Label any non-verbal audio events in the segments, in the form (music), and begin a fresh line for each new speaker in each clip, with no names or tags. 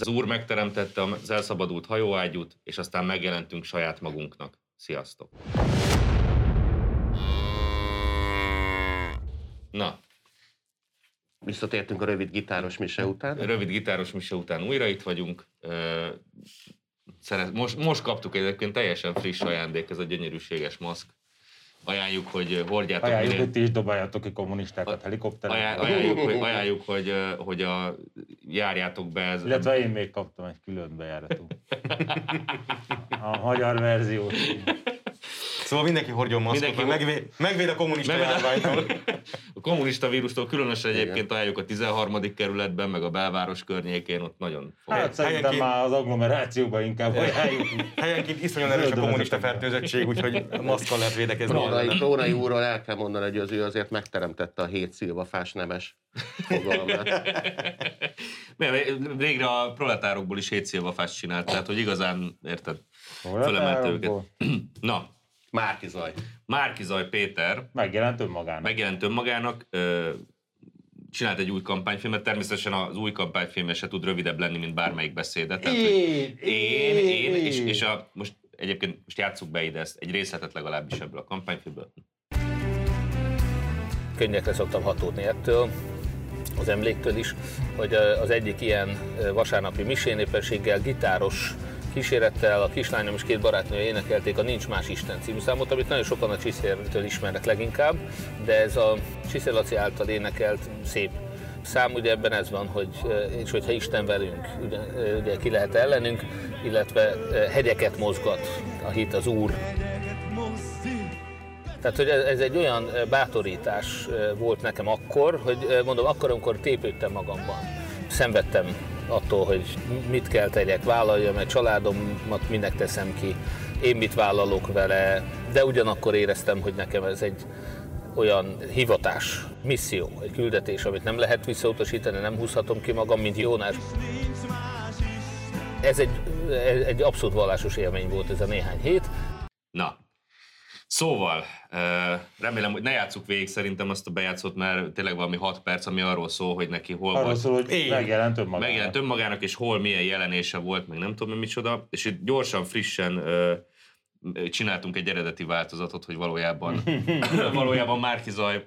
Az Úr megteremtette az elszabadult hajóágyút, és aztán megjelentünk saját magunknak. Sziasztok! Na,
Visszatértünk a rövid gitáros mise után.
rövid gitáros mise után újra itt vagyunk. Ö, szeret- Most, most kaptuk egyébként teljesen friss ajándék, ez a gyönyörűséges maszk. Ajánljuk, hogy hordjátok
Ajánljuk,
minél,
hogy ti is dobáljátok ki kommunistákat
ajánl-
helikopterrel.
ajánljuk, hogy, ajánljuk, hogy, ö, hogy a, járjátok be. Ez,
Illetve én még kaptam egy külön bejáratú.
(laughs)
A magyar verziót. Hát
Szóval mindenki hordjon maszkot,
Mindenki
mindenki megvéd, megvéd a kommunista
Megvéd a- (laughs)
járványtól.
A kommunista vírustól különösen egyébként ajánljuk a 13. kerületben, meg a belváros környékén, ott nagyon fog.
Hát szerintem
helyenként-
már az agglomerációban inkább ajánljuk.
Helyenként iszonyan erős a kommunista fertőzöttség, úgyhogy maszkkal lehet védekezni.
Rónai,
ellene.
Rónai úrról el kell mondani, hogy az ő azért megteremtette a hét szilvafás nemes
(laughs)
fogalmát.
Mert Végre a proletárokból is hétszilvafást csinált, tehát hogy igazán, érted, fölemelte őket. (clears throat)
Proletárokból.
Na,
Márki zaj.
Márkizaj Péter
Megjelent önmagának.
megjelent önmagának, ö, csinált egy új kampányfilmet, természetesen az új kampányfilmje se tud rövidebb lenni, mint bármelyik beszéde. Tehát, hogy-
Én,
Én, én, és, és a, most egyébként most játsszuk be ide ezt, egy részletet legalábbis ebből a kampányfilmből.
könnyekre szoktam hatódni ettől, az emléktől is, hogy ö, az egyik ilyen ö, vasárnapi misén éppenséggel gitáros kísérettel a kislányom és két barátnője énekelték a Nincs más Isten című számot, amit nagyon sokan a Csiszértől ismernek leginkább, de ez a Csiszér Laci által énekelt szép szám, ugye ebben ez van, hogy ö, és hogyha Isten velünk, ugye, ö, ugye ki lehet ellenünk, illetve ö, hegyeket mozgat a hit az Úr. Tehát, hogy ez ez egy olyan ö, bátorítás ö, volt nekem akkor, hogy ö, mondom, akkor, amikor tépődtem magamban, szenvedtem attól, hogy mit kell tegyek, vállaljam, egy családomat minek teszem ki, én mit vállalok vele, de ugyanakkor éreztem, hogy nekem ez egy olyan hivatás, misszió, egy küldetés, amit nem lehet visszautasítani, nem húzhatom ki magam, mint Jónás. Ez egy, egy- egy abszolút vallásos élmény volt ez a néhány hét.
Na, szóval, ö, remélem, hogy ne játsszuk végig szerintem azt a bejátszót, mert tényleg valami 6 perc, ami arról szól, hogy neki hol
Arról
volt.
szól, hogy
Én.
megjelent önmagának.
Megjelent önmagának, és hol milyen jelenése volt, meg nem tudom, hogy micsoda. És itt gyorsan, frissen ö, ö, csináltunk egy eredeti változatot, hogy
(laughs)
valójában, valójában Márki Zaj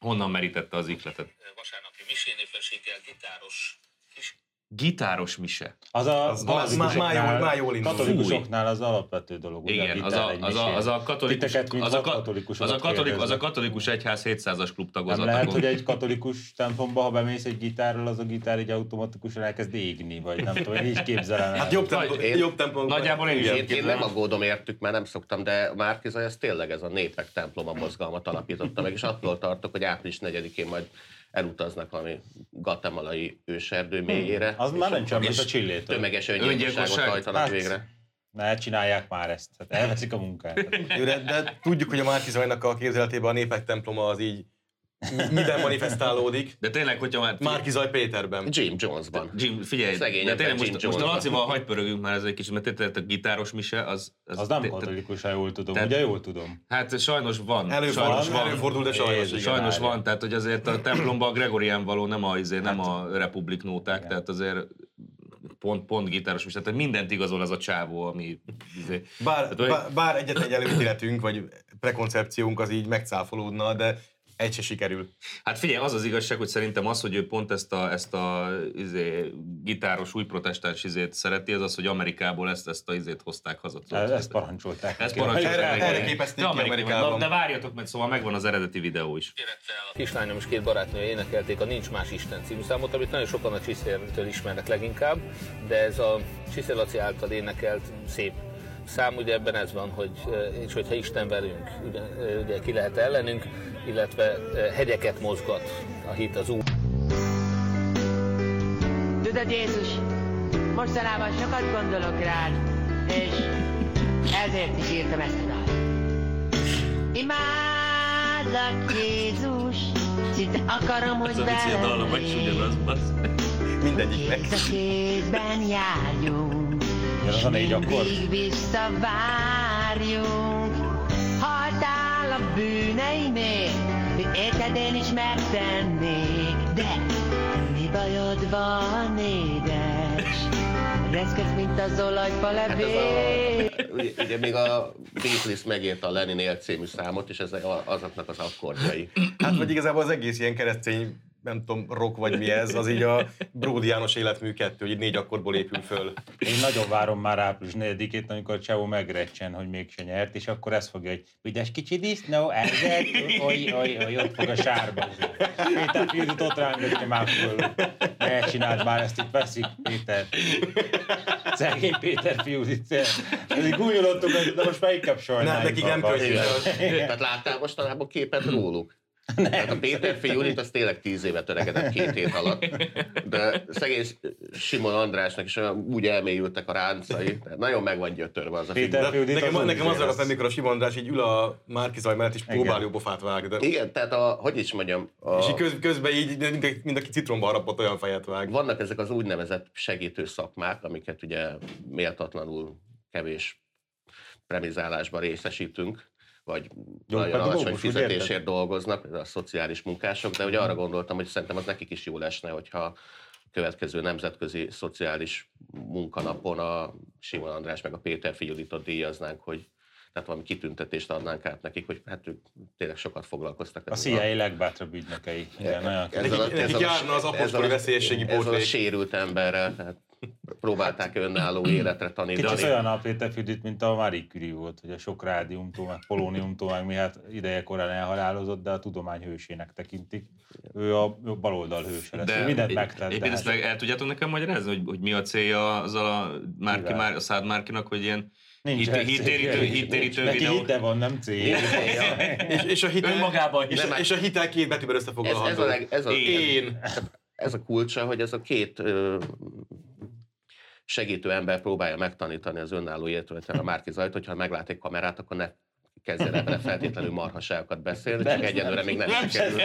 honnan merítette az ikletet.
vasárnapi misén éppenséggel gitáros kis
Gitáros mise.
Az a
Az má-
katolikusoknál-
má- má jól- má jól indul.
katolikusoknál az alapvető dolog. ugye
Igen, az
vitál
a,
egy
az, a,
misén.
az a katolikus,
Titeket, mint
az a,
hat
ka- az,
katolikusokat
a katolik, az a
kérdeznek.
katolikus egyház 700-as klub
Nem
tagozatokon.
lehet, hogy egy katolikus templomba, ha bemész egy gitárral, az a gitár egy automatikusan elkezd égni, vagy nem tudom, én így képzelem el.
Hát jobb, tempó,
Nagy-
én-
jobb tempó.
Nagyjából én is
Én, én
képzelem.
nem aggódom értük, mert nem szoktam, de Márki zaj, ez tényleg ez a népek temploma mozgalmat alapította meg, és attól tartok, hogy április 4-én majd elutaznak valami guatemalai
Hmm.
őserdő mélyére.
Az már nem csak
és
az a csillétől.
Tömeges öngyilkosságot
Öngyilkosság.
hajtanak végre.
Ne csinálják már ezt. Hát elveszik a munkát.
Jó, de, de tudjuk, hogy a Márki Zajnak a képzeletében a népek temploma az így mi- minden manifestálódik.
De tényleg, hogyha már...
Márki Zaj Péterben.
Jim Jonesban.
Jim, figyelj,
Szegény
de
ember,
tényleg
Jim
most, most a
Jones-ban.
Lacival hagyd pörögjünk már ez egy kicsit, mert tényleg a gitáros mise, az...
Az nem
te- te-
katolikus, ha jól tudom.
Tehát-
Ugye jól tudom?
Hát sajnos van.
Előfordul,
sajnos
van.
előfordul, de sajnos.
Jézus,
igen.
Sajnos
Várja.
van, tehát hogy azért a templomban a Gregorián való nem a, izé,
Hát-
nem a republik nóták, tehát azért pont, pont gitáros mise, tehát mindent igazol ez a csávó, ami... Izé,
Bár,
tehát, hogy-
bár, bár egyetlen egy előítéletünk, vagy prekoncepciónk az így megcáfolódna, de egy se sikerül.
Hát figyelj, az az igazság, hogy szerintem az, hogy ő pont ezt a, ezt a izé, gitáros új protestáns izét szereti, az az, hogy Amerikából ezt, ezt a izét hozták haza.
Ez- Ezt parancsolták.
Ez
neki.
parancsolták.
Erre-
neki.
erre képezték
De
ki
Amerikában-
Amerikában.
De várjatok, mert szóval megvan az eredeti videó is.
A kislányom és két barátnője énekelték a Nincs más Isten című számot, amit nagyon sokan a Csiszértől ismernek leginkább, de ez a Csiszér Laci által énekelt szép szám, ugye ebben ez van, hogy ö, és hogyha Isten velünk, ugye, ö, ugye ki lehet ellenünk, illetve ö, hegyeket mozgat a hit az úr.
Tudod, Jézus, mostanában sokat gondolok rád, és ezért is írtam ezt a dalt. Imádlak, Jézus, szinte akarom, hogy velem légy.
Mindegyiknek.
Kéz a kézben járjunk,
Igen, az a négy akkor.
mindig visszavárjunk. Haltál a bűneimért, mi érted én is megtennék, de mi bajod van néden? Édes, az eszköz, mint az olajfa
Hát ez
levél.
a, ugye, ugye még a Beatles megírta a Lenin él című számot, és ez a- azoknak az akkordjai.
Hát vagy igazából az egész ilyen keresztény, nem tudom, rock vagy mi ez, az így a Bródi János életmű kettő, hogy így négy akkorból épül föl.
Én nagyon várom már április 4-ét, amikor Csávó megrecsen, hogy mégse nyert, és akkor ezt fogja, hogy ügyes kicsi disznó, erzett, oly, oly, oly, ott fog a sárba. Péter Fildut ott rángatja már föl. Ne csináld már ezt, itt veszik, Péter. Szegény Péter Fildut. Ez így gúnyolottunk, de most már inkább
Nem,
sajnáljuk.
nekik nem
magad.
könnyű.
Tehát láttál mostanában képet róluk? Tehát a Péter Fiúrit az tényleg tíz évet öregedett két hét alatt, de szegény Simon Andrásnak is olyan úgy elmélyültek a ráncai, tehát nagyon meg van gyötörve az a
Péter
figura.
Fiúdit
Nekem,
az
nekem
úgy
az a
érez.
amikor a Simon András így ül a Márkizaj mellett, és próbál jó pofát vág, de...
Igen, tehát a, hogy is mondjam, a,
És így köz, közben így mind, mind aki citromba harapott olyan fejet vág.
vannak ezek az úgynevezett segítő szakmák, amiket ugye méltatlanul kevés premizálásban részesítünk, vagy
Jó, hát
nagyon
pedagógus,
alacsony
ugye
fizetésért dolgoznak, például a szociális munkások, de ugye arra gondoltam, hogy szerintem az nekik is jó lesne, hogyha a következő nemzetközi szociális munkanapon a Simon András meg a Péter Figyulitot díjaznánk, hogy tehát valami kitüntetést adnánk át nekik, hogy hát ők tényleg sokat foglalkoztak.
A
ezzel
CIA legbátrabb ügynökei. Igen, nagyon
Nekik- nekik járna az apostoli
ezzel a-
veszélyességi
Ezzel a
pótlék.
sérült emberrel, tehát próbálták önálló életre tanítani.
Kicsit olyan a Péter Fidit, mint a Marie Curie volt, hogy a sok rádiumtól, meg polóniumtól, meg mi hát ideje korán elhalálozott, de a tudomány hősének tekintik. Ő a baloldal hőse lesz, de mindent megtett.
Egyébként
de
ezt
hát-
meg el tudjátok nekem magyarázni, hogy, hogy mi a célja azzal a, Márki,
Mivel?
már, a Szád Márkinak, hogy ilyen
Nincs
hit-
ez
hittérítő,
célja.
hittérítő
Neki
videó.
hitte van, nem cél. (laughs)
És, és a hitel...
Önmagában
és,
hitel.
és, a hitel két betűben
Ez, ez,
összefoglalható.
a, leg- ez, a,
Én.
ez a kulcsa, hogy ez a két ö, segítő ember próbálja megtanítani az önálló életületre a Márki Zajt, hogyha meglát egy kamerát, akkor ne kezdjen el vele feltétlenül marhaságokat beszélni, csak egyelőre még nem sikerül.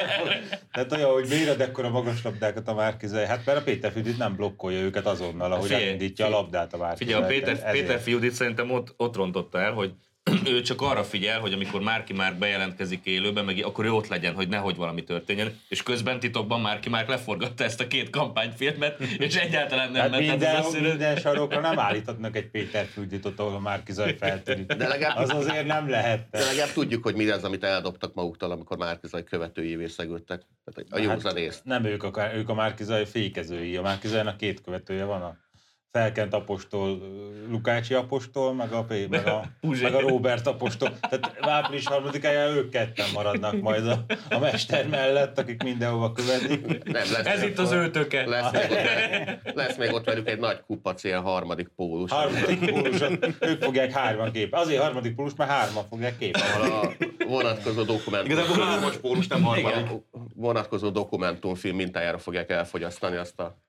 Tehát olyan, hogy miért ekkora magas labdákat a Márkizai? Hát mert a Péter Fidit nem blokkolja őket azonnal, ahogy
Hát Figyelj,
elindítja a
figyelj.
labdát a Márkizai.
Figyelj, a Péter, Péter Fiudit szerintem ott, ott rontotta el, hogy (clears throat) ő csak arra figyel, hogy amikor Márki már bejelentkezik élőben, meg, akkor ő ott legyen, hogy nehogy valami történjen, és közben titokban Márki már leforgatta ezt a két kampányfilmet, és egyáltalán nem
Hát
ment át
minden,
az összűrő.
minden sarokra nem állíthatnak egy Péter Füldítot, ahol a Márkizaj feltűnik.
De legalább-
Az azért nem lehet.
De legalább tudjuk, hogy mi az, amit eldobtak maguktól, amikor Márki Zaj követőjévé szegődtek. Tehát a
Hát-
józan ész.
Nem ők a, ők a Márkizaj fékezői. A Márkizajnak két követője van a Felkent Apostol, Lukácsi Apostol, meg a, P-
(laughs)
meg a,
Puzsé.
meg a Robert Apostol. Tehát április harmadikáján ők ketten maradnak majd a, a mester mellett, akik mindenhova követik.
Nem, lesz
Ez
még
itt az
akkor-
őtöke.
Lesz még, ott velük, lesz még ott velük egy nagy kupac, ilyen harmadik pólus.
Harmadik pólusot ők fogják hárman kép. Azért harmadik pólus, mert hárman fogják képelni.
ahol a vonatkozó dokumentum.
Igazából hármas pólus, nem harmadik.
a vonatkozó dokumentumfilm mintájára fogják elfogyasztani azt a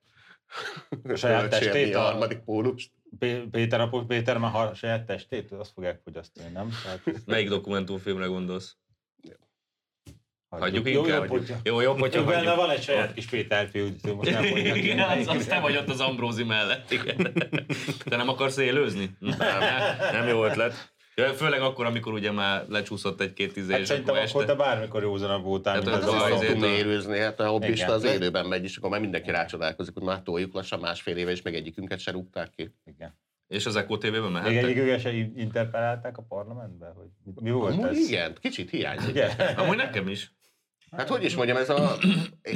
A saját
költsér-
testét,
mi
a-
a harmadik pólust.
P- Péter, Apo- Péter már har- saját testét, azt fogják fogyasztani, nem? Tehát
Melyik dokumentumfilmre gondolsz? Hagyjuk
Jó,
inkább?
jobb, hogyha-
Jó, jobb, hogyha
Jó, benne
hagyjuk.
van egy saját kis Péter fiú, úgyhogy
(laughs)
most nem mondjak én.
Igen, az, az te vagy ott az Ambrózi mellett,
(laughs)
igen. Te nem akarsz élőzni? Nem, nem jó ötlet. Ja, Főleg akkor, amikor ugye már lecsúszott egy-két tíz
Hát
és
szerintem
akkor
akkor
este.
te bármikor józanabb voltál,
Hát
mint
az
az
a-
az
azért
Tudni érőzni, hát a hobbista
Igen.
az élőben megy, és akkor már mindenki rácsodálkozik, hogy már toljuk lassan másfél éve, és még egyikünket se rúgták ki.
Igen.
És az Echo TV-ben
Még
mehettek?
egyik őket se in- interpelálták a parlamentbe? Hogy mi- mi volt
Amúgy
ez?
igen, kicsit hiányzik.
Ugye?
Amúgy nekem is.
Hát hogy is mondjam, ez a...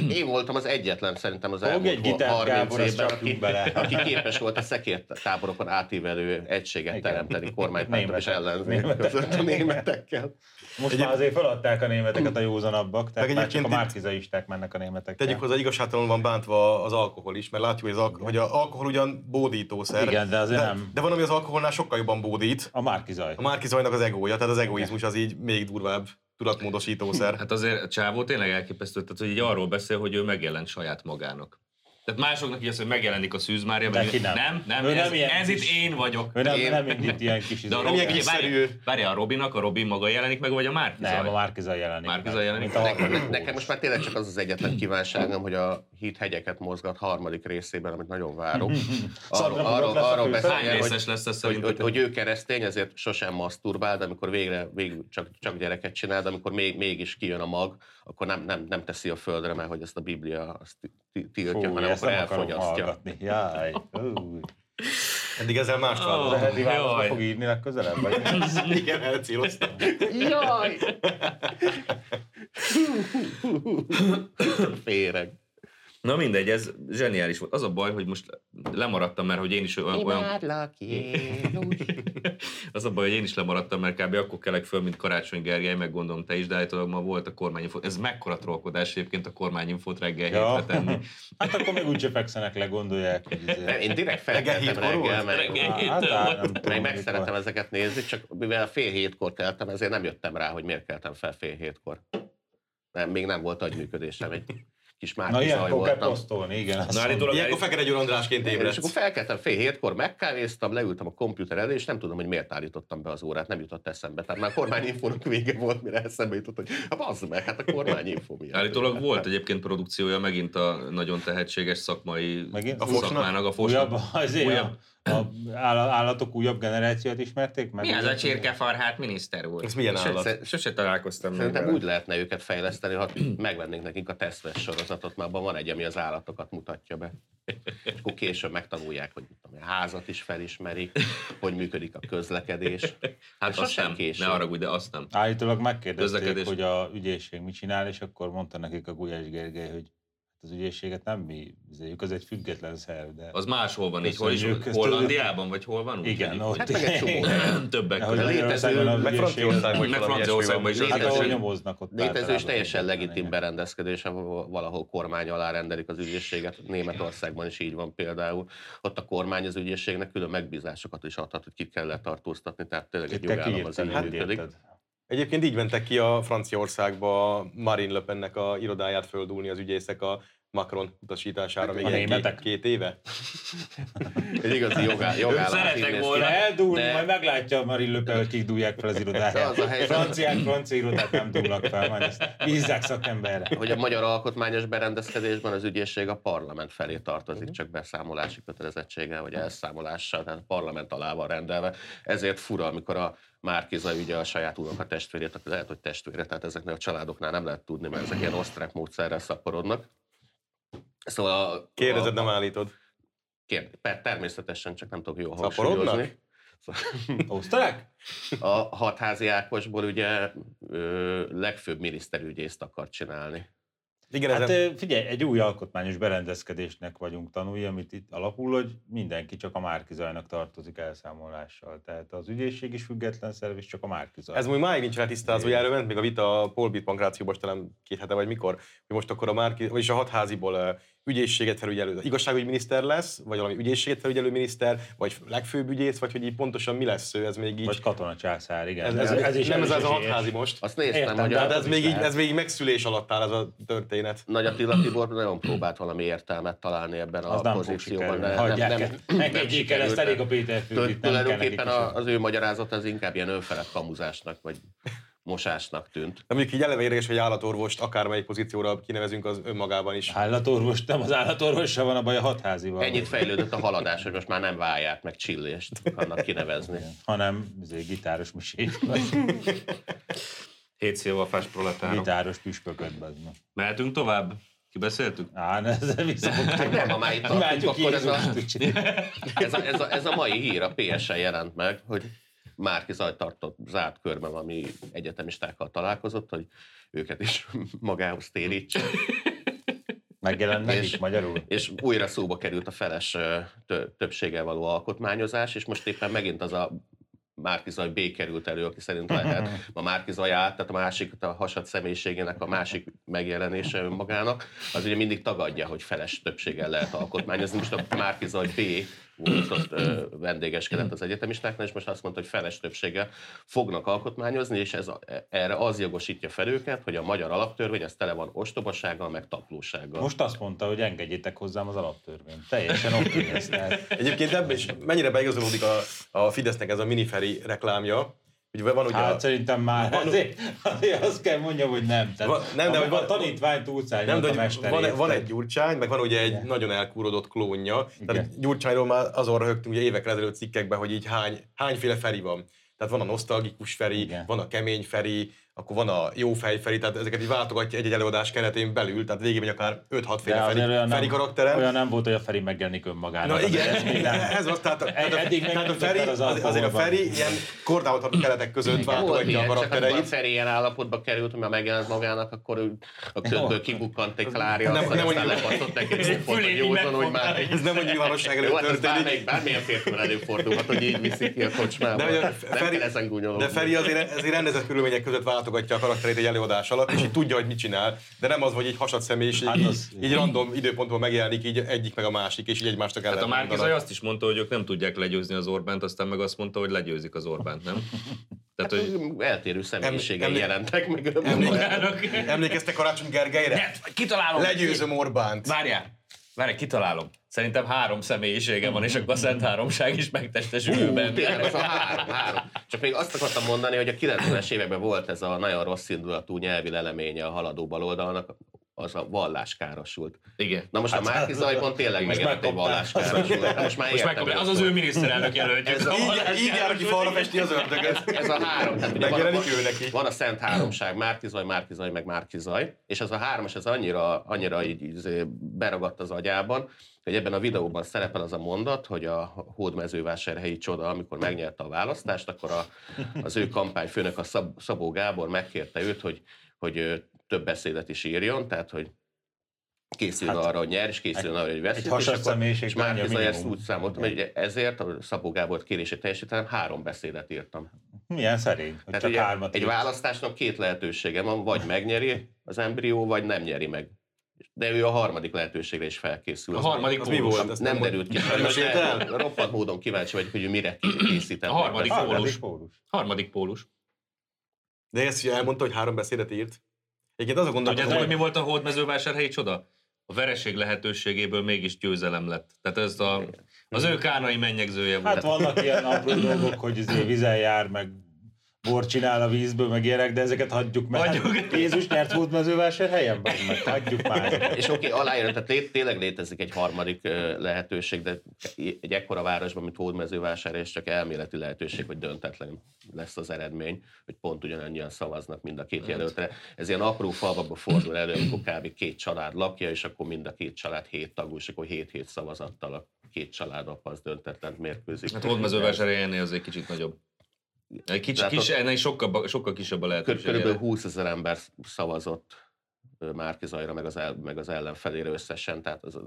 Én voltam az egyetlen szerintem az
Fog egy
elmúlt ho-
gitárt,
30
Gábor, azt
évben,
csapjuk
aki,
bele.
aki képes volt a szekértáborokon átívelő egységet
Igen.
teremteni kormánypártok és
Németek.
ellenzék
Németek.
között a németekkel.
Most már azért feladták a németeket a józanabbak, tehát
Meg
már csak a
egyébként itt-
márkizaisták mennek a németekkel.
Tegyük hozzá, igazságtalanul van bántva az alkohol is, mert látjuk, hogy, az alko- hogy az alkohol ugyan bódítószer.
Igen, de azért
de,
nem.
De van, ami az alkoholnál sokkal jobban bódít.
A márkizaj.
A Márki Zajnak az egója, tehát az egoizmus az így még durvább tudatmódosítószer.
Hát azért Csávó tényleg elképesztő, tehát hogy így arról beszél, hogy ő megjelent saját magának. Tehát másoknak így az, hogy megjelenik a szűzmárja,
De ki
meg
nem.
nem, nem, nem,
Ő
ez,
nem ilyen
ez itt
kis-
én vagyok.
Ő nem,
Én-
nem indít ilyen kis
De a
izé-
Robi,
ilyen kis
várj,
szerű-
várj, a Robinak, a Robi maga jelenik meg, vagy a Márki
Nem,
Zaj?
a márkizaj jelenik.
Márkizaj
meg,
jelenik
mint a
meg.
harmadik
Ne, nekem
pólus.
most már tényleg csak az az egyetlen kívánságom, hogy a hídhegyeket mozgat harmadik részében, amit nagyon
(laughs)
várok. Arról,
Szarra
arról,
lesz a
arról
Hány
fő.
beszéljen, hogy,
részes lesz ez
hogy, hogy,
szerintetek?
hogy, ő keresztény, ezért sosem maszturbál, de amikor végre, végül csak, csak gyereket csinál, de amikor még, mégis kijön a mag, akkor nem, nem, nem teszi a földre, mert hogy ezt a Biblia azt ti- tiltja, hanem
ezt
akkor
nem akarom
elfogyasztja.
hallgatni. Jaj, ú.
Eddig ezzel más
Ó,
találkozom.
Lehet, hogy válaszba
jaj.
fog írni legközelebb? Vagy?
Igen, elcéloztam.
Jaj! Féreg.
Na mindegy, ez zseniális volt. Az a baj, hogy most lemaradtam, mert hogy én is olyan, olyan
Imádlak, Jézus.
(laughs) az a baj, hogy én is lemaradtam, mert kb. akkor kelek föl, mint Karácsony Gergely, meg gondolom te is, de állítólag ma volt a kormányinfo. Ez mekkora trollkodás egyébként a kormányinfót reggel
Ja.
hétre tenni.
(laughs) Hát akkor még úgyse fekszenek le, gondolják. Hogy
Nem,
izé-
én direkt felkeltem
Reggel hétkor
reggel,
volt?
meg,
Reggel.
Hát, hát, nem
meg
tudom,
meg
mikor.
szeretem ezeket nézni, csak mivel fél hétkor keltem, ezért nem jöttem rá, hogy miért keltem fel fél hétkor. Nem, még nem volt agyműködésem, egy kis
Na
márki zaj
ilyenkor kell
voltam.
posztolni, igen.
Na
azt
hát
hát
mondom.
állítólag,
Ilyenkor
állít-
Fekete Győr Andrásként
És akkor
ébredsz.
felkeltem fél hétkor, megkávéztam, leültem a komputer elé, és nem tudom, hogy miért állítottam be az órát, nem jutott eszembe. Tehát már kormányinfónak vége volt, mire eszembe jutott, hogy hát bazd meg, hát a kormányinfó miatt.
állítólag volt egyébként produkciója megint a nagyon tehetséges szakmai
Megint?
a
A Fosnak?
szakmának, a fosnak.
Újabb, (laughs) azért
Újabb.
újabb. A, a áll- állatok újabb generációt ismerték meg?
csirkefarhát, miniszter úr?
Ez milyen állat?
Sose, sose találkoztam még
Szerintem
vele.
úgy lehetne őket fejleszteni, ha megvennénk nekik a tesztes sorozatot, már abban van egy, ami az állatokat mutatja be.
(laughs)
És akkor később megtanulják, hogy mit tudom, én, a házat is felismerik, hogy működik a
(laughs)
közlekedés.
(laughs) Hát azt
sosem
nem,
késő.
ne arra de azt nem.
Állítólag megkérdezték,
Közlekedés.
hogy a ügyészség mit csinál, és akkor mondta nekik a Gulyás Gergely, hogy hát az ügyészséget nem mi üzéljük, az egy független szerv, de...
Az máshol van így, hol is,
Köszönjük, ezt
Hollandiában, vagy hol van? úgy,
igen,
hogy-
ott...
Hát meg egy csomó
(laughs)
helyen.
Többek
Ahogy
között.
Magyarországon az
Meg
ügyészség-
Franciaországban is
Meg
valami
Franciaországban
ilyesmi
is
Hát ahol
létezik.
nyomoznak ott.
Létező és
általában
teljesen
független,
legitim
igen.
berendezkedés, ahol valahol kormány alá rendelik az ügyészséget. Németországban is így van például. Ott a kormány az ügyészségnek külön megbízásokat is adhat, hogy kit kell letartóztatni, tehát tényleg egy
Itt te
jogállam az
kiírtad,
így
hát
működik.
érted.
Egyébként így mentek ki a Franciaországba a Marine Le Pennek a irodáját földúlni az ügyészek a Macron utasítására még
Hát, A
ilyen
németek?
két, két éve.
Egy igazi jogá- jogállam.
szeretnek
így néz ki.
volna.
De eldúlni,
De-
majd meglátja a Marin Le Pen, hogy kik dúlják fel az
De
irodáját.
az a helyzet-
Franciák, francia irodát nem dúlnak fel, majd ezt bízzák szakemberre.
hogy a magyar alkotmányos berendezkedésben az ügyészség a parlament felé
Mhm.
tartozik, csak beszámolási kötelezettséggel vagy elszámolással, tehát a parlament alá van rendelve. Ezért fura, amikor a Márkiza ügye a saját unoka testvérét, akkor lehet, hogy testvére, tehát ezeknél a családoknál nem lehet tudni, mert ezek ilyen osztrák módszerrel szaporodnak. Szóval a,
Kérdezed,
a,
nem állítod.
kér, per- természetesen csak nem tudok jól
Szaporodnak?
hangsúlyozni. Szóval
Hm. Osztrák?
A hatházi Ákosból ugye ö, legfőbb miniszterügyészt akar csinálni.
Igen,
Hát
ezen...
ö, figyelj, egy új alkotmányos berendezkedésnek vagyunk tanulni, amit itt alapul, hogy mindenki csak a márkizajnak tartozik elszámolással. Tehát az ügyészség is független szerv, és csak a márkizaj.
Ez
Ez
még máig nincs letisztázva, hogy erről ment még a vita a Polbit Pankrációban, talán két hete vagy mikor, hogy most akkor a Márki, vagyis a hatháziból ö, ügyészséget felügyelő, igazságügyi miniszter lesz, vagy valami ügyészséget felügyelő miniszter, vagy legfőbb ügyész, vagy hogy így pontosan mi lesz ő, ez még így...
Vagy katona császár, igen.
ez, ez, ez, is nem ez, ez a
esélyes.
hatházi most.
Azt néztem,
Értem,
hogy
de
a-
Hát ez
az
még,
is
így,
lehet.
ez még így megszülés alatt áll ez a történet.
Nagy Attila Tibor nagyon próbált valami értelmet találni ebben
Az
a
nem fog
pozícióban.
sikerülni.
de
Hagyják el. Engedjék el, ezt
sikerült.
elég a Péter
Tulajd-
Fülkit, nem kell nekik
Tulajdonképpen
is.
a, az ő magyarázat az inkább ilyen önfelett kamuzásnak, vagy mosásnak tűnt.
De mondjuk így eleve érdekes, hogy állatorvost akármelyik pozícióra kinevezünk az önmagában
Hát.
is.
Állatorvos, nem az állatorvossal van a baj a hatházival.
Ennyit fejlődött a haladás, hogy most már nem váját, meg csillést akarnak kinevezni.
hanem izé, gitáros
(laughs)
misét,
Hét szilvafás proletárok.
gitáros püspököt bezme.
Mehetünk tovább? Kibeszéltük?
Á, ne, ezzel
Hát
visszafogtam.
hát Nem, ha már itt tartunk,
Imádjuk
akkor ez a,
Jézust.
ez, a, ez, a, ez a mai hír a PS-en jelent meg, hogy Márki Zaj tartott zárt körben, ami egyetemistákkal találkozott, hogy őket is (laughs) magához térítse.
Megjelent
És-
nekik magyarul.
(laughs) és újra szóba került a feles ö, tö- többséggel való alkotmányozás, és most éppen megint az a Márkizaj B került elő, aki szerint lehet ma Márkizaj át, tehát a másik, a hasad személyiségének a másik megjelenése önmagának, az ugye mindig tagadja, hogy feles többséggel lehet alkotmányozni. Most a Márkizaj B volt ott ö, vendégeskedett az egyetemistáknál, és most azt mondta, hogy feles többséggel fognak alkotmányozni, és ez a, e, erre az jogosítja fel őket, hogy a magyar alaptörvény az tele van ostobasággal, meg taplósággal.
Most azt mondta, hogy engedjétek hozzám az alaptörvényt. Teljesen
(laughs)
oké ez. tehát
Egyébként ebben is mennyire beigazolódik a, a Fidesznek ez a miniferi reklámja, hogy van ugye...
Hát szerintem már
Van-
azért, azért azt kell mondjam, hogy nem. Tehát,
Van- nem, de
a,
hogy van-
a tanítvány túlszány
nem,
nem, a
de hogy
mesterét.
van, van
tehát-
egy Gyurcsány, meg van ugye egy nagyon elkúrodott klónja. Tehát
Igen.
Gyurcsányról már azon röhögtünk ugye évekre ezelőtt cikkekben, hogy így hány, hányféle Feri van. Tehát van a nosztalgikus Feri,
Igen.
van a kemény Feri, akkor van a jó fejfeli, tehát ezeket így váltogatja egy-egy előadás keretén belül, tehát végig megy akár 5-6
De
féle
azért
Feri,
olyan,
Feri
nem,
karakteren.
olyan nem volt, hogy a Feri megjelenik önmagának.
Na
Azért
igen,
ez még
ez,
nem-
az, tehát, a- tehát, a-
Eddig meg
tehát a
nem
Feri,
tudtad
az,
az
azért a
alkoholban.
Feri ilyen kordálható keretek között
Volt
váltogatja a
ilyen, csak akkor a
karaktereit.
Feri ilyen állapotba került, mert megjelent magának, akkor ő a ködből kibukkant egy Klária,
Nem-
nem, aztán
nem
aztán
annyira-
lepasztott neki egy pofont, hogy
fülét
józan,
így
hogy már
Ez nem a nyilvánosság
Jó,
előtt
hát ez
történik.
bármelyik, bármilyen férfivel előfordulhat, hogy így viszik ki a kocsmába.
De, hogy a
Nem
Feri,
kell ezen
de
gúnyolódni.
Feri azért, azért rendezett körülmények között váltogatja a karakterét egy előadás alatt, és így tudja, hogy mit csinál, de nem az, hogy egy hasad személyiség,
Hát
így,
az-
így random időpontban megjelenik, így egyik meg a másik, és így egymásnak ellen.
Hát a Márkizaj azt is mondta, hogy ők nem tudják legyőzni az Orbánt, aztán meg azt mondta, hogy legyőzik az Orbánt, nem? Tehát, hogy...
Eltérő személyiségei
Emlé-
jelentek meg.
Emlékeztek Karácsony Gergelyre?
Kitalálom!
Legyőzöm Orbánt.
Várjál! Várjál, kitalálom. Szerintem három személyisége van, és akkor a Szent Háromság is megtestesül
Tényleg
benne.
az a három, három. Csak még azt akartam mondani, hogy a 90-es években volt ez a nagyon rossz indulatú nyelvi leleménye a haladó baloldalnak, az a valláskárosult.
Igen.
Na most hát, a Márki Zajpon tényleg megjelent egy
megkapták.
valláskárosult. Most már
Most
értem,
megkapja,
hogy
az az ő miniszterelnök jelöltjük.
Ez a-
Így, így jár, aki falra festi az ördögöt.
ez a három. Tehát ugye van,
Megjelenik ő neki.
van a Szent Háromság, Márkizaj, Márkizaj, meg Márkizaj, és ez a három, és ez annyira, annyira így, így beragadt az agyában, hogy ebben a videóban szerepel az a mondat, hogy a hódmezővásárhelyi csoda, amikor megnyerte a választást, akkor a, az ő kampányfőnök, a Szab, Szabó Gábor megkérte őt, hogy, hogy ö, több beszédet is írjon, tehát hogy készüljön hát, arra, hogy nyer, és készüljön arra, hogy veszít.
egy hasas
és akkor-
személyiség
És már
lánya
Zaj ezt
minimum.
úgy számoltam, hogy ezért a Szabó Gábor kérését teljesítem, három beszédet írtam.
Milyen szerény,
Hát
hogy
Tehát
csak
ugye
hármat
egy
írsz.
választásnak két lehetősége van, vagy megnyeri az embrió, vagy nem nyeri meg. De ő a harmadik lehetőségre is felkészül.
A
Az
harmadik
Az mi
kórus.
volt? Ezt
nem derült ki. sajnos,
mesélte
de
el?
Roppant módon kíváncsi vagyok, hogy ő mire készített.
A harmadik
meg.
pólus.
Harmadik pólus.
Harmadik pólus.
De ezt ugye elmondta, hogy három beszédet írt. Egyébként
Tudjátok,
azon gondolkozom,
hogy
hogy
mi volt a hódmezővásárhelyi csoda? A vereség lehetőségéből mégis győzelem lett. Tehát ez a, az ő kánai mennyegzője volt.
Hát vannak ilyen apró dolgok, hogy izé vizen jár, meg bor csinál a vízből, meg ilyenek, de ezeket hagyjuk meg.
Hagyjuk.
Jézus nyert hódmezővásár helyen, bazd meg, hagyjuk már. ezeket.
És oké, okay, aláírom, tehát lé, tényleg létezik egy harmadik ö, lehetőség, de egy ekkora városban, mint Hódmezővásárhely, és csak elméleti lehetőség, hogy döntetlen lesz az eredmény, hogy pont ugyanannyian szavaznak mind a két jelöltre. Ez ilyen apró falvakba fordul elő, amikor kb. két család lakja, és akkor mind a két család hét tagú, és akkor hét-hét szavazattal a két család apa az döntetlen mérkőzik.
Hát hódmezővásárhelyennél az egy kicsit nagyobb. Egy kicsi,
Tehát
kis,
ott-
ennél sokkal, sokkal kisebb a
Kör-
lehetőség.
Körülbelül 20 ezer ember szavazott ö, Márki Zajra, meg az, el, meg az ellenfelére összesen, tehát az,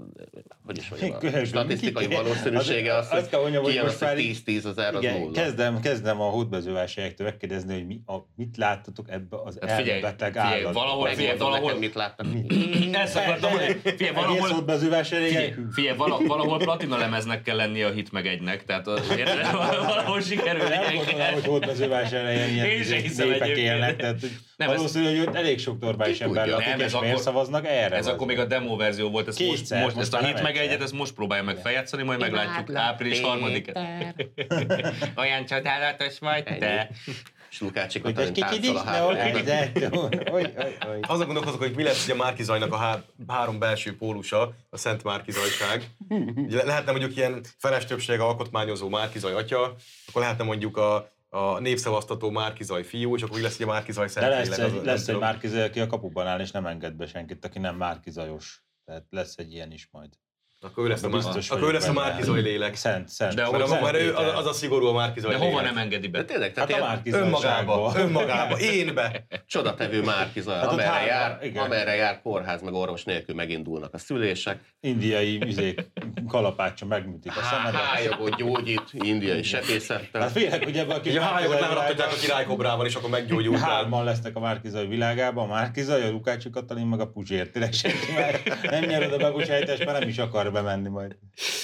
hogy is mondjam, a
Körülbelül
statisztikai
ki-
valószínűsége
az-
az, hogy
azt kell mondjam, hogy
kijön
most
az,
már
hogy
így-
10-10 ezer az
Igen,
nulla.
kezdem, kezdem a hódmezővásárhelyektől megkérdezni, hogy mi, a, mit láttatok ebbe az
Hát figyelj,
elbeteg
figyelj,
állatban.
valahol-
Megmondom
valahol-
neked, mit láttak.
Mm.
Ezt akartam, hogy figyelj,
Egész
valahol,
hódmezővásárhelyen.
Figyelj, figyelj vala, valahol platina lemeznek kell lennie a hit meg egynek, tehát az, érted? valahol sikerül
Nem gondolom, hogy
egy
hódmezővásárhelyen ilyen
Én se
izé-
hiszem
népek
egyébként.
élnek, tehát hogy
Nem, ez-
valószínű, hogy ott elég sok normális
Ki tudja,
ember
nem,
lakik,
ez
és miért
akkor-
szavaznak erre?
ez akkor
bazd
még a demo verzió volt, ezt most,
Kétszer,
most, ezt a
most
hit
már
meg
egyszer.
egyet, ezt most próbálja meg feljátszani, majd meglátjuk április harmadikát. Olyan csodálatos vagy, te.
És Lukácsik
Hogy egy
Katalin
kicsit
táncol
is,
a
de
hátul.
oké, de oly, oly, oly.
azon gondolkozok, hogy mi lesz ugye Márki Zajnak a há- három belső pólusa, a Szent Márki Zajság. Ugye le- lehetne mondjuk ilyen feles többség alkotmányozó Márki Zaj atya, akkor lehetne mondjuk a, a népszavaztató Márki Zaj fiú, és akkor úgy lesz ugye Márki Zaj
De
szentlélek.
lesz
az-
egy,
nem
lesz egy
tudom.
Márkizaj, aki a kapuban áll, és nem enged be senkit, aki nem Márkizajos. Tehát lesz egy ilyen is majd.
Akkor ő lesz a,
Biztos
Biztos akkor ő
vagyok
lesz a
benne.
Márki Zaj lélek.
Szent, szent.
De
Mert, a,
Szent
mert ő,
Péter.
az, az a szigorú a Márki Zaj
De hova
lélek.
nem engedi
De
be?
tényleg, tehát
Hát a
ilyen
Önmagába,
(laughs) Márkizajságból.
önmagába, énbe.
csodatevő Márki Zaj,
Hát ott
amerre,
három,
jár,
igen.
amerre jár kórház, meg orvos nélkül megindulnak a szülések,
Indiai izék, kalapácsa megműtik a szemedet.
hájagot gyógyít, indiai sepészettel.
Hát félek, hogy ebben a kis
És a hályokat
Márkizaj
leharaptatják a királykobrával, és akkor meggyógyult.
Hárman lesznek a Márkizaj világában, a Márkizaj, a Lukácsi Katalin, meg a Puzsér. Tényleg senki más. Nem nyered a Bagus helytest, mert nem is akar bemenni majd.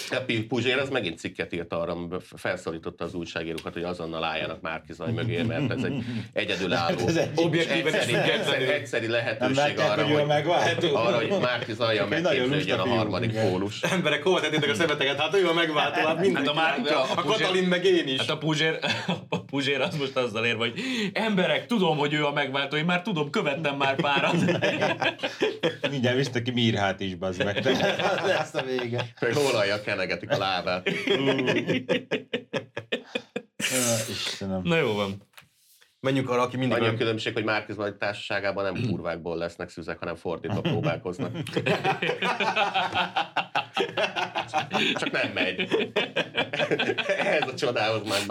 A Pi- Puzsér az megint cikket írt arra, amiben f- felszólította az újságírókat, hogy azonnal álljanak Márki Zaj mögé, mert ez egy egyedülálló,
(laughs) Ez egy
Objektíven és
egyszeri, egyszeri,
függetlenül.
egyszeri
nem
lehetőség
látják,
arra,
hogy ő a
hogy,
megváltó.
arra, hogy Márki Zajjal
Csak egy nagyon
megképződjön a
lusta fiú,
harmadik
igen.
pólus.
emberek, hova tettétek a szemeteket? Hát ő a megváltó, hát mindenki.
Hát a Márki-
látja.
a
a
Puzsér-
Katalin meg én is.
Hát a Puzsér, (laughs) a Puzsér az most azzal ér, hogy emberek, tudom, hogy ő a megváltó, én már tudom, követtem már
(laughs)
párat.
(laughs) Mindjárt visztek ki Mirhát is, bazd meg. Az lesz a vége.
Hogy olajjal kenegetik a lábát.
Ö, Istenem.
Na jó van.
Menjünk arra, aki mindig...
Annyi a
olyan-
különbség, hogy Márkiz nagy társaságában nem kurvákból lesznek szüzek, hanem fordítva próbálkoznak. Csak nem megy.
(laughs)
(laughs) Ehhez a csodához már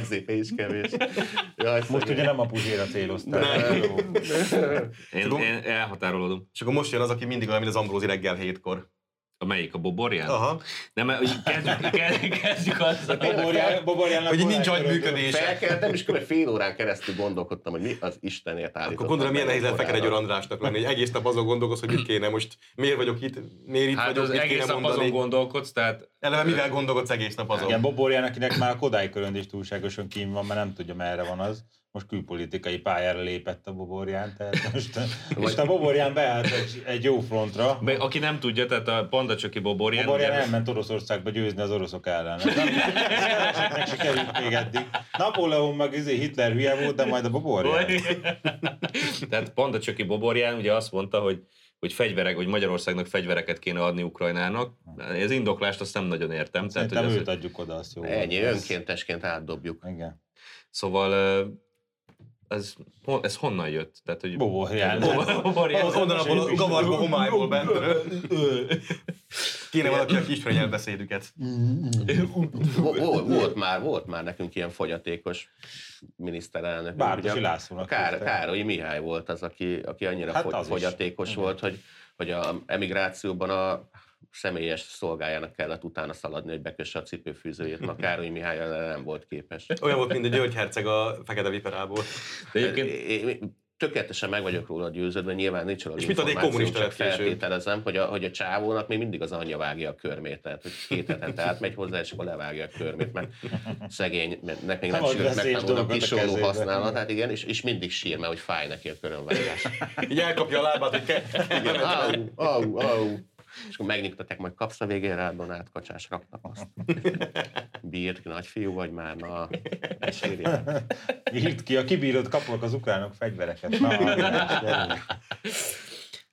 MZP is kevés. Jaj,
Most ugye nem a puzséra céloztál. Jó.
Én,
Tudom.
én elhatárolódom.
És akkor most jön az, aki mindig olyan, mint az Ambrózi reggel hétkor.
A melyik? A boborján?
Aha.
Nem, mert így
(laughs)
kezdjük, kezdjük, kezdjük azzal.
Boborján- Boborjánnak
Hogy így
volt
nincs agy
egy
működése.
Felkeltem, és kb. fél órán keresztül gondolkodtam, hogy mi az Istenért állítottam.
Akkor gondolom, milyen nehéz lenne Fekete Győr Andrásnak lenni, hogy egész nap azon gondolkoz, hogy mit kéne most, miért vagyok itt, miért itt
Hát
vagyok,
az
mit kéne
egész nap
mondani.
azon gondolkodsz, tehát
Eleve mivel gondolkodsz egész nap azon?
Igen, Boborján, akinek már a Kodály körönd is túlságosan kín van, mert nem tudja merre van az. Most külpolitikai pályára lépett a Boborján, tehát most, most a Boborján beállt egy, egy jó frontra.
Meg aki nem tudja, tehát a pandacsoki boborján...
Boborján
ugye-
elment Oroszországba győzni az oroszok ellen. Ez nem- ez keveseknek sikerült még eddig. Napóleon meg izé Hitler hülye volt, de majd a Boborján.
(laughs) Tehát pandacsoki boborján ugye azt mondta, hogy hogy fegyverek, hogy Magyarországnak fegyvereket kéne adni Ukrajnának. Ez indoklást azt nem nagyon értem. Tehát,
Szerintem
hogy
őt
az,
adjuk oda, azt jó.
Ennyi,
Ez-
önkéntesként átdobjuk.
Igen.
szóval ö, ez, hon- ez honnan jött? Tehát, hogy
Boborján.
Bobor- boborján.
Az onnan abból a gavarba homályból bent. Kéne valaki, aki ismeri nyelvbeszédüket.
Vo- Volt, volt, már, volt már nekünk ilyen fogyatékos miniszterelnök.
Bárdosi
Ugye?
Lászlónak
Kár,
hívták.
Károlyi Mihály volt az, aki, aki annyira
Hát
hát
az is.
fogyatékos volt, hogy, hogy a emigrációban a személyes szolgájának kellett utána szaladni, hogy bekösse a cipőfűzőjét, ma Károlyi Mihály erre nem volt képes.
Olyan volt, mint a György Herceg a Fekete Viperából.
De egyébként
Én- én tökéletesen meg vagyok róla győződve, nyilván nincs róla
És mit ad egy
információm,
kommunista
csak
lett később?
feltételezem, hogy a, hogy a csávónak még mindig az anyja vágja a körmét, tehát hogy két hetente átmegy hozzá, és akkor levágja a körmét, mert szegény, mert nek még nem
Nem ad
sikerült
veszélyes
megtanulni a
dolgot a
pisoló
kezébe.
használatát, hát igen, és, és mindig sír, mert hogy fáj neki a körönvágás.
Így elkapja a lábát, hogy ke-
Igen, au, au, au. És akkor megnyugtatják, majd kapsz a végén rádban átkacsás, raknak
(laughs)
azt. Bírt, nagy fiú vagy már, na, ne sírjál.
Írd ki, a kibírod, kapok az ukránok fegyvereket. Na, András, gyerünk.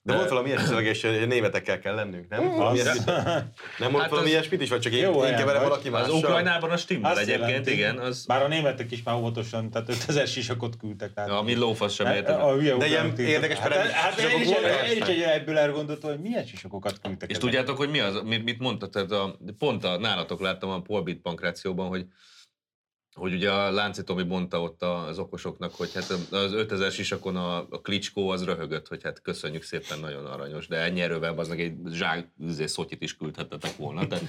De volt valami ilyesmi szöveges, hogy németekkel kell lennünk, nem?
(laughs)
Valami
az,
ilyesmi- Nem volt
Mm. Hát
valami
az-
ilyesmit is, vagy csak én,
Jó
én
helyen
keverem
vagy.
valaki
az
mással?
Ukrajnában a stimmel
Azt
egyébként,
jelenti.
igen. Az,
Bár a németek is már óvatosan, tehát 5000 sisakot küldtek. Tehát
ami lófasz sem
Hát,
értem.
a hülye ukránok
ilyen
tiltott-
érdekes
hát,
perem-
hát, én
sisakok
is,
voltak?
én is egy ebből elgondoltam, hogy milyen sisakokat küldtek.
És
ezek.
tudjátok, hogy mi az, mit, mit mondta? Tehát a, pont a, nálatok láttam a Polbit pankrációban, hogy hogy ugye a Lánci Tomi mondta ott az okosoknak, hogy hát az 5000 sisakon a, a klicskó az röhögött, hogy hát köszönjük szépen, nagyon aranyos, de ennyi erővel az egy zsák izé, szotyit is küldhettetek volna. Tehát,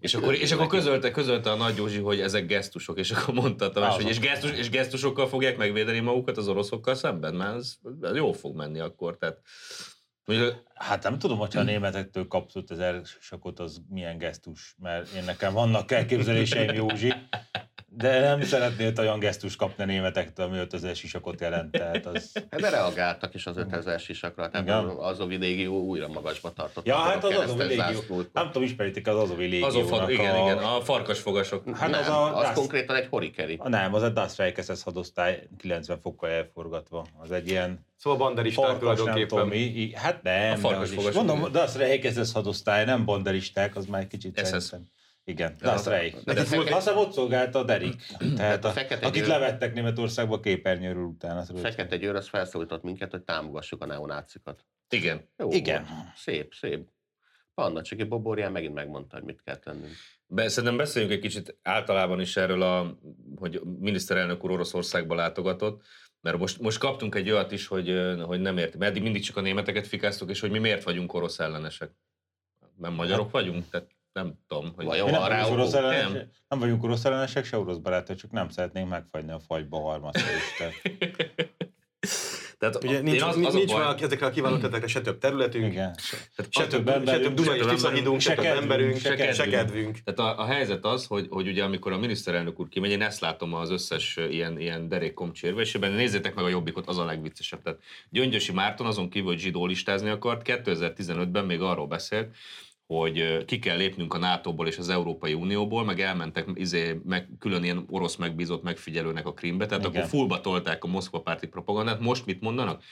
és akkor, és akkor közölte, közölte a Nagy Józsi, hogy ezek gesztusok, és akkor mondta a Tamás, hogy és, gesztus, és gesztusokkal fogják megvédeni magukat az oroszokkal szemben, mert ez, ez jó fog menni akkor. Tehát, mondjuk,
Hát nem tudom, hogyha a németektől kapsz 5000 sisakot, az milyen gesztus, mert én nekem vannak
(laughs)
elképzeléseim, Józsi, de nem szeretnél olyan gesztus kapni a németektől, ami 5000 sisakot jelent, tehát az...
Hát De reagáltak is az 5000 sisakra, tehát
Igen.
az a régió újra magasba tartott.
Ja, hát az azovi légió.
légió.
Nem tudom, ismeritek az azovi
Az a
légiónak
far, igen, igen, a farkasfogasok.
Hát
nem,
az a...
az
Dász-
konkrétan egy horikeri.
A Ah, nem, az a Das Reikes hadosztály 90 fokkal elforgatva. Az egy ilyen
Szóval banderisták
farkas, nem tudom
tulajdonképpen.
mi. í- Hát nem, de
farkas
az is.
fogas-
Mondom, Das Reikes hadosztály, nem banderisták, az már egy kicsit
SS.
szerintem. Igen, Das Reik.
de
Azt
a feke-
hiszem ott szolgált a Derik. Tehát
a
a,
Fekete
akit
Győr-
levettek Németországba képernyőről utána. tudod.
Fekete Győr az felszólított minket, hogy támogassuk a neonácikat.
Igen.
Jó
Igen.
Volt. Szép, szép. Panna, csak egy boborján megint megmondta, hogy mit kell tennünk.
Be, szerintem beszéljünk egy kicsit általában is erről, a, hogy miniszterelnök úr Oroszországba látogatott, mert most, most kaptunk egy olyat is, hogy, ö, hogy nem érti. Mert eddig mindig csak a németeket fikáztuk, és hogy mi miért vagyunk orosz ellenesek. Nem magyarok vagyunk? Tehát nem tudom. Hogy...
Vajon
Mi nem,
van rá
vagyunk orosz
okunk?
ellenes-
ellenesek, nem vagyunk orosz ellenesek, se orosz barátok, csak nem szeretnénk megfagyni a fagyba harmadszor is. tehát-
(laughs) Tehát
Ugye
a-
nincs,
én az,
nincs,
az
nincs
a baj,
már ezekre a kiváló tetekre se több területünk,
Igen.
tehát
se
attól-
több, se több Duna és
se több
Tisza hídunk, se több
kedvünk,
emberünk,
se
se
kedvünk.
kedvünk.
Tehát a, a helyzet az, hogy, hogy ugye amikor a miniszterelnök úr kimegy, én ezt látom az összes ö, ilyen, ilyen derékkomcsérbe, és ebben nézzétek meg a jobbikot, az a legviccesebb. Tehát Gyöngyösi Márton azon kívül, hogy zsidó listázni akart, 2015-ben még arról beszélt, hogy ö, ki kell lépnünk a NATO-ból és az Európai Unióból, meg elmentek izé, meg külön ilyen orosz megbízott megfigyelőnek a Krímbe, tehát
Igen.
akkor fullba tolták a Moszkva párti propagandát. Most mit mondanak?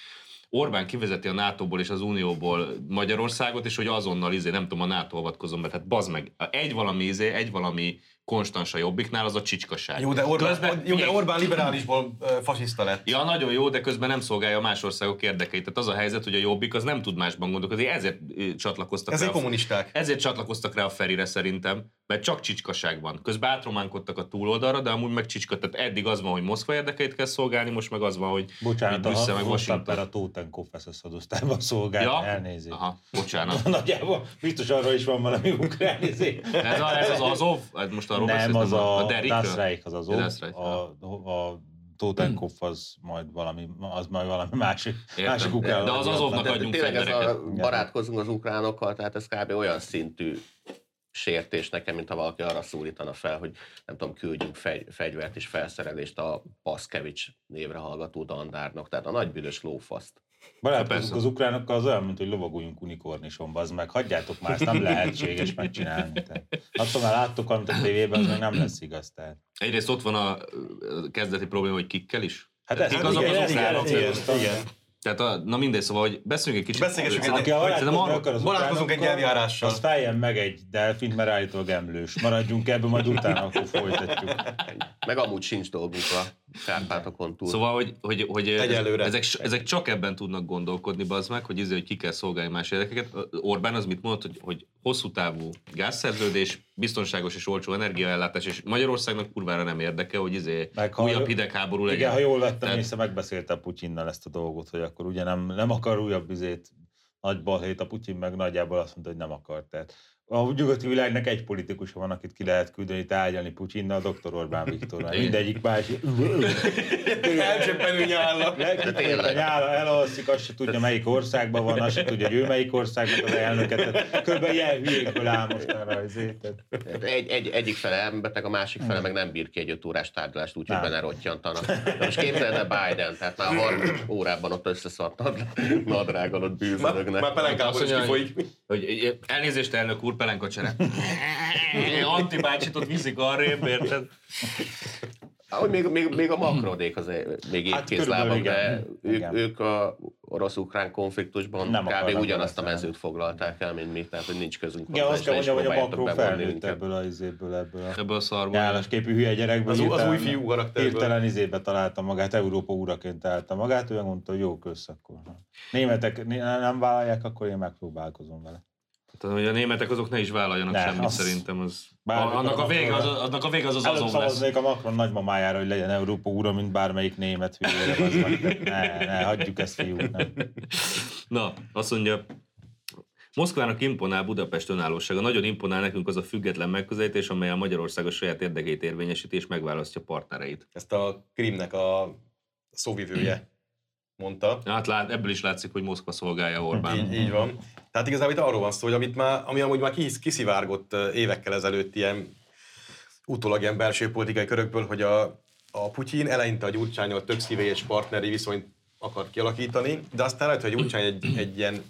Orbán kivezeti a NATO-ból és az Unióból Magyarországot, és hogy azonnal izé, nem tudom, a NATO avatkozom be. Tehát bazd meg, egy valami izé, egy valami konstansa jobbiknál, az a csicskaság.
Jó, de Orbán,
Közben-
jó, de Orbán liberálisból ö, fasiszta lett.
Ja, nagyon jó, de közben nem szolgálja más országok érdekeit. Tehát az a helyzet, hogy a jobbik az nem tud másban gondolkozni, ezért ö, csatlakoztak
Ezek
rá. a-
kommunisták.
Ezért csatlakoztak rá a Ferire szerintem, mert csak csicskaság van. Közben átrománkodtak a túloldalra, de amúgy meg csicska. Tehát eddig az van, hogy Moszkva érdekeit kell szolgálni, most meg az van, hogy
Bocsánat,
hogy Brüsszel
a
meg
hosszabb
Washington.
per a Tótenkopfesz a szadosztályban szolgált, ja? elnézést.
Aha, bocsánat.
(laughs) Nagyjából biztos arra is van valami ukrán izé.
Ez, a, ez az Azov? Hát most arról
Nem,
beszélsz,
az a, a
Derrickről?
Das Reich az az
Ja,
ok.
Das Reich, Hmm.
a, a Totenkopf az majd valami, az majd valami másik,
Értem.
másik ukrán.
De az Azovnak
De
adjunk
tényleg ez
fegyvereket.
a barátkozunk az ukránokkal, tehát ez kb. olyan szintű sértés nekem, mint ha valaki arra szólítana fel, hogy nem tudom, küldjünk fegy, fegyvert és felszerelést a Paszkevics névre hallgató dandárnak, tehát a nagybűnös lófaszt.
persze.
Barátkozunk az ukránokkal, az olyan, mint hogy lovagoljunk unikornison, bazd meg. Hagyjátok már, ezt
(laughs)
nem lehetséges megcsinálni. Tehát Attól már láttok valamit a tévében, az meg nem lesz igaz. Tehát.
Egyrészt ott van a ö, kezdeti probléma, hogy kikkel is.
Hát
Tehát
ez-
kik azok
igen,
az
ez-
ukránok?
igen,
igen.
Tehát a, na mindegy, szóval, hogy beszéljünk egy kicsit.
Beszélgessünk
Szerintem
egy-
Aki a
szerintem
barátkozni
arról-
akar az
Barátkozunk egy
ukránokkal,
nyelvjárással.
Az fejjen meg egy delfint, mert állítólag emlős. Maradjunk ebben, majd utána akkor folytatjuk.
Meg amúgy sincs dolgunk a Kárpátokon túl. Szóval
Szóval, hogy, hogy, hogy
Egyelőre.
ezek, ezek, csak ebben tudnak gondolkodni, az meg, hogy, izé, hogy ki kell szolgálni más érdekeket. Orbán az mit mondott, hogy, hogy hosszú távú gázszerződés, biztonságos és olcsó energiaellátás, és Magyarországnak kurvára nem érdeke, hogy izé
Meg ha-
újabb hidegháború legyen.
Igen, ha jól vettem
Tehát-
észre, megbeszélte Putyinnal ezt a dolgot, hogy akkor ugye nem, nem akar újabb vizét, nagy balhét, a Putyin meg nagyjából azt mondta, hogy nem akar. Tehát a nyugati világnak egy politikusa van, akit ki lehet küldeni tárgyalni Putyinnal, dr. Orbán Viktorral.
Igen.
Mindegyik
(laughs)
másik.
Elcsöppenő nyálla.
Legkitért a nyála, elalszik, azt se tudja, melyik országban van, azt se tudja, hogy ő melyik országnak az elnöket. Tehát Körülbelül ilyen hülyékből áll most arra az izé, étet.
egy, egy, egyik fele elmebeteg, a másik fele meg nem bír ki egy öt órás tárgyalást, úgyhogy
Nem.
benne rottyantanak. De most képzeld el Biden, tehát már 30 órában ott összeszart (laughs) nadrá- nadrágon, ott
Már,
bűzölögnek.
már pelenkából is
Azt mondja,
kifolyik.
Hogy, elnézést, elnök úr,
(laughs)
pelenkacsere. Anti bácsit ott viszik arrébb, érted?
Ahogy még, még, még a makrodék az még
Hát
épkézlábak, de
körülbelül igen.
ők,
Igen.
ők a orosz-ukrán konfliktusban
Nem
kb.
akarnak
ugyanazt a
beleszállni.
mezőt foglalták el, mint mi, tehát hogy nincs közünk
Igen,
hozzá,
azt
és
kell
ne is
mondjam, hogy a
próbáljátok
makró
bevonni
felnőtt
minket.
ebből az izéből, ebből a
Ebből a szarból.
nyálas képű hülye gyerekből.
Az ú- az
hirtelen-
új fiú karakterből.
Hirtelen izébe találta magát, Európa uraként találta magát, ő mondta, hogy jó, kösz akkor. Németek né- nem vállalják, akkor én megpróbálkozom vele.
Tehát, hogy a németek azok ne is vállaljanak
Ne,
semmit,
az-
szerintem az...
Bármikor
annak, a
a
vége, az,
Macronra-
annak a vége az az
Előbb
azon lesz.
szavaznék a Macron nagymamájára, hogy legyen Európa ura, mint bármelyik német hülyére. bazd meg. Ne, ne, hagyjuk ezt fiút, nem.
(laughs) Na, azt mondja, Moszkvának imponál Budapest önállósága. Nagyon imponál nekünk az a független megközelítés, amelyel Magyarország a saját érdekeit érvényesíti és megválasztja partnereit.
Ezt a Krimnek a szóvivője mondta.
Hát lát, ebből is látszik, hogy Moszkva szolgálja
Így,
Hát
Orbán.
így van. Tehát igazából itt arról van szó, hogy amit már, ami amúgy már kisz, kiszivárgott ö, évekkel ezelőtt ilyen utólag ilyen belső politikai körökből, hogy a, a Putyin eleinte a Gyurcsányal több szívélyes partneri viszonyt akart kialakítani, de aztán rájött, hogy a Gyurcsány egy, egy ilyen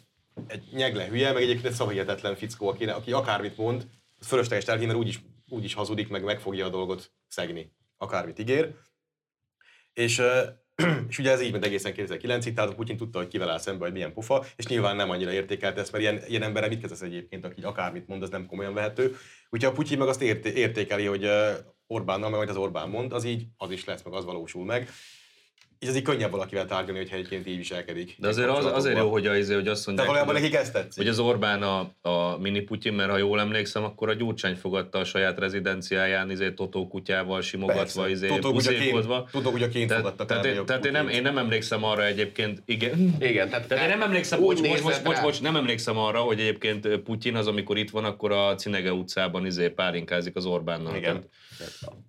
egy nyegle hülye, meg egyébként egy szavahihetetlen fickó, aki, aki akármit mond, az fölösleges elhinni, mert úgyis, úgyis hazudik, meg meg fogja a dolgot szegni, akármit ígér. És, ö, (clears throat) és ugye ez így ment egészen 2009-ig, tehát a Putyin tudta, hogy kivel áll szembe, hogy milyen pofa, és nyilván nem annyira értékelt ezt, mert ilyen, ilyen emberre mit kezdesz egyébként, aki akármit mond, az nem komolyan vehető. Úgyhogy a Putyin meg azt érté- értékeli, hogy ö, Orbánnal, meg amit az Orbán mond, az így, az is lesz, meg az valósul meg. Így az így könnyebb valakivel tárgyalni, hogyha egyébként így viselkedik.
De azért, az, azért jó, hogy, az, hogy azt
De
mondják,
valójában
hogy-
nekik ezt tetszik.
Hogy az Orbán a, a mini Putyin, mert ha jól emlékszem, akkor a Gyurcsány fogadta a saját rezidenciáján, izé, Totó kutyával, simogatva,
Persze.
izé,
Totó kutya kén-
puszékolva.
Totó kutya kén
Tehát-
fogadta
Tehát,
kb.
én,
a
tehát én, nem,
Putyint.
én nem emlékszem arra egyébként, igen.
Igen, tehát, hát
Tehát én nem emlékszem,
úgy
bocs, bocs,
nézett
bocs, bocs,
rá.
bocs, nem emlékszem arra, hogy egyébként Putyin az, amikor itt van, akkor a Cinege utcában izé pálinkázik az Orbánnal.
Igen.
Tehát-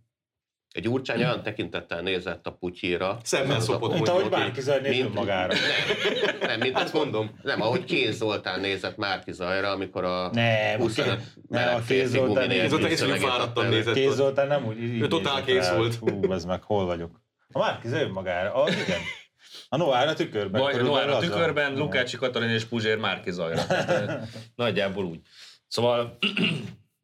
Egy Gyurcsány olyan tekintettel nézett a Putyira.
Szemmel
Az a-
szopott
Mint ahogy
mondjuk.
bárki zaj nézzen
Mint-
magára.
(laughs) Nem, mint
Azt mondom.
Nem, ahogy Kén Zoltán nézett Márki Zajra, amikor a
Nem,
25
nem,
meleg
a Kén
férfi
Zoltán-
gumi nélkül
Ez ott egész, hogy
szöveget
fáradtan
adta elő.
nézett.
Kéz
ott.
Zoltán nem úgy így
Ő totál
nézett rá,
kész volt.
Hú, ez meg hol vagyok. A Márki zaj magára, az igen. A Noár a tükörben.
Baj,
körülbelül
Noár a
az
tükörben,
Igen.
Lukácsi Katalin és Puzsér Márki Zajra. Tehát, eh, Nagyjából úgy. Szóval (clears throat)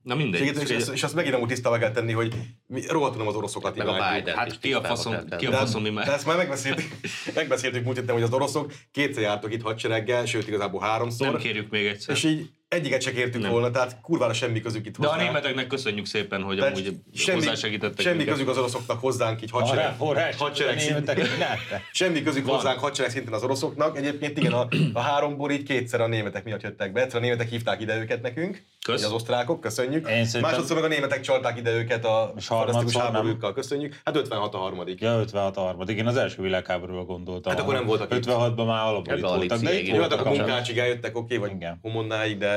Na mindegy.
És, és,
Csak
és,
egy-
és azt megint amúgy tisztába kell tenni, hogy mi, rohadtul nem az oroszokat
Meg a
imádjuk.
Biden
Hát ki a faszom, ki a
De-
faszom, mi
De
már.
ezt már
(laughs)
megbeszéltük, megbeszéltük múlt héten, hogy az oroszok kétszer jártak itt hadsereggel, sőt igazából háromszor.
Nem kérjük még egyszer.
és így egyiket se kértük
Nem.
volna, tehát kurvára semmi közük itt
De a
hozzá.
németeknek köszönjük szépen, hogy
Tehát
amúgy
semmi,
hozzásegítettek.
Semmi
minket.
közük az oroszoknak hozzánk így
Arra
hadsereg.
forrás, a
hadsereg szinten.
németek csinálták.
Semmi közük
Van.
hozzánk hadsereg szinten az oroszoknak. Egyébként igen, a, a háromból így kétszer a németek miatt jöttek be. Egyszer a németek hívták ide őket nekünk,
Kösz.
így az osztrákok, köszönjük.
Én szerintem-
Másodszor meg a németek csalták ide őket a
És harmadszor
fantasztikus
nem.
háborúkkal, köszönjük. Hát 56 a harmadik.
Ja, 56 a harmadik. Én az első világháborúra gondoltam.
Hát akkor nem voltak itt.
56-ban már alapból
Hát
itt
Galíciáig
voltak, de itt
igen.
Jó, hát akkor
voltak.
munkácsig eljöttek, oké, vagy
Igen.
homonnáig, de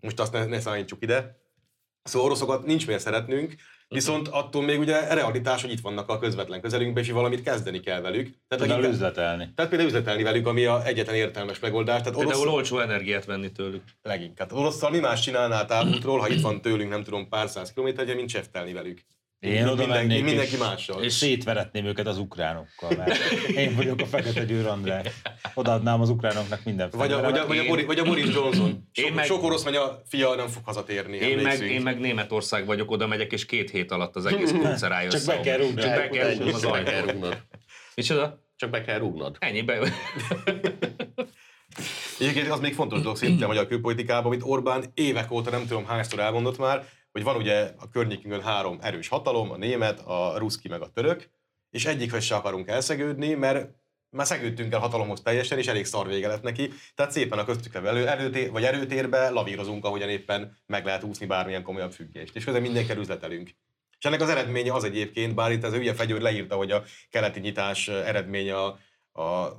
most azt ne, ne számítsuk ide. Szóval oroszokat nincs miért
Mhm.
szeretnünk, viszont attól még ugye realitás, hogy itt vannak a közvetlen közelünkben, és így valamit kezdeni kell velük. Tehát,
Például
leginkább-
üzletelni.
tehát például üzletelni velük, ami a egyetlen értelmes megoldás. Tehát orosz,
Például olcsó energiát venni tőlük.
leginkább. Orosszal mi más csinálnál távútról, ha itt van tőlünk, nem tudom, pár száz kilométerje, mint seftelni velük.
Én oda
mindenki,
mennék
mindenki
és-
mással.
És szétveretném őket az ukránokkal, mert én vagyok a Fekete Győr András. Odaadnám az ukránoknak minden
Vagy a, vagy, a, vagy, a
Én-
Boris, vagy a Boris Johnson.
Én
Sok,
meg-
sok orosz anya fia nem fog hazatérni.
Én meg,
emlékszünk.
én meg Németország vagyok, oda megyek, és két hét alatt az
(laughs)
egész koncer álljon
Csak be
szóba.
kell rúgni.
Csak be
Egy-
kell rúgnom az
Csak be kell
ajtót.
rúgnod.
Micsoda?
Csak be kell rúgnod.
Ennyi be.
Egyébként az még fontos dolog szintén a magyar külpolitikában, amit Orbán évek óta nem tudom hányszor elmondott már, hogy van ugye a környékünkön három erős hatalom, a német, a ruszki meg a török, és egyikhez se akarunk elszegődni, mert már szegődtünk el hatalomhoz teljesen, és elég szar vége lett neki. Tehát szépen a köztük levő elő, előtér, vagy erőtérbe lavírozunk, ahogyan éppen meg lehet úszni bármilyen komolyabb függést. És közben mindenkel üzletelünk. És ennek az eredménye az egyébként, bár itt az ugye Fegyőr leírta, hogy a keleti nyitás eredménye a, a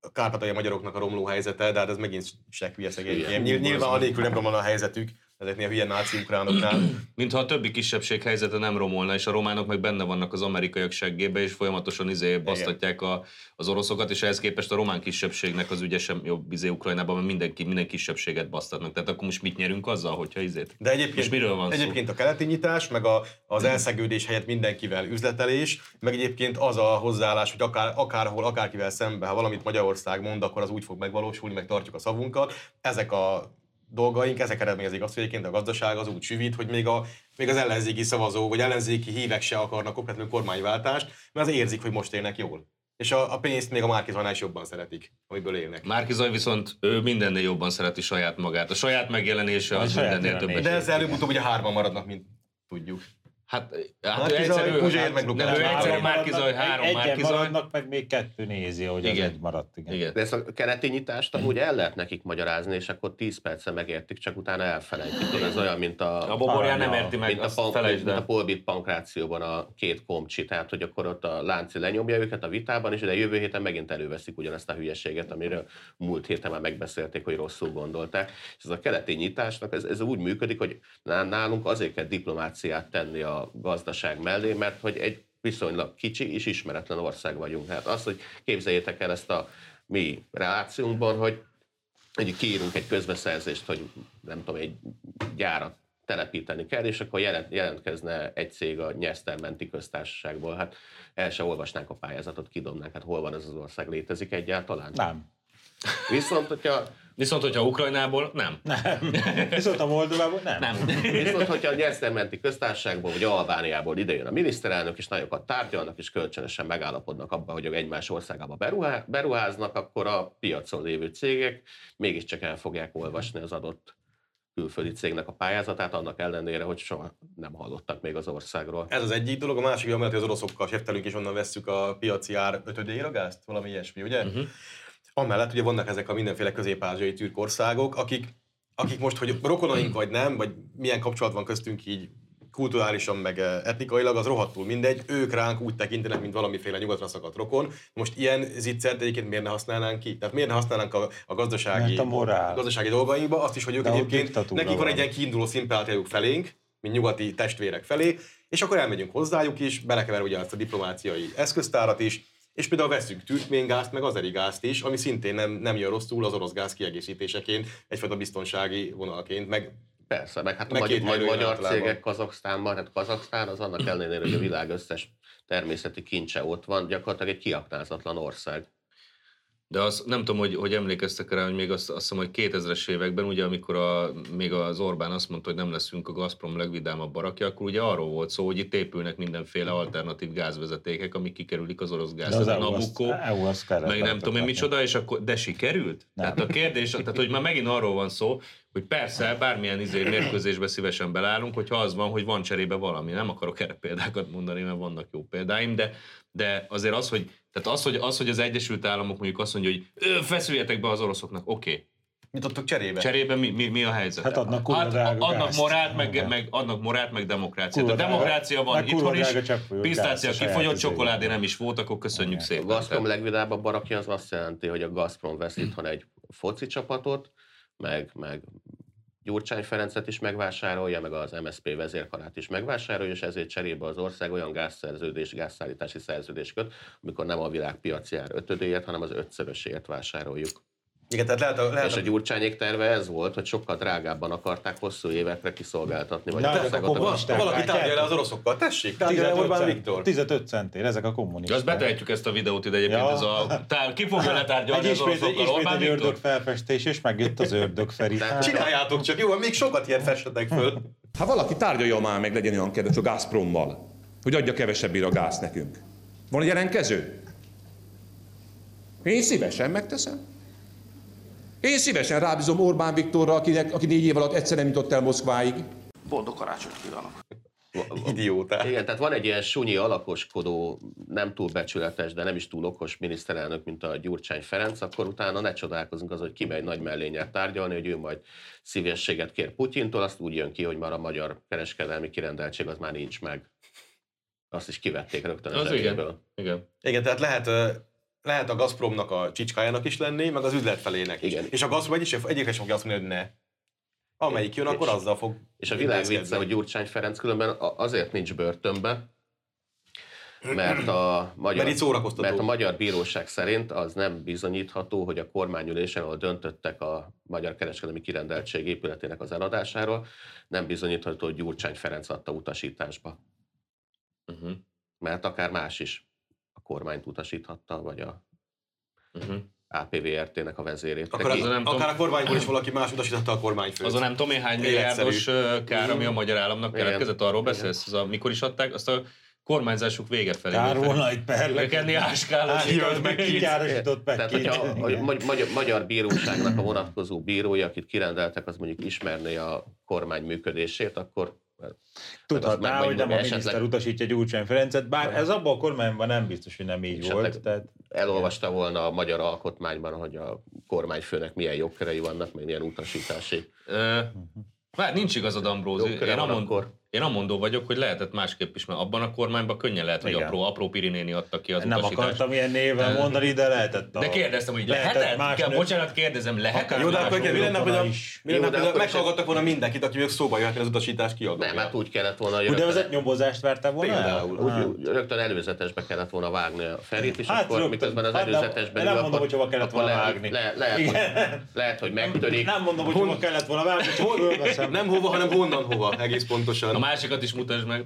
a kárpátalja magyaroknak a romló helyzete, de hát ez megint se hülye szegény.
Hülye.
Nyilván, nyilván anélkül nem romlana a helyzetük, ezeknél a hülye náci ukránoknál.
Mintha a többi kisebbség helyzete nem romolna, és a románok meg benne vannak az amerikaiak seggébe, és folyamatosan izé basztatják a, az oroszokat, és ehhez képest a román kisebbségnek az ügye sem jobb izé Ukrajnában, mert mindenki, minden kisebbséget basztatnak. Tehát akkor most mit nyerünk azzal, hogyha izét?
De egyébként,
Most miről van szó?
egyébként a keleti nyitás, meg a, az elszegődés helyett mindenkivel üzletelés, meg egyébként az a hozzáállás, hogy akár, akárhol, akárkivel szembe, ha valamit Magyarország mond, akkor az úgy fog megvalósulni, meg tartjuk a szavunkat. Ezek a dolgaink, ezek eredményezik azt, hogy egyébként a gazdaság az úgy süvít, hogy még, a, még az ellenzéki szavazó, vagy ellenzéki hívek se akarnak okvetlenül kormányváltást, mert az érzik, hogy most élnek jól. És a, a pénzt még a Márkizajnál is jobban szeretik, amiből élnek.
Márki Zaj viszont ő mindennél jobban szereti saját magát. A saját megjelenése
A
az
saját
mindennél többet.
De ezzel előbb-utóbb ugye hárman maradnak, mint tudjuk.
Hát, hát
Márki
ő
Zaj,
egyszerű,
Puzsér
hát,
meg
nem,
Lukács.
ő egyszerű
Három
Márki Zaj,
maradnak,
három
egy-
Márki
Egyen
Zaj.
maradnak, meg még kettő nézi, hogy az
Igen.
egy maradt. Igen.
Igen.
De ezt a keleti nyitást amúgy el lehet nekik magyarázni, és akkor 10 percre megértik, csak utána elfelejtik. Ez olyan, mint a,
A boborján nem
Aranyal.
érti meg,
mint a,
azt
pank,
felejtsd
mint a
el.
polbit pankrációban a két komcsi, tehát hogy akkor ott a lánci lenyomja őket a vitában, és de jövő héten megint előveszik ugyanazt a hülyeséget, amiről múlt héten már megbeszélték, hogy rosszul gondolták. És ez a keleti nyitásnak, ez, ez úgy működik, hogy ná- nálunk azért kell diplomáciát tenni a gazdaság mellé, mert hogy egy viszonylag kicsi és ismeretlen ország vagyunk. Hát azt, hogy képzeljétek el ezt a mi relációnkban, hogy egy kiírunk egy közbeszerzést, hogy nem tudom, egy gyárat telepíteni kell, és akkor jelent, jelentkezne egy cég a Nyesztermenti köztársaságból. Hát el se olvasnánk a pályázatot, kidobnánk, hát hol van ez az ország, létezik egyáltalán.
Nem.
Viszont, hogyha,
Viszont, hogyha Ukrajnából, nem.
Viszont a Moldovában nem.
Nem.
viszont, hogyha a Nyesztermenti köztársaságból vagy Albániából idejön a miniszterelnök, és nagyokat tárgyalnak, és kölcsönösen megállapodnak abban, hogy egymás országába beruhá- beruháznak, akkor a piacon lévő cégek mégiscsak el fogják olvasni az adott külföldi cégnek a pályázatát, annak ellenére, hogy soha nem hallottak még az országról.
Ez az egyik dolog, a másik olyan, hogy az oroszokkal seftelünk, és onnan vesszük a piaci ár ötödéjére a gázt, valami ilyesmi, ugye? Uh-huh. Amellett ugye vannak ezek a mindenféle közép-ázsiai türk országok, akik, akik most, hogy rokonaink vagy nem, vagy milyen kapcsolat van köztünk így kulturálisan, meg eh, etnikailag, az rohadtul mindegy, ők ránk úgy tekintenek, mint valamiféle nyugatra szakadt rokon. Most ilyen ziccert egyébként miért ne használnánk ki? Tehát miért ne használnánk a, a gazdasági,
Mert a morál.
gazdasági dolgainkba azt is, hogy ők
De ott
egyébként,
diktatúra
nekik van
van.
egy ilyen kiinduló szimpátiájuk felénk, mint nyugati testvérek felé, és akkor elmegyünk hozzájuk is, belekever ugye ezt a diplomáciai eszköztárat is, és például veszünk türkmén gázt, meg azeri gázt is, ami szintén nem, nem jön rosszul az orosz gáz kiegészítéseként, egyfajta biztonsági vonalként, meg
Persze, meg hát a
Meg
magy-
két
magy-
helyről
magyar
általában.
cégek Kazaksztánban, hát Kazaksztán az annak ellenére, hogy a világ összes természeti kincse ott van, gyakorlatilag egy kiaknázatlan ország.
De azt nem tudom, hogy, hogy emlékeztek rá, hogy még azt, azt hiszem, hogy 2000-es években, ugye amikor a, még az Orbán azt mondta, hogy nem leszünk a Gazprom legvidámabb barakja, akkor ugye arról volt szó, hogy itt épülnek mindenféle alternatív gázvezetékek, amik kikerülik az orosz gáz.
De az
Tehát
EU azt-
Nabucco,
EU azt kellett
meg nem tudom én
tartani.
micsoda, és akkor, de sikerült?
Nem.
Tehát a kérdés, tehát hogy már megint arról van szó, hogy persze, bármilyen izé mérkőzésbe szívesen belállunk, hogyha az van, hogy van cserébe valami. Nem akarok erre példákat mondani, mert vannak jó példáim, de, de azért az, hogy tehát az hogy, az, hogy az Egyesült Államok mondjuk azt mondja, hogy "Ö, feszüljetek be az oroszoknak, oké. Okay.
Mit adtok cserébe?
Cserébe mi, mi, mi a helyzet?
Hát adnak kurva drága
adnak
gázt.
morált, meg,
Igen.
meg, adnak morált, meg demokráciát. A
Kurva drága-
demokrácia van
meg kurva
itthon is,
drága cseppfolyós gáz
pisztácia
a saját
kifogyott,
izéjében.
csokoládé nem is volt, akkor köszönjük
A
szépen.
Gazprom legvidábbabb barakja az azt jelenti, hogy a Gazprom vesz itthon egy foci csapatot, meg, meg Gyurcsány Ferencet is megvásárolja, meg az MSZP vezérkarát is megvásárolja, és ezért cserébe az ország olyan gázszerződés, gázszállítási szerződés köt, amikor nem a világpiaci ár ötödéért, hanem az ötszörösért vásároljuk.
Igen, tehát lehet, a, lehet
És a Gyurcsányék terve ez volt, hogy sokkal drágábban akarták hosszú évekre kiszolgáltatni. Vagy
Na, ezek a
országot
kommunisták.
gazdaságot.
valaki
Látjátok?
tárgyalja le az oroszokkal. Tessék, tárgyalja
15
Orbán
cent-
Viktor.
15 centér, ezek a kommunisták.
Azt betehetjük ezt a videót ide egyébként,
Szóval. Ja.
ez a... Tár, ki fogja
Egy
letárgyalni az
ismét, egy,
oroszokkal?
ismét
Orbán
egy
Viktor?
ördög felfestés, és megjött az ördög Feri.
Csináljátok csak, jó, még sokat ilyet fessetek (laughs) föl.
Hát valaki tárgyalja már meg, legyen olyan kedves a Gazprommal, hogy adja kevesebbért a gáz nekünk. Van egy ellenkező? Én szívesen megteszem. Én szívesen rábízom Orbán Viktorra, akinek, aki négy év alatt egyszer nem jutott el Moszkváig.
Idióták.
Igen, tehát van egy ilyen sunyi alakoskodó, nem túl becsületes, de nem is túl okos miniszterelnök, mint a Gyurcsány Ferenc, akkor utána ne csodálkozunk az, hogy kimegy nagy mellényel tárgyalni, hogy ő majd szívességet kér Putyintól, azt úgy jön ki, hogy már a magyar kereskedelmi kirendeltség az már nincs meg. Azt is kivették rögtön az
Az igen.
zsebéből.
igen.
Igen, tehát lehet, ö, lehet a Gazpromnak a csicskájának is lenni, meg az üzletfelének is.
Igen.
És a Gazprom egyik, egyikre sem fogja azt mondani, hogy ne. Amelyik jön,
És-
akkor azzal fog
És a világ vicce,
intézkedni.
hogy Gyurcsány Ferenc különben a- azért nincs börtönbe, mert a, magyar,
Mert itt szórakoztató.
mert a magyar bíróság szerint az nem bizonyítható, hogy a kormányülésen, ahol döntöttek a Magyar Kereskedelmi Kirendeltség épületének az eladásáról, nem bizonyítható, hogy Gyurcsány Ferenc adta utasításba.
Uh-huh.
Mert akár más is a kormányt utasíthatta, vagy a
Uh-huh.
APVRT-nek a vezérét.
Akár,
az
Neki-
a- nem
akár
tudom.
a kormányból is valaki más utasította a kormányfőt.
Az a nem tudom én hány
Életszerű.
milliárdos ö, kár, ami a magyar államnak
Igen.
keletkezett, arról beszélsz? Az a, mikor is adták? Azt a kormányzásuk vége felé.
Kár
Felé.
volna egy perlek.
Lekenni áskáló.
Átjutott Hát, meg
Így
két. Járosított meg
Tehát,
két.
hogyha a a magy- magyar, magyar bíróságnak a vonatkozó bírója, akit kirendeltek, az mondjuk ismerné a kormány működését, akkor meg-
Tudhatná,
meg-
Hát hogy nem a
meg
miniszter
esetleg-
utasítja Gyurcsány Ferencet, bár ez abban a kormányban nem biztos, hogy nem így
Esetleg-
volt. Tehát
elolvasta volna a magyar alkotmányban, hogy a kormányfőnek milyen jogkörei vannak, meg milyen utasítási.
Ö, Vár, nincs igazad, Ambróz.
Jó, köre
Én,
van
amond,
akkor.
én amondó vagyok, hogy lehetett másképp is, mert abban a kormányban könnyen lehet, hogy
Igen.
apró, apró pirinéni adta ki az
nem
utasítást.
akartam ilyen néven
De-
mondani, de lehetett. a-
De kérdeztem, hogy
lehetett
lehetett?
más
Kell-
nő-
Bocsánat, kérdezem, lehetett?
Jó, de
más
akkor igen, mi lenne, hogy a,
is.
mi
Jó,
lenne,
de
hogy a-
akkor is-
meghallgattak volna mindenkit, aki még szóba jöhet, hogy az utasítás kiadója.
Nem, hát úgy kellett volna, hogy
Úgynevezett nyomozást vártál volna? el? Ah.
Például, úgy, úgy, rögtön előzetesbe kellett volna vágni a Ferit, és
Hát,
hát, akkor
rögtön.
miközben az
Hát nem-
előzetesben
nem
ül,
mondom, hogy hova kellett
akkor
volna
lehet-
vágni.
Le, lehet, hogy,
Igen.
lehet, hogy megtörik.
Nem mondom, hogy hova kellett volna vágni, csak fölveszem.
Nem hova, hanem honnan hova, egész
A
pontosan.
másikat is mutasd meg.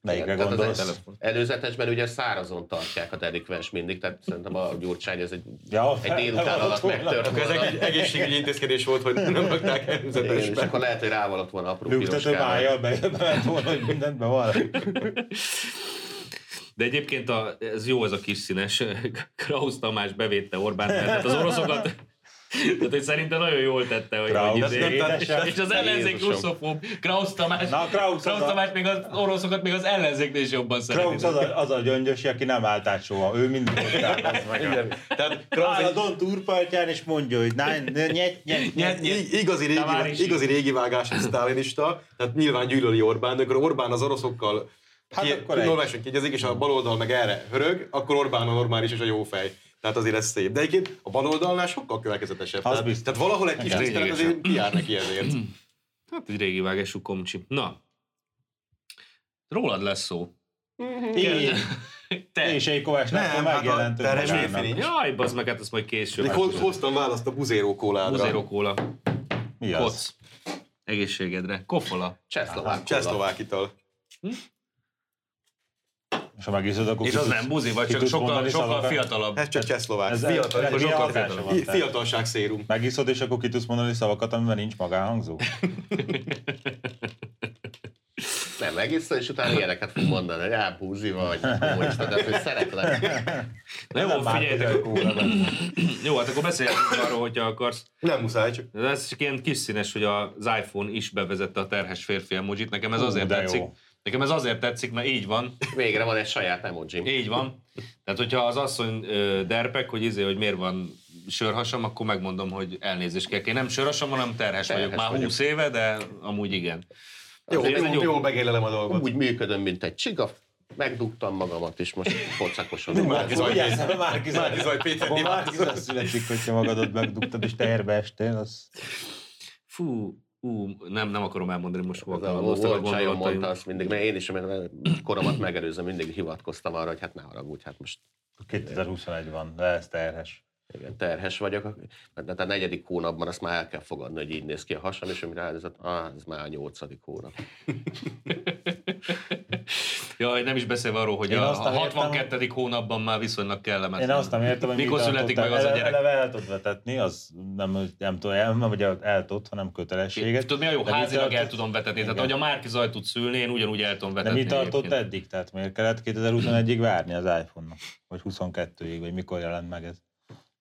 Melyikre
Tehát az
gondolsz?
egy- Előzetesben ugye szárazon tartják a delikvens mindig, tehát szerintem a gyurcsány ez egy,
Ja,
egy délután
elvallott
alatt
volna.
megtört
Akkor ez
volna.
egy egészségügyi intézkedés volt, hogy nem rakták
Igen, és
előzetesbe.
akkor lehet, hogy rávalott volna apró piros
Lüktető
kává.
májjal be- bement volna, hogy mindent bevalami.
De egyébként a, ez jó ez a kis színes. (laughs) Krausz Tamás bevédte Orbán, tehát az oroszokat... Tehát, hogy szerintem nagyon jól tette, hogy,
Krausz,
hogy izé,
édesem.
és az ellenzék
Jézusom.
russzofób. Krausz Tamás,
Na, Krausz
Krausz
az a-
Tamás még az oroszokat még az ellenzéknél is jobban szereti.
Krausz az a, az a gyöngyösi, aki nem állt át soha, ő mindig ott áll, az meg.
Igen. Tehát Krausz
Áll a
egy
Don túrpartján, és mondja, hogy na, nyet, nyet, nyet, nyet.
I- Igazi
Tamáris.
régi, igazi régi vágású sztálinista, tehát nyilván gyűlöli Orbán, de akkor Orbán az oroszokkal
Hát
ki-
akkor egy.
normálisan kiegyezik, és a baloldal meg erre hörög, akkor Orbán a normális és a jó fej. Tehát azért ez szép. De egyébként a baloldalnál sokkal következetesebb.
Az
Tehát,
biztos.
tehát valahol egy kis
Igen.
tisztelet azért kiár neki ezért.
Hát egy régi vágású komcsi. Na, rólad lesz szó.
Így.
(laughs) Te.
És egy Kovács nem,
hát a
megjelent
terhes
önmagának.
férfi.
Jaj, bazd meg, hát ezt majd később.
Még hoz- Hoztam választ a buzéró kóládra.
Buzero kóla,
Mi az?
koc. Egészségedre. Kofola.
Csehszlovák.
Csehszlovák ital.
És ha megiszod, akkor
És
ki
az
tudsz-
nem buzi, vagy
ki
csak
tudsz
sokkal,
mondani
sokkal
szavakat?
fiatalabb. (laughs)
Ez csak csehszlovák.
Ez-
Fiatal,
ez- ez
sokkal
fiatal-
fiatalabb.
fiatal.
Fiatalság szérum.
Megiszod, és akkor ki tudsz mondani szavakat, amiben nincs magánhangzó.
Nem, megiszta, és utána ilyeneket fog mondani, hogy á, búzi vagy, kommunista, de hogy szeretlek.
Na jó,
Nem
figyeljetek.
bántod el, kóra, nem.
Jó, hát akkor beszélhetünk arról, hogyha akarsz.
Nem muszáj, csak
De ez csak ilyen kis színes, hogy az iPhone is bevezette a terhes férfi emojit. Nekem ez
Ú,
azért
de
tetszik.
jó.
Nekem ez azért tetszik, mert így van.
Végre van egy saját emoji.
Így van. Tehát, hogyha az asszony ö, derpek, hogy izé, hogy miért van sörhasam, akkor megmondom, hogy elnézést kell. Én nem sörhasam, hanem terhes,
Terhes
vagyok. Már
vagyok.
20 éve, de amúgy igen.
jó,
Azért ez
jó,
egy
jó,
jó-
jó megélelem a dolgot.
Úgy működöm, mint egy csiga, megdugtam magamat, és most pocakosom.
Márki Zaj,
Ugye, Márki Zaj.
Márki Zaj, Péter
Akkor
Dimas.
Márki Zaj születik, hogyha magadat megdugtad, és teherbe estél, az...
Fú, ú, nem, nem akarom elmondani most hova
Ez a
kalapoztam a
volt csajom mondta
gondolataim.
azt mindig, mert én is, mert koromat megelőzöm, mindig hivatkoztam arra, hogy hát ne haragudj, hát most
2021 van, de ez terhes.
igen, terhes vagyok. Tehát a negyedik hónapban azt már el kell fogadni, hogy így néz ki a hasam, és amire ránézett, ah, ez már a nyolcadik hónap.
(laughs) Jaj, nem is beszélve arról, hogy
Én
a, a
azt nem
62. hónapban már viszonylag kellemetlen.
Én azt nem értem, hogy
Mikor
mit
születik meg
tartottam.
az a
Ele-
gyerek?
Eleve el tud vetetni, az nem, nem tudom, el, nem, vagy el tud, hanem kötelességet.
Tudod, mi a jó?
De mi
Házilag el
tartott-
tudom vetetni. Tehát,
Igen.
ahogy a Márki zaj tud szülni, én ugyanúgy el tudom
De
vetetni.
mi tartott
egyébként.
eddig? Tehát miért kellett 2021-ig várni az iPhone-nak? Vagy 22-ig, vagy mikor jelent meg ez?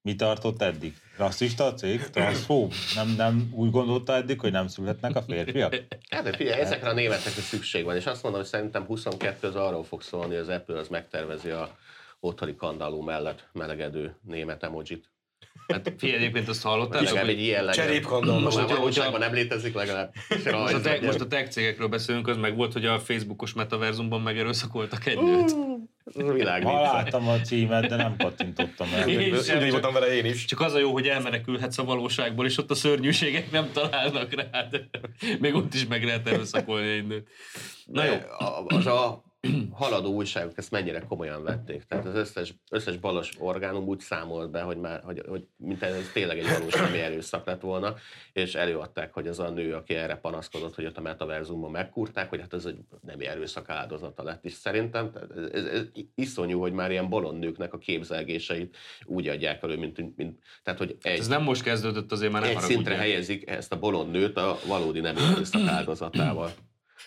Mi tartott eddig? Rasszista a cég? Transzfób? Nem, nem úgy gondolta eddig, hogy nem szülhetnek a férfiak?
(laughs)
Hát de figyelj, ezekre a németekre szükség van, és azt mondom, hogy szerintem 22 az arról fog szólni, hogy az Apple az megtervezi a otthoni kandalló mellett melegedő német emojit.
Hát figyelj, egyébként azt hallottál,
Legalább egy
hogy
ilyen legyen.
cserépkandalló.
Most
Most,
a
hogyha-
valóságban nem létezik legalább.
most a, tech,
Rajz,
most a tech cégekről beszélünk, az meg volt, hogy a Facebookos metaverzumban megerőszakoltak egy nőt.
Világ
Ha
vicce.
láttam a címet, de nem kattintottam el.
Én sem,
Ugyanígy voltam vele én is.
Csak az a jó, hogy elmenekülhetsz a valóságból, és ott a szörnyűségek nem találnak rád. Még ott is meg lehet erőszakolni egy nőt. Na jó.
A- Az a haladó újságok ezt mennyire komolyan vették. Tehát az összes, összes balos orgánum úgy számolt be, hogy, már, hogy, hogy mint ez tényleg egy valósági erőszak lett volna, és előadták, hogy az a nő, aki erre panaszkodott, hogy ott a metaverzumban megkúrták, hogy hát ez egy nemi erőszak áldozata lett. És szerintem tehát ez, ez, ez iszonyú, hogy már ilyen bolond nőknek a képzelgéseit úgy adják elő, mint, mint tehát hogy egy,
Hát Ez nem most kezdődött, azért már nem
egy szintre
haragudjál.
helyezik ezt a bolond nőt a valódi nem erőszak áldozatával.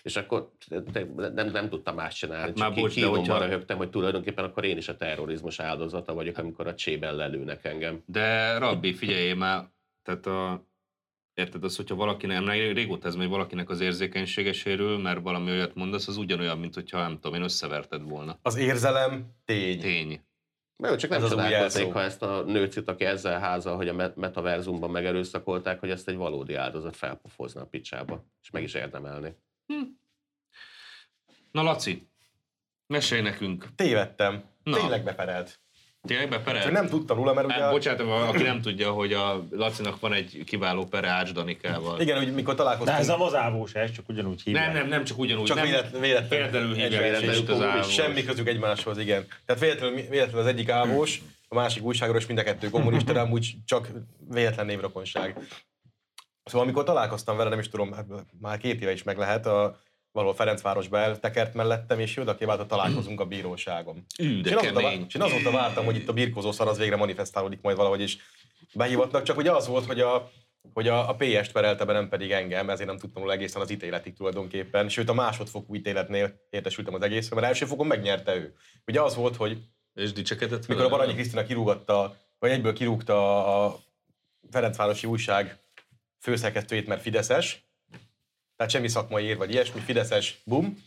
És akkor te- nem, nem tudtam más csinálni,
Hát
hát
már
csak
bocs, de
ki, hogyha...
hogyha-
röhögtem, hogy tulajdonképpen akkor én is a terrorizmus áldozata vagyok, amikor a csében lelőnek engem.
De Rabbi, figyelj már, tehát a, érted az, hogyha valakinek, nem régóta ez megy valakinek az érzékenysége sérül, mert valami olyat mondasz, az ugyanolyan, mint hogyha nem tudom, én összeverted volna.
Az érzelem tény.
Tény.
Na Jó, csak nem
Ez az új
csodálkoznék,
jelszó.
ha ezt a nőcit, aki ezzel házal, hogy a met- metaverzumban megerőszakolták, hogy ezt egy valódi áldozat felpofozna a picsába, és meg is érdemelni.
Na Laci, mesélj nekünk.
Tévedtem.
Na.
Tényleg beperelt.
Tényleg beperelt?
Csak nem tudtam róla, mert ugye...
Á, bocsánat, a- aki nem tudja, hogy a Lacinak van egy kiváló pere Ács Danikával.
Igen, hogy mikor
De ez a
találkoztunk,
mozávós, ez csak ugyanúgy hívják.
Nem,
(laughs)
nem, nem, csak ugyanúgy.
csak
nem,
véletlen, véletlen,
Véletlenül hívják
egybeesés.
egymást az ávós.
Semmi közük egymáshoz, igen. Tehát véletlenül, véletlenül az egyik ávós, a másik újságról, és mind a kettő kommunista, de amúgy csak véletlen névrokonság. Szóval amikor találkoztam vele, nem is tudom, hát már két éve is meg lehet, a, valahol Ferencvárosba eltekert mellettem, és jön, aki váltott találkozunk a bíróságon.
Ű, de
és, én azóta, vá-
kemény.
és én azóta vártam, hogy itt a birkozó szar az végre manifestálódik majd valahogy, és behívatnak, csak ugye az volt, hogy a, hogy a, a PS-t perelte be, nem pedig engem, ezért nem tudtam róla egészen az ítéletig tulajdonképpen. Sőt, a másodfokú ítéletnél értesültem az egészről, mert első fokon megnyerte ő. Ugye az volt, hogy
És dicsekedett
mikor a Baranyi Krisztina kirúgatta, vagy egyből kirúgta a Ferencvárosi újság főszerkesztőjét, mert Fideszes, tehát semmi szakmai ér, vagy ilyesmi, Fideszes, bum.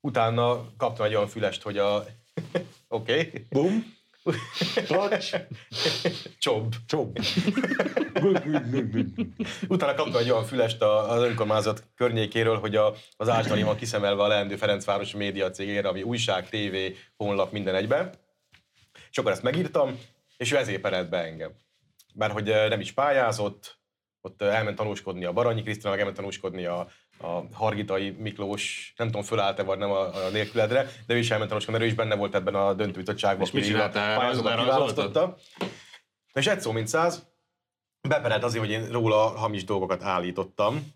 Utána kaptam egy olyan fülest, hogy a... (laughs) Oké. Okay. (laughs)
Bum, trocs,
Csobb.
csobb.
Utána kaptam egy olyan fülest a- az önkormányzat környékéről, hogy a, az Ásdani van kiszemelve a leendő Ferencváros média cégére, ami újság, tévé, honlap, minden egyben. És akkor ezt megírtam, és ő ezért perelt be engem. Mert hogy eh, nem is pályázott, ott eh, elment tanúskodni a Baranyi Krisztina, meg elment tanúskodni a, a Hargitai Miklós, nem tudom, fölállt-e vagy nem a, a nélküledre, de ő is elment tanúskodni, mert ő is benne volt ebben a döntőbizottságban.
És mit
aki a
csináltál?
pályázókat
Rajzoltad?
kiválasztotta. És egy szó, mint száz, beperelt azért, hogy én róla hamis dolgokat állítottam.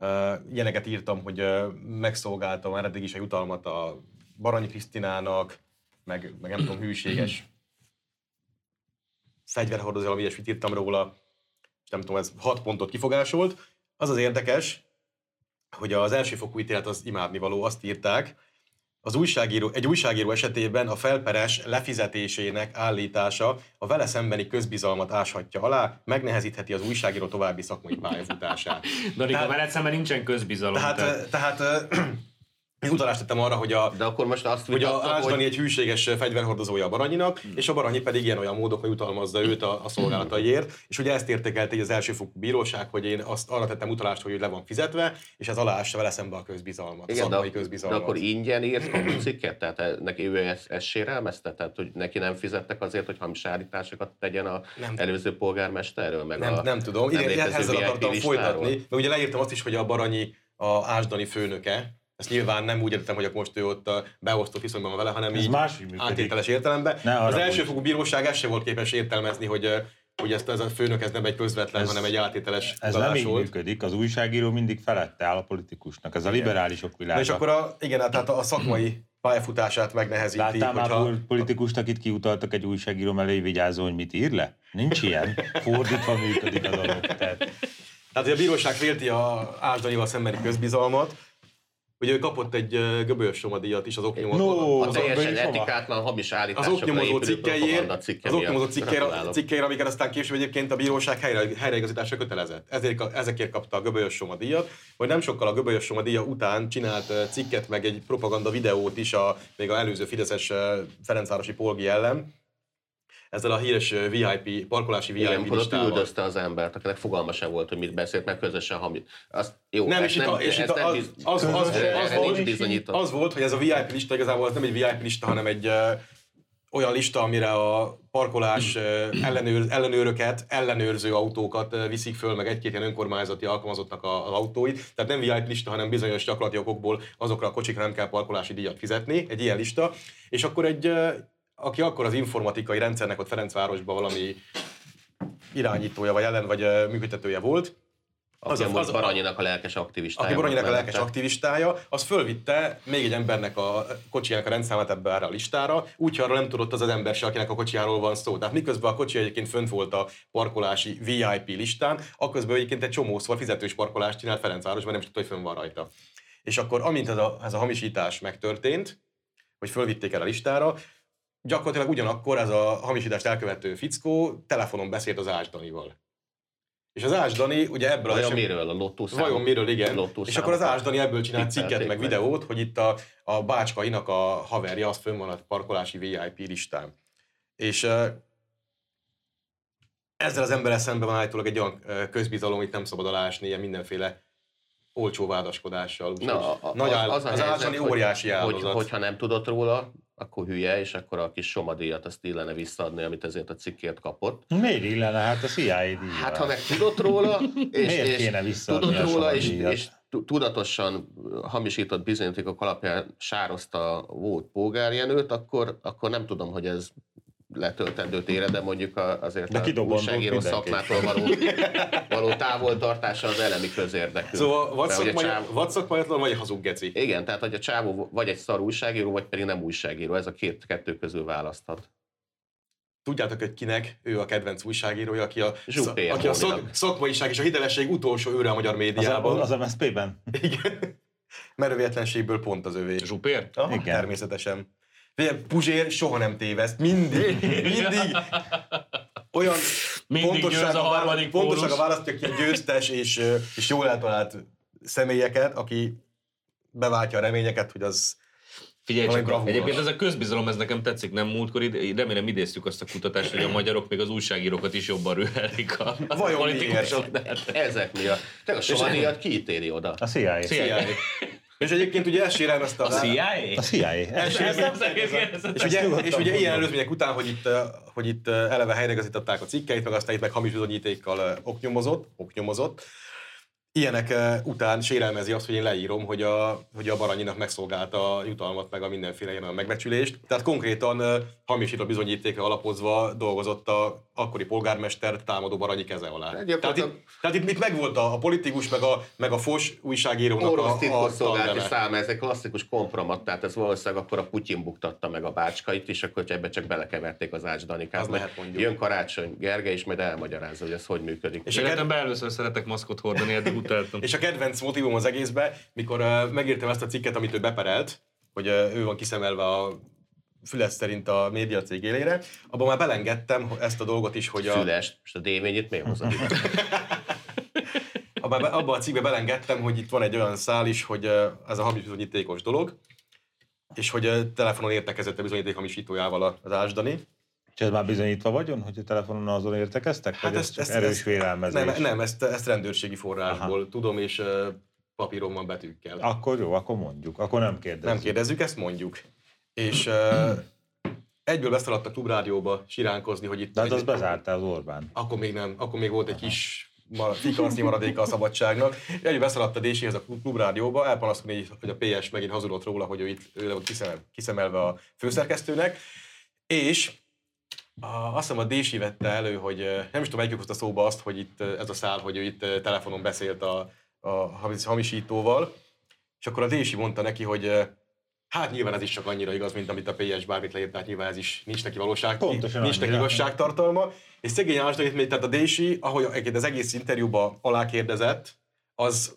Uh, ilyeneket írtam, hogy uh, megszolgáltam már eddig is a jutalmat a Baranyi Krisztinának, meg, meg nem tudom, hűséges (clears throat) fegyverhordozó, valami ilyesmit írtam róla, és nem tudom, ez hat pontot kifogásolt. Az az érdekes, hogy az elsőfokú ítélet az imádnivaló, azt írták, az újságíró, egy újságíró esetében a felperes lefizetésének állítása a vele szembeni közbizalmat áshatja alá, megnehezítheti az újságíró további szakmai
(laughs)
pályafutását.
Danika,
Tehát-
veled szemben nincsen közbizalom.
Tehát,
tehát-
ö, tehát ö, (clears throat) én utalást tettem arra, hogy a,
De akkor most azt Hmm.
hogy a
vitattuk,
Ács Dani egy hűséges fegyverhordozója a Baranyinak, és a Baranyi pedig ilyen olyan módokon jutalmazza őt a, a szolgálataiért, és ugye ezt értékelt egy az elsőfokú bíróság, hogy én azt arra tettem utalást, hogy ő le van fizetve, és ez aláássa vele szembe a közbizalmat, Igen,
Igen,
szakmai
de, de
közbizalmat.
akkor ingyen írt kamu cikket? Tehát e- neki ő ezt, ezt sérelmezte? Tehát, hogy neki nem fizettek azért, hogy hamis állításokat tegyen a
Nem.
nem. előző polgármesterről? Meg
nem,
a
nem tudom,
nem
Igen,
létező
ezzel
VIP
akartam
listáról?
folytatni, mert ugye leírtam azt is, hogy a Baranyi a Ásdani főnöke, ezt nyilván nem úgy értem, hogy akkor most ő ott a beosztott viszonyban van vele, hanem
Ez
így
máshogy működik.
áttételes értelemben.
Ne
az
haragudj.
elsőfokú bíróság ezt sem volt képes értelmezni, hogy, ö, hogy ezt, ez a főnök ez nem egy közvetlen,
Ez-
hanem egy átételes
Ez nem
utalás
így
volt.
működik, az újságíró mindig felette áll a politikusnak, ez a liberálisok
Na
világa.
és akkor a, igen, hát tehát a szakmai pályafutását megnehezíti,
Láttál már
hogyha...
pol- politikusnak itt kiutaltak egy újságíró mellé, hogy vigyázzon, hogy mit ír le? Nincs ilyen. Fordítva működik a dolog. Tehát
Tehát, hogy a bíróság félti a Ásdanival szembeni közbizalmat, Ugye ő kapott egy ö, Göbölyös Soma díjat is az oknyomozó,
No,
az
A
az
teljesen
Göbölyös Soma?
etikátlan hamis
az
állításokra
oknyomozó
épülő propaganda
cikkeért,
cikke
az
miatt.
oknyomozó cikkeire,
Gratulálok.
cikkeire, amiket aztán később egyébként a bíróság helyre, helyreigazításra kötelezett. Ezért, ka- ezekért kapta a Göbölyös Soma díjat, vagy nem sokkal a Göbölyös Soma díja után csinált ö, cikket, meg egy propaganda videót is a, még a előző Fideszes ö, Ferencvárosi polgi ellen, ezzel a híres ö, VIP, parkolási VIP
Igen, amikor ott
listával.
üldözte az embert, akinek fogalma sem volt, hogy mit beszélt, mert közösen hamis. Azt, jó,
Nem,
ez
és itt a- és
ez
itt a-
nem
az-
biz-
az- az-
erre-
az-
erre
az-
nincs
az-
bizonyított.
Az volt, hogy ez a VIP lista igazából az nem egy VIP lista, hanem egy ö, olyan lista, amire a parkolás ö, ellenőr, ellenőröket, ellenőrző autókat ö, viszik föl, meg egy-két ilyen önkormányzati alkalmazottnak a- az autóit. Tehát nem VIP lista, hanem bizonyos gyakorlati okokból azokra a kocsikra nem kell parkolási díjat fizetni, egy ilyen lista. És akkor egy, ö, aki akkor az informatikai rendszernek ott Ferencvárosban valami irányítója, vagy ellen, vagy ö, működtetője volt,
Az,
az-
az,
az-
az, Baranyinak a lelkes aktivistája.
aki Baranyinak a
volt
lelkes
mellette.
aktivistája, az fölvitte még egy embernek a kocsijának a rendszámát ebbe erre a listára, úgyhogy arra nem tudott az az ember se, akinek a kocsijáról van szó. Tehát miközben a kocsi egyébként fönt volt a parkolási VIP listán, aközben egyébként egy csomószor fizetős parkolást csinált Ferencvárosban, nem is tudta, hogy fönn van rajta. És akkor amint ez a, ez a hamisítás megtörtént, hogy fölvitték el a listára, gyakorlatilag ugyanakkor ez a hamisítást elkövető fickó telefonon beszélt az Ás Danival. És az Ás Dani ugye ebből
Vajon
eset-
miről? A lottó számok?
Vajon miről, igen.
Lottó
és akkor az
számok.
Ásdani ebből csinált
Tippelték
cikket, meg
meg.
videót, hogy itt a, a bácskainak a haverja, az fönn van a parkolási VIP listán. És eh, ezzel az emberrel szemben van állítólag egy olyan eh, közbizalom, amit nem szabad alásni, ilyen mindenféle olcsó vádaskodással. Úgyhogy
Na, a-
nagy áll,
a
az, az, Ásdani
hogy-
óriási
hogy,
áldozat.
hogyha nem tudott róla, akkor hülye, és akkor a kis somadíjat azt illene visszaadni, amit ezért a cikkért kapott.
miért illene? Hát a CIA díjra.
Hát ha meg tudott
(laughs)
róla, és,
Miért
és
kéne visszaadni
tudott
a
róla, és,
somadíjat?
és tu- tudatosan hamisított bizonyítékok alapján sározta volt Pógár Jenőt, akkor, akkor nem tudom, hogy ez letöltendőt ére, de mondjuk a- azért
De
a
kidobandót
újságíró
mindenképp.
szakmától való, való távoltartása az elemi közérdekű.
Szóval vagy
Mert ugye
szakmai-
Csáv-
vagy szakmaiatlan, vagy hazug geci.
igen, tehát hogy a csávó vagy egy szar újságíró, vagy pedig nem újságíró, ez a két kettő közül választhat.
Tudjátok, hogy kinek ő a kedvenc újságírója, aki a,
Zsupé,
aki a szak,
Móninak.
szakmaiság és a hitelesség utolsó őre a magyar
az,
médiában.
a, az MSZP-ben?
Igen. Merővéletlenségből pont az övé.
Zsupér?
Aha,
Igen.
Természetesen. Ugye, Puzsér soha nem téveszt, mindig, mindig olyan
Mindig győz a harmadik
pontosak a
pólus.
választja ki a győztes és, ö, és jól eltalált személyeket, aki beváltja a reményeket, hogy az
Figyelj
Valami
csak,
bravúros.
egyébként ez a közbizalom, ez nekem tetszik, nem múltkor, ide, remélem idéztük azt a kutatást, hogy a magyarok még az újságírókat is jobban rühelik a
Vajon
politikusoknál.
Ezek miatt. Te a somadíjat kiítéli oda.
A CIA.
CIA.
CIA. És egyébként ugye ezt sérelmezte
A
az áll-
CIA?
A CIA.
Ez-
Ez,
ez-
Nem kérdezett.
És ugye, és ugye ilyen
mondani.
előzmények után, hogy itt, ö, hogy itt eh, ö, eleve helyreigazították a cikkeit, meg aztán itt meg hamis bizonyítékkal ö, eh, oknyomozott, oknyomozott, ilyenek eh, után sérelmezi azt, hogy én leírom, hogy a, hogy a Baranyinak megszolgálta a jutalmat, meg a mindenféle ilyen olyan megbecsülést. Tehát konkrétan eh, hamisító bizonyítékra alapozva dolgozott a akkori polgármester támadó Baranyi keze alá. Tehát
Hát gyakorlatilag-
itt, tehát itt, itt megvolt a, a politikus, meg a, meg a fos újságírónak
Orosz
a, a
titkosszolgálati
tandeme.
száma, ez egy klasszikus kompromat, tehát ez valószínűleg akkor a Putyin buktatta meg a bácskait, és akkor ebbe csak belekeverték az Ács Danikát.
Az
Majd
lehet mondjuk.
Jön Karácsony Gergely, és majd elmagyarázza, hogy ez hogy működik.
És
És Életemben először szeretek maszkot hordani, eddig utáltam.
És a kedvenc motivum az egészben, mikor uh, megírtam ezt a cikket, amit ő beperelt, hogy uh, ő van kiszemelve a Füles szerint a média cég élére, abban már belengedtem ezt a dolgot is, hogy a,
Füles, és a dévényit miért
(laughs)
hozod ide?
abban, be- abban a cikkben belengedtem, hogy itt van egy olyan szál is, hogy uh, ez a hamis bizonyítékos dolog, és hogy uh, telefonon értekezett a bizonyíték hamisítójával a- az Ásdani.
És ez már bizonyítva vagyon, hogy a telefonon azon értekeztek? Hát ez, csak erős vélelmezés?
nem, nem, ezt, ezt rendőrségi forrásból Aha. tudom, és uh, papíron van betűkkel.
Akkor jó, akkor mondjuk. Akkor nem kérdezzük.
Nem kérdezzük, ezt mondjuk. És uh, egyből beszaladt a klubrádióba siránkozni, hogy itt...
De hát
egy-
azt bezárta az Orbán.
Akkor még nem, akkor még volt egy kis mar- fikansznyi maradéka a szabadságnak. Egyből beszaladt a Désihez a klub- klubrádióba, elpanaszkodni, hogy a PS megint hazudott róla, hogy ő itt ő le volt kiszemel, kiszemelve a főszerkesztőnek. És a, azt hiszem a Dési vette elő, hogy eh, nem is tudom, melyik hozta szóba azt, hogy itt eh, ez a szál, hogy ő itt eh, telefonon beszélt a, a hamis- hamisítóval, és akkor a Dési mondta neki, hogy eh, hát nyilván ez is csak annyira igaz, mint amit a PS bármit leírt, tehát nyilván ez is nincs neki valóság,
Pontosan
nincs neki
annyira.
igazságtartalma, és szegény Ásdonit, még tehát a Dési, ahogy egyébként az egész interjúban alákérdezett, az,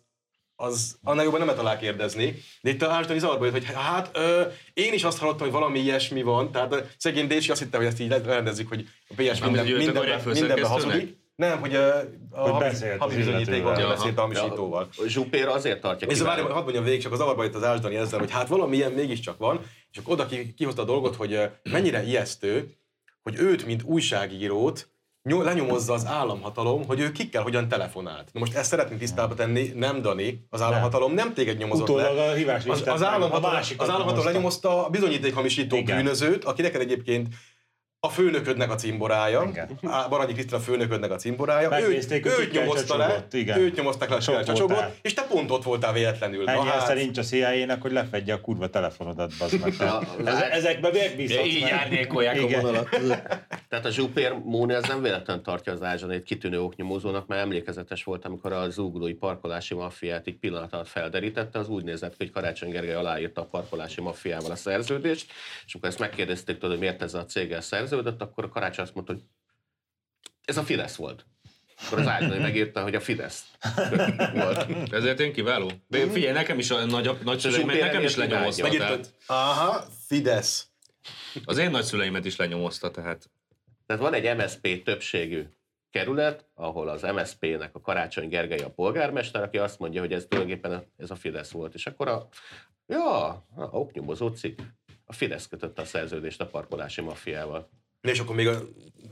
az annál jobban nem lehet alá kérdezni. De itt a Ásdani zavarba jött, hogy hát ö, én is azt hallottam, hogy valami ilyesmi van. Tehát a szegény Dési azt hittem, hogy ezt így rendezzük, hogy a PS
Amit
minden,
gyűjtök, hogy
mindenben,
egy
mindenben
főszerkesztőnek?
hazudik. Nem, hogy ö, a
Hogy
hamis-
beszélt az
hamis
illetővel.
bizonyítékban
Jaha.
beszélt a hamisítóval.
A Zsupér azért tartja
És várj,
kiváló.
hadd mondjam végig, csak az zavarba jött az Ásdani ezzel, hogy hát valami ilyen mégiscsak van, és akkor oda ki, kihozta a dolgot, hogy ö, mennyire ijesztő, hogy őt, mint újságírót, nyom- lenyomozza az államhatalom, hogy ő kikkel hogyan telefonált. Na most ezt szeretném tisztába tenni, nem Dani, az államhatalom nem téged nyomozott
Utólag
le.
a hívás
Az,
listát
az
meg,
államhatalom, az államhatalom
nyomozta.
lenyomozta a bizonyítékhamisító
Igen.
bűnözőt, aki neked egyébként a főnöködnek a cimborája,
Igen.
Á, Baranyi Krisztina főnöködnek a cimborája, őt,
Megnézték, hogy
őt
kikkel
nyomozta le,
csacsogott, igen.
őt nyomozták le a
Sok
Sirák
voltál.
csacsogot, és te pont ott voltál véletlenül.
Ennyi
Na hát,
hát... nincs a CIA-nak, hogy lefedje a kurva telefonodat,
(laughs)
bazd meg.
az-
Eze- Ezekben megbízhatsz.
Így
mert-
árnyékolják a
Igen.
vonalat.
Tehát a Zsupér Móni az nem véletlen tartja az Ázsanét kitűnő oknyomozónak, mert emlékezetes volt, amikor a zúglói parkolási maffiát így pillanat alatt felderítette, az úgy nézett ki, hogy Karácsony Gergely aláírta a parkolási maffiával a szerződést, és amikor ezt megkérdezték tőle, hogy miért ez a céggel szerződött, akkor a Karácsony azt mondta, hogy ez a Fidesz volt. Akkor az Ázsani megírta, hogy a Fidesz volt.
Ezért én kiváló. De figyelj, nekem is a nagy, nagyszüleim,
Zsupér
nekem is
emiatt
lenyomozta.
imádja.
Tehát,
Megírtad? Aha, Fidesz.
az én nagyszüleimet is lenyomozta, tehát.
Tehát van egy MSP többségű kerület, ahol az MSP-nek a Karácsony Gergely a polgármester, aki azt mondja, hogy ez tulajdonképpen a- ez a Fidesz volt. És akkor a, ja, a oknyomozó cikk. A Fidesz kötött a szerződést a parkolási maffiával.
És akkor még a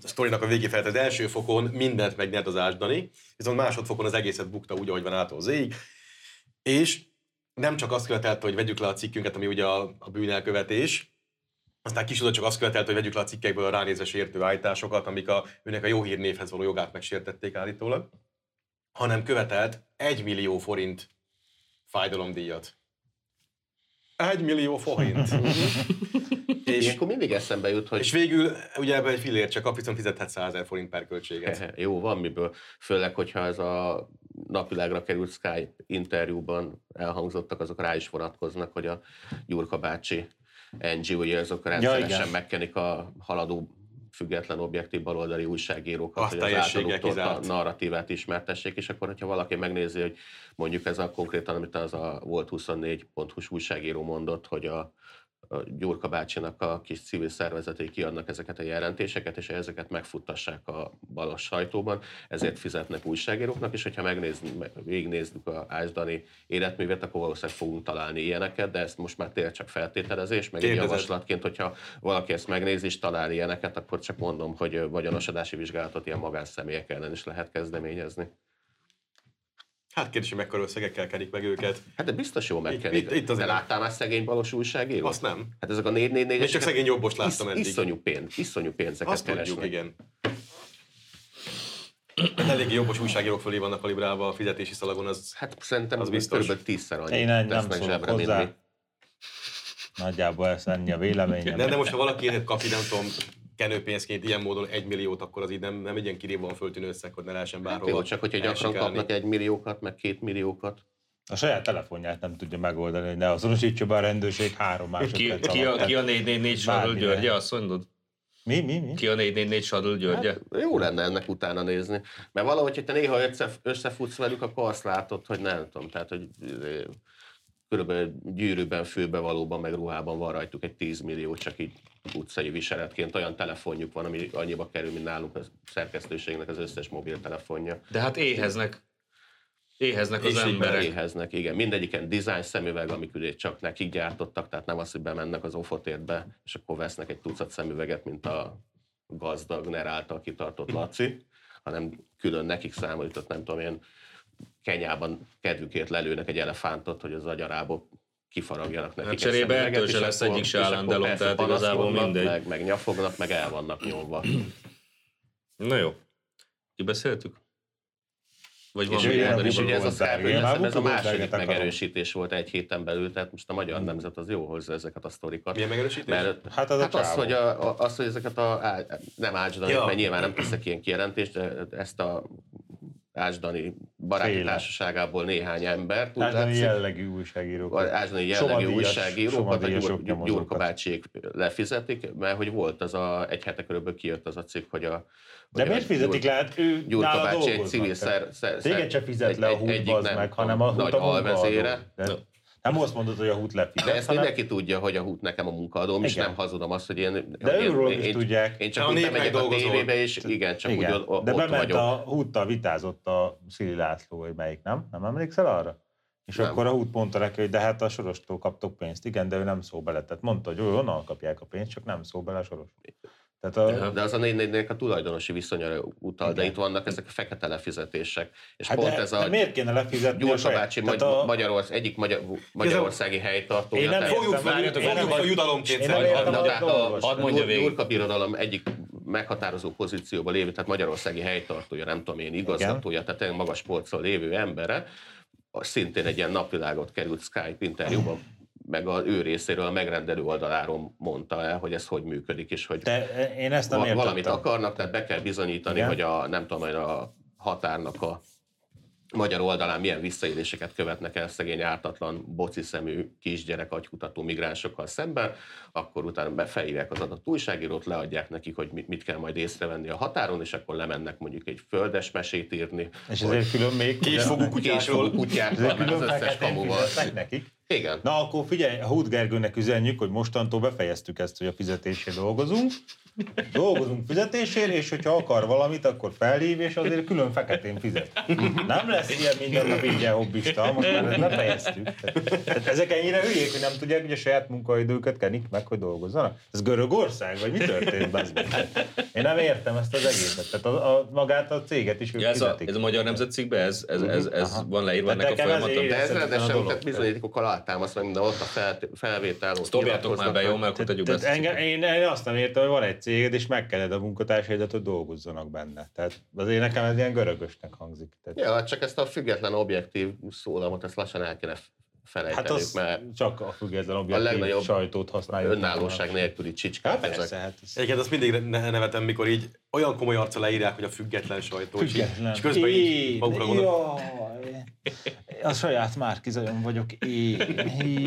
sztorinak a végé felett, az első fokon mindent megnyert az Ásdani, viszont másodfokon az egészet bukta úgy, ahogy van ától zéig. És nem csak azt követelte, hogy vegyük le a cikkünket, ami ugye a, a bűnelkövetés, aztán kis csak azt követelte, hogy vegyük le a cikkekből a ránézve sértő állításokat, amik a, őnek a jó hírnévhez való jogát megsértették állítólag, hanem követelt 1 millió forint fájdalomdíjat. 1 millió forint.
És
és
akkor mindig eszembe jut, hogy
és végül ugye ebben egy fillért csak kap, viszont fizethet 100 ezer forint
(laughs)
per költséget.
jó, van miből. Főleg, hogyha ez a napvilágra került Skype interjúban elhangzottak, azok rá is vonatkoznak, hogy a Gyurka bácsi NGO-ja, azok rendszeresen
igen.
megkenik a haladó független objektív baloldali újságírókat,
Azt
hogy az
teljességgel
általuk tolta
kizárt.
narratívát ismertessék, és akkor, hogyha valaki megnézi, hogy mondjuk ez a konkrétan, amit az a volt 24.hu újságíró mondott, hogy a a Gyurka bácsinak a kis civil szervezetei kiadnak ezeket a jelentéseket, és ezeket megfuttassák a balos sajtóban, ezért fizetnek újságíróknak, és hogyha megnéz, meg- végignézzük a Ásdani életművet, akkor valószínűleg fogunk találni ilyeneket, de ezt most már tényleg csak feltételezés, meg egy
Kérdezed.
javaslatként, hogyha valaki ezt megnézi és talál ilyeneket, akkor csak mondom, hogy ö, vagyonosodási vizsgálatot ilyen magánszemélyek ellen is lehet kezdeményezni.
Hát kérdés, hogy mekkora összegekkel kenik meg őket.
Hát de biztos jó megkenik.
Itt- itt azért.
Te láttál már szegény balos újságírót?
Azt nem.
Hát ezek a 444
Még csak szegény jobbost láttam
Is,
eddig.
iszonyú pénz, iszonyú pénzeket
Azt tudjuk,
keresnek.
igen. Elég Hát jobbos újságírók fölé vannak kalibrálva a fizetési szalagon, az
Hát szerintem
Az
az
biztos.
biztos. kb. tízszer annyit
Én nem, nem
tesznek
szólok
zsebre,
hozzá.
mi.
Nagyjából ez ennyi a véleményem.
De, de most, ha valaki érhet kap, nem tudom, kenőpénzként ilyen módon egy milliót, akkor az így nem, nem egy ilyen kirívóan föltűnő összeg, hogy ne lehessen bárhol.
Hát Jó, csak hogyha gyakran
elsikálni.
kapnak egy milliókat, meg két milliókat.
A saját telefonját nem tudja megoldani, hogy ne azonosítsa be a rendőrség három
Ki,
másodperc
ki, a,
alatt.
ki a 444 sarló
Bármire.
Györgye, azt mondod?
Mi, mi, mi?
Ki a 444 sarló Györgye?
Hát, Jó lenne ennek utána nézni. Mert valahogy, hogyha te néha össze- összefutsz velük, akkor azt látod, hogy nem tudom, tehát, hogy izé, körülbelül gyűrűben, főbe valóban, meg ruhában van rajtuk egy 10 millió, csak így utcai viseletként olyan telefonjuk van, ami annyiba kerül, mint nálunk a szerkesztőségnek az összes mobiltelefonja.
De hát éheznek. Éheznek az
És így
emberek.
éheznek, igen. Mindegyiken design szemüveg, amik ugye csak nekik gyártottak, tehát nem az, hogy bemennek az ofotértbe, és akkor vesznek egy tucat szemüveget, mint a gazdag NER által kitartott Laci, hanem külön nekik számolított, nem tudom én, Kenyában kedvükért lelőnek egy elefántot, hogy az agyarából kifaragjanak nekik.
Hát
egy
cserébe
szemüveget,
ettől se
és
lesz
akkor-
egyik se
és akkor
állandalom,
persze
tehát igazából
panaszkodnak,
mindegy.
Meg, meg nyafognak, meg el vannak nyomva.
Na jó. Kibeszéltük? Vagy van
És
még?
ugye-
ugye, és
Bubu
ugye ez a
Goldberg, igen, már
szerpőnyeszem, ez a
Bubu
második
Goldberget akarom.
megerősítés volt egy héten belül, tehát most a magyar nemzet az jó hozza ezeket a sztorikat.
Milyen megerősítés?
Mert,
Hát az a
hát az,
csávó.
hogy, a, a, az, hogy ezeket a, á- nem ácsdani,
Ja.
ja. mert nyilván nem teszek ilyen kijelentést, de ezt a ácsdani baráti
Féle.
társaságából néhány ember, úgy
Társadalmi
látszik,
jellegű újságírók.
Ázsnai jellegű
Somadíjas-
újságírókat, a
somadíjasok
Gyur- Gyur- Gyurka
nyomozókat.
bácsiék lefizetik, mert hogy volt az a, egy hete körülbelül kijött az a cikk, hogy a... hogy
De
a
miért fizetik
Gyur-
le? Hát ő
Gyurka
nála
bácsi egy
dolgoznak.
civil szer, szer,
Téged se fizet le a hút, bazd meg, hanem a hút
nagy
a munkaadó.
alvezére.
De Nem azt mondod, hogy a hút
De
lefizet,
ezt
hanem-
mindenki tudja, hogy a hút nekem a munkaadóm, és
Igen.
nem hazudom azt, hogy én...
De
hogy én-
őről
én-
is
én-
tudják.
Én
De
csak
a
úgy
nép
bemegyek a
megdolgozol.
tévébe, és igen, csak úgy
Igen.
o- o-
De
ott
bement
vagyok.
a húttal vitázott a Szili László, vagy melyik, nem? Nem emlékszel arra? És
Nem.
akkor a hút mondta neki, hogy de hát a sorostól kaptok pénzt. Igen, de ő nem szó bele. Tehát mondta, hogy ő onnan kapják a pénzt, csak nem szó bele a soros. Tehát a,
De az a 444 a tulajdonosi viszonyra utal, de itt vannak ezek a fekete lefizetések. És
hát
pont
de,
ez
de
a
miért kéne lefizetni
Gyurka
saját-
bácsi
tehát
magy- Magyarorsz, egyik magyar, magyarországi helytartója.
Én nem
tehát-
értem,
Fogjuk fel,
várjatok,
fogjuk
én
fel
nem-
judalomként
én nem
szerintem.
értem,
Na,
hogy
tehát a,
dolgoznak.
a
Hadd mondja végig.
Gyurka Birodalom egyik meghatározó pozícióban lévő, tehát magyarországi helytartója, nem tudom én, igazgatója, tehát egy magas polcon lévő embere, a- szintén egy ilyen napvilágot került Skype interjúban, meg az ő részéről a megrendelő oldaláról mondta el, hogy ez hogy működik, és hogy
De én ezt nem
va-
értettem.
valamit akarnak, tehát be kell bizonyítani,
Igen.
hogy a, nem tudom, én, a határnak a magyar oldalán milyen visszaéléseket követnek el szegény ártatlan boci szemű kisgyerek agykutató migránsokkal szemben, akkor utána be- felhívják az adott újságírót, leadják nekik, hogy mit, mit kell majd észrevenni a határon, és akkor lemennek mondjuk egy földes mesét írni.
És ezért külön még...
Késfogú
Késfogó
kutyásról.
kutyákkal,
ezért
meg az
külön
összes
feketén
kamuval.
fizetnek nekik.
Igen.
Na akkor figyelj, a Hút Gergőnek üzenjük, hogy mostantól befejeztük ezt, hogy a fizetésért dolgozunk. Dolgozunk fizetésért, és hogyha akar valamit, akkor felhív, és azért külön feketén fizet. Nem lesz ilyen minden nap így ilyen hobbista, most már ezt befejeztük. Tehát- Tehát ezek ennyire hülyék, hogy nem tudják, hogy a saját munkaidőket kenik meg, hogy dolgozzanak. Ez Görögország, vagy mi történt? bazd meg? Én nem értem ezt az egészet. Tehát a, a, magát a céget is ők
Ja, ez, a,
fizetik.
ez a magyar nemzetcikkben? Ez, ez, ez, ez
Aha.
van leírva
Tehát
ennek a
nekem ezért
folyamata?
érez-
De ez
Persze, a
rendesen,
dolog.
tehát bizonyítékokkal alátámasztva, minden ott a fel, felvétel, ott
Dobjátok már be, jó, mert akkor tegyük be
Tehát
ezt. a
engem,
cikket.
én, én azt nem értem, hogy van egy céged, és megkeled a munkatársaidat, hogy dolgozzanak benne. Tehát azért nekem ez ilyen görögösnek hangzik. Tehát,
Ja, hát csak ezt a független objektív szólamot, ezt lassan el kéne felejteni,
hát
hát
az
mert
csak a független
legnagyobb
objektív sajtót használja.
önállóság nélküli
Hát
csicskák
persze,
ezek.
hát ez...
Egyébként azt mindig ne- nevetem, mikor így olyan komoly arca leírják, hogy a független sajtó. és így- És közben így magukra gondolok.
Jaj, a saját márkizajon vagyok én.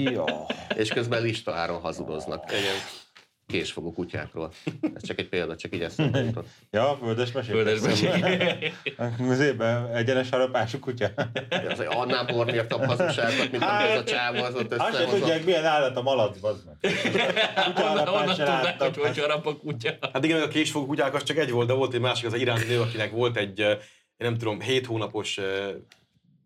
Jaj.
És közben listaáron hazudoznak. Igen. Késfogó kutyákról. Ez csak egy példa, csak így eszembe jutott.
Ja, a földes mesék.
Földes (laughs)
Az évben egyenes harapású kutya.
Az annál bornírtabb hazugságot, mint amit ez a csávó az ott
Hát, Azt se
összehozott.
tudják, milyen állat a malac, bazd meg. Kutya
Onnan
harapás
onnan
se
tudnák,
láttak.
hogy hogy harap a kutya.
Hát igen, a késfogú kutyák az csak egy volt, de volt egy másik, az a iráni nő, akinek volt egy, eh, én nem tudom, 7 hónapos eh,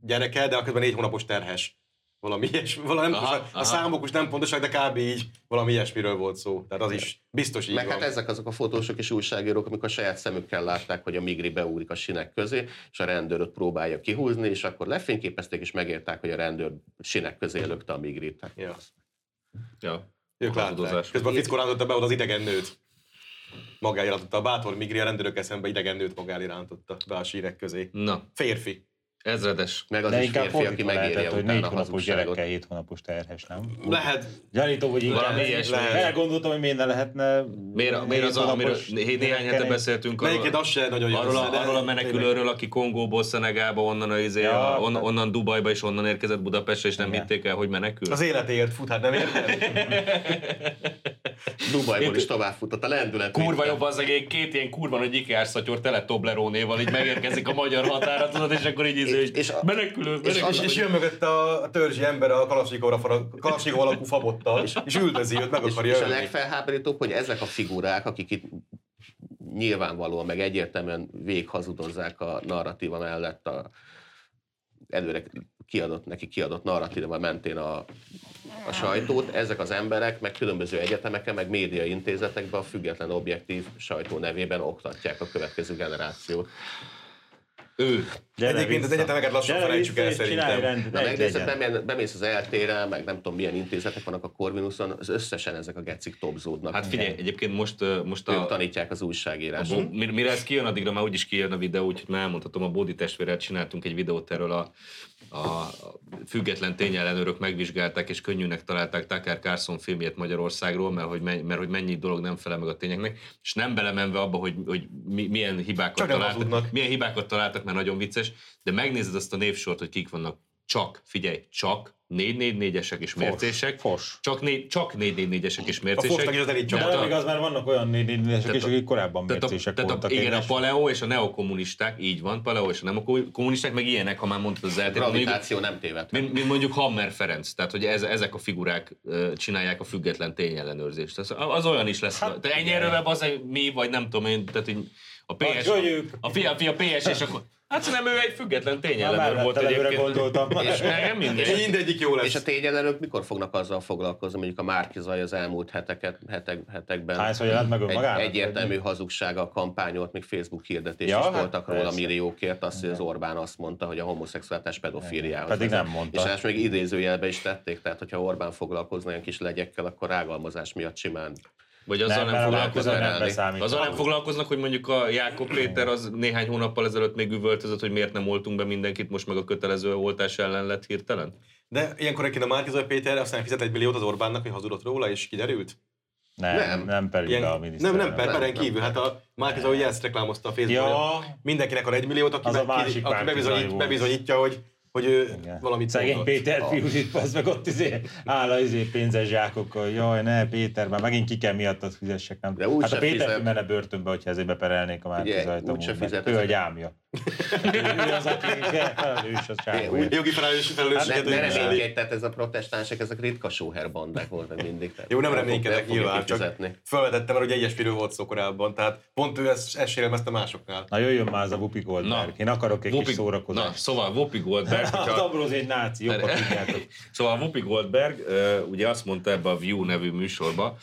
gyereke, de közben 4 hónapos terhes. Valami ilyesmi, valami, nem,
Aha,
a,
aha.
a számok is nem pontosak, de kb. így valami ilyesmiről volt szó. Tehát az is biztos így
Meg
van.
hát ezek azok a fotósok és újságírók, amikor a saját szemükkel látták, hogy a migri beúrik a sinek közé, és a rendőröt próbálja kihúzni, és akkor lefényképezték, és megérták, hogy a rendőr sinek közé lökte a migrit. Tehát
Ja.
Ja.
Ők látták.
Hazudozás.
Közben a fickó rántotta be oda az idegen nőt. magálirántotta. A bátor Migri a rendőrök eszembe idegen nőt magálirántotta be a sírek közé.
Na,
Férfi.
ezredes.
Meg az
De
is
inkább
férfi, aki
fordítva
megírja
lehetett, hogy négy
utána a
hónapos
hazugságot.
gyerekkel, hét hónapos terhes, nem?
Lehet,
Gyanítom, hogy inkább
Valami
ez-
ilyesmi.
Belegondoltam, hogy miért ne lehetne
Miért, miért az,
hét
amiről
hónapos
né- néhány hete
gyerekkel-
beszéltünk
melyiket az se nagyon jön
Arról
össze, de-
a, arról a menekülőről, aki Kongóból, Szenegába, onnan, a, izé,
Ja,
on,
tehát-
onnan Dubajba és onnan érkezett Budapestre, és nem
Igen.
hitték el, hogy menekül.
Az életéért fut, hát nem érted?
(laughs) Dubajból is továbbfutott a lendület.
Kurva jobb az egész, két ilyen kurva nagy ikás szatyor tele Toblerónéval, így megérkezik a magyar határa, tudod, és akkor így íző,
És-
hogy
és a-
menekülő, menekülő.
És, és jön mögött a, a törzsi ember a kalasnyikov alakú fabottal, és üldözi őt, meg
És,
akarja
és a
ölni.
legfelháborítóbb, hogy ezek a figurák, akik itt nyilvánvalóan, meg egyértelműen véghazudozzák a narratíva mellett a előre kiadott, neki kiadott narratíva mentén a, a sajtót, ezek az emberek meg különböző egyetemeken, meg médiaintézetekben a független objektív sajtó nevében oktatják a következő generációt.
Ő.
Gyere
Egyébként az
vissza.
egyetemeket lassan
Gyere
felejtsük
vissza,
el
és
szerintem.
csinálj rendet,
Na
egy
megnézed,
legyen.
bemél- bemész az eltére, meg nem tudom milyen intézetek vannak a Corvinuson, az összesen ezek a gecik topzódnak.
Hát figyelj, egyébként most, ö, most
ők
a,
tanítják az
A
újságírást.
Bo- mi- mire ez kijön, addigra már úgyis kijön a videó, úgyhogy már elmondhatom, a Bódi testvérrel csináltunk egy videót erről a, a, a független tényellenőrök megvizsgálták és könnyűnek találták Tucker Carlson filmjét Magyarországról, mert hogy, men- mert hogy mennyi dolog nem felel meg a tényeknek, és nem belemenve abba, hogy, hogy mi, milyen hibákat
Csak nem
találtak.
hazudnak.
Milyen hibákat találtak, mert nagyon vicces, de megnézed azt a névsort, hogy kik vannak. Csak, figyelj, csak 444-esek és mércések.
fos.
Csak, négy, csak 444-esek és
A
mércések.
fosnak is az elit
De
csapat.
nem igaz, mert vannak olyan nénénesek is,
Tehát a-
akik korábban
Tehát a,
mércések
tehát a,
voltak.
igen, a
és-
paleó és a neokommunisták, így van, paleó és a neokommunisták, meg ilyenek, ha már mondtad az eltérőt. Mondjuk,
gravitáció nem tévedt.
mint, mint mondjuk Hammer Ferenc, tehát hogy ez, ezek a figurák ö, csinálják a független tényellenőrzést. Az, az olyan is lesz. Hát, de ennyi erővel az mi, vagy nem tudom én, tehát hogy a PS,
Vagy, hogy ők.
a, fia, a, fia, PS és akkor... Hát nem ő egy független
Már
tényellenőr volt
mellette előre
egyébként.
gondoltam. (laughs)
És nem mindegy.
Mindegyik jó
És a
lesz.
tényelők mikor fognak azzal foglalkozni, mondjuk a Márkizaj az elmúlt heteket, hetek, hetekben
Hányszor jelent meg
egy,
önmagának?
egyértelmű hazugsága a kampányolt, még Facebook hirdetés
Ja,
ja, is
hát
voltak róla
persze.
milliókért, azt, hogy az Orbán azt mondta, hogy a homoszexualitás pedofiliához.
Pedig
vezet.
nem mondta.
És ezt még idézőjelbe is tették, tehát hogyha Orbán foglalkozna ilyen kis legyekkel, akkor rágalmazás miatt simán.
Vagy azzal nem,
mert a
foglalkoznak.
változó nem
elni.
beszámít.
Azzal nem foglalkoznak, hogy mondjuk a Jákob Péter az néhány hónappal ezelőtt még üvöltözött, hogy miért nem oltunk be mindenkit, most meg a kötelező oltás ellen lett hirtelen?
De ilyenkor egyébként a Márkizaj Péter aztán fizet egy milliót az Orbánnak, hogy hazudott róla, és kiderült.
Nem,
Nem.
nem pedig
Ilyen,
a
nem,
miniszter.
nem, per,
Nem,
peren
nem.
kívül. Hát a Márkizaj ugye ezt reklámozta a Facebookon.
Ja.
hogy Mindenkinek ad egy milliót, aki,
Az a
meg,
másik
aki
Márkizaj
bebizonyít,
volt.
bebizonyítja, hogy, hogy ő
Igen.
valamit
Szegény
mondott.
Péter fiú, itt az meg ott izé, áll az izé pénzes zsákokkal, jaj ne Péter, már megint ki kell miattat fizessek, nem?
De úgy
hát a
se
Péter
fizet.
fizet. menne börtönbe, hogyha ezért beperelnék a
Ugye,
Márkizajt
úgy se
amúgy, mert
fizet.
Ő a gyámja. ő az, aki felelős a
Ugye,
csávó.
úgy-
Jogi felelős
Ne,
felelősséget
ne
ő viseli.
Hát reménykedj, tehát ez a protestánsok, ezek ritka sóher bandák voltak mindig. tehát
Jó, nem
el fog- el
reménykedek
fogja
nyilván, csak
kifizetni.
felvetettem, mert ugye ilyesmiről volt szó korábban, tehát pont ő ezt, ezt sérelmezte másoknál.
Na jöjjön már az a Whoopi Goldberg, én akarok egy kis
Na,
szórakozást.
szóval Whoopi Goldberg,
Az
hogyha,
abról az egy náci, jobban tudjátok.
szóval Whoopi Goldberg ö, ugye azt mondta ebbe a View nevű műsorba,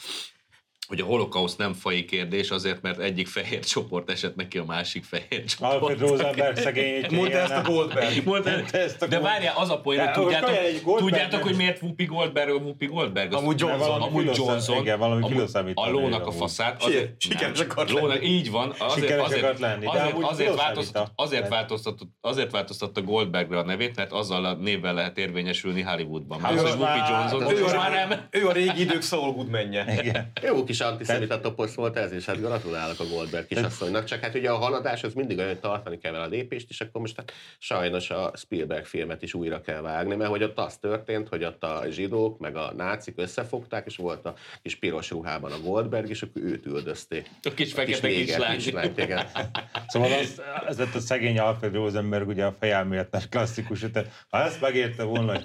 hogy a holokauszt nem fai kérdés, azért mert egyik fehér csoport esett neki a másik fehér
Alfred
csoport.
Rosenberg szegény.
Mondta ezt a Goldberg.
Mondta,
Mondta ezt a
de
Gold-
várjál, az a poén,
De
hogy
most
tudjátok,
olyan egy Goldberg-
tudjátok, hogy miért Whoopi Goldberg a Whoopi Goldberg? Az-
Amúgy Johnson.
valami
Amúgy
filoszem-
Johnson,
igen, valami
amúgy
filoszemita
a lónak a
amúgy.
faszát,
Siker-
azért,
sikeres
nem.
akart lenni.
lónak, így van, azért,
Sikeres akart
azért,
lenni, de
azért,
amúgy
azért,
filoszemita.
változtat, azért, változtatott, azért változtatta Goldbergre a nevét, mert azzal a névvel lehet érvényesülni Hollywoodban. Már
Hát
az,
az
hogy Whoopi
már-
Johnson,
az
de most
a-
már nem.
ő a régi idők Saul Goodmanje.
Jó kis antiszemita toposz volt ez, és hát gratulálok a Goldberg kisasszonynak, csak hát ugye a haladás az mindig olyan, hogy tartani kell vele a lépést, és akkor most hát sajnos a Spielberg filmet is újra kell vágni, mert hogy ott az történt, hogy ott a zsidók meg a nácik összefogták, és volt a kis piros ruhában a Goldberg, és akkor őt üldözték.
A kis fekete
néger
kislány.
kislányt, igen.
Szóval az, az lett a szegény Alfred Rosenberg ugye a fejelméletlen klasszikus, tehát ha ezt megérte volna, hogy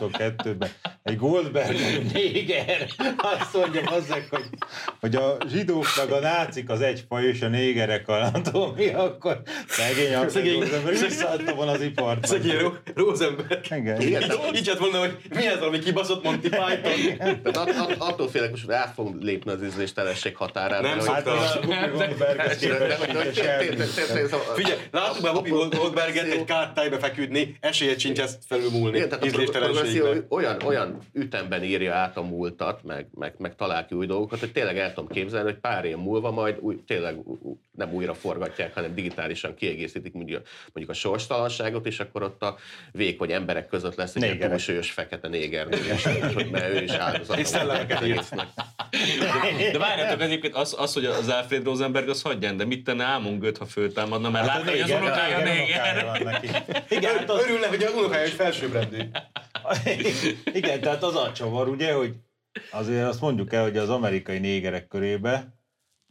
2022-ben egy Goldberg néger azt mondja azzak, hogy, hogy a zsidók meg a nácik az egyfa és a négerek a nem tudom mi, akkor szegény Alfred
Szegény-
Rosenberg visszaadta volna az ipart.
Szegény Ro- Rosenberg.
Igen.
Így- Így hát volna, hogy mi ez valami kibaszott Monty
(laughs)
Python.
Tehát at, at, attól félek, most hogy el fog lépni az üzlésteresség határán.
Nem
mert hogy-
Hát az a Whoopi Goldberghez
de- de- de- de-
képest
de-
szinte
de- de- de-
semmi.
de- de-
Figyelj, láttuk már Bobby Goldberget egy kártájba feküdni, esélye sincs ezt felülmúlni.
Igen, tehát a pro- progresszió
Ízléstelenségben.
olyan, olyan ütemben írja át a múltat, meg, meg, meg talál ki új dolgokat, hogy tényleg el tudom képzelni, hogy pár év múlva majd új, tényleg ú- ú- nem újra forgatják, hanem digitálisan kiegészítik mondjuk, mondjuk a sorstalanságot, és akkor ott a vékony emberek között lesz egy ilyen
Négerek.
túlsúlyos fekete néger, nő, és hogy- mert ő is áldozat.
És szellemeket írt.
De várjátok egyébként az, az, hogy az Alfred Rosenberg az hagyján, de mit tenne Ámungöt, ha föltámadna, mert látni, hogy az
Hát Igen,
unokája
igen,
néger.
unokája van
(laughs)
neki. Igen, hát az,
Örülne, hogy az unokája is felsőbbrendű.
(laughs) igen, tehát az a csavar, ugye, hogy azért azt mondjuk el, hogy az amerikai négerek körébe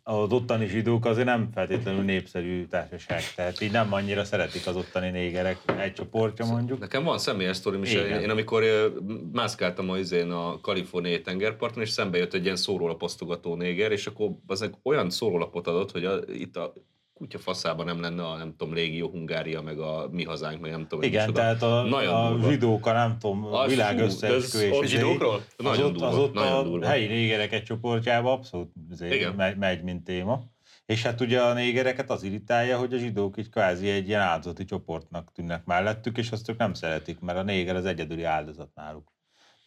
az ottani zsidók azért nem feltétlenül népszerű társaság, tehát így nem annyira szeretik az ottani négerek egy csoportja mondjuk.
Nekem van személyes sztorim is.
Igen.
Én, én amikor ö, mászkáltam a, izén a kaliforniai tengerparton, és szembe jött egy ilyen szórólaposztogató néger, és akkor aznek olyan szórólapot adott, hogy a, itt a kutya faszában nem lenne a, nem tudom, Légió Hungária, meg a Mi Hazánk, meg nem tudom, hogy
Igen,
micsoda.
tehát a, a
Szóval- durva.
zsidókkal nem tudom, a
Az
világ
fú, de ez
összeesküvés.
ott-
Zsidókról?
Az
Nagyon
ott,
durva,
az ott
nagyon
a
durva.
helyi négerek egy csoportjába abszolút azért
Igen.
megy, megy, mint téma. És hát ugye a négereket az irritálja, hogy a zsidók így kvázi egy ilyen áldozati csoportnak tűnnek mellettük, és azt ők nem szeretik, mert a néger az egyedüli áldozat náluk.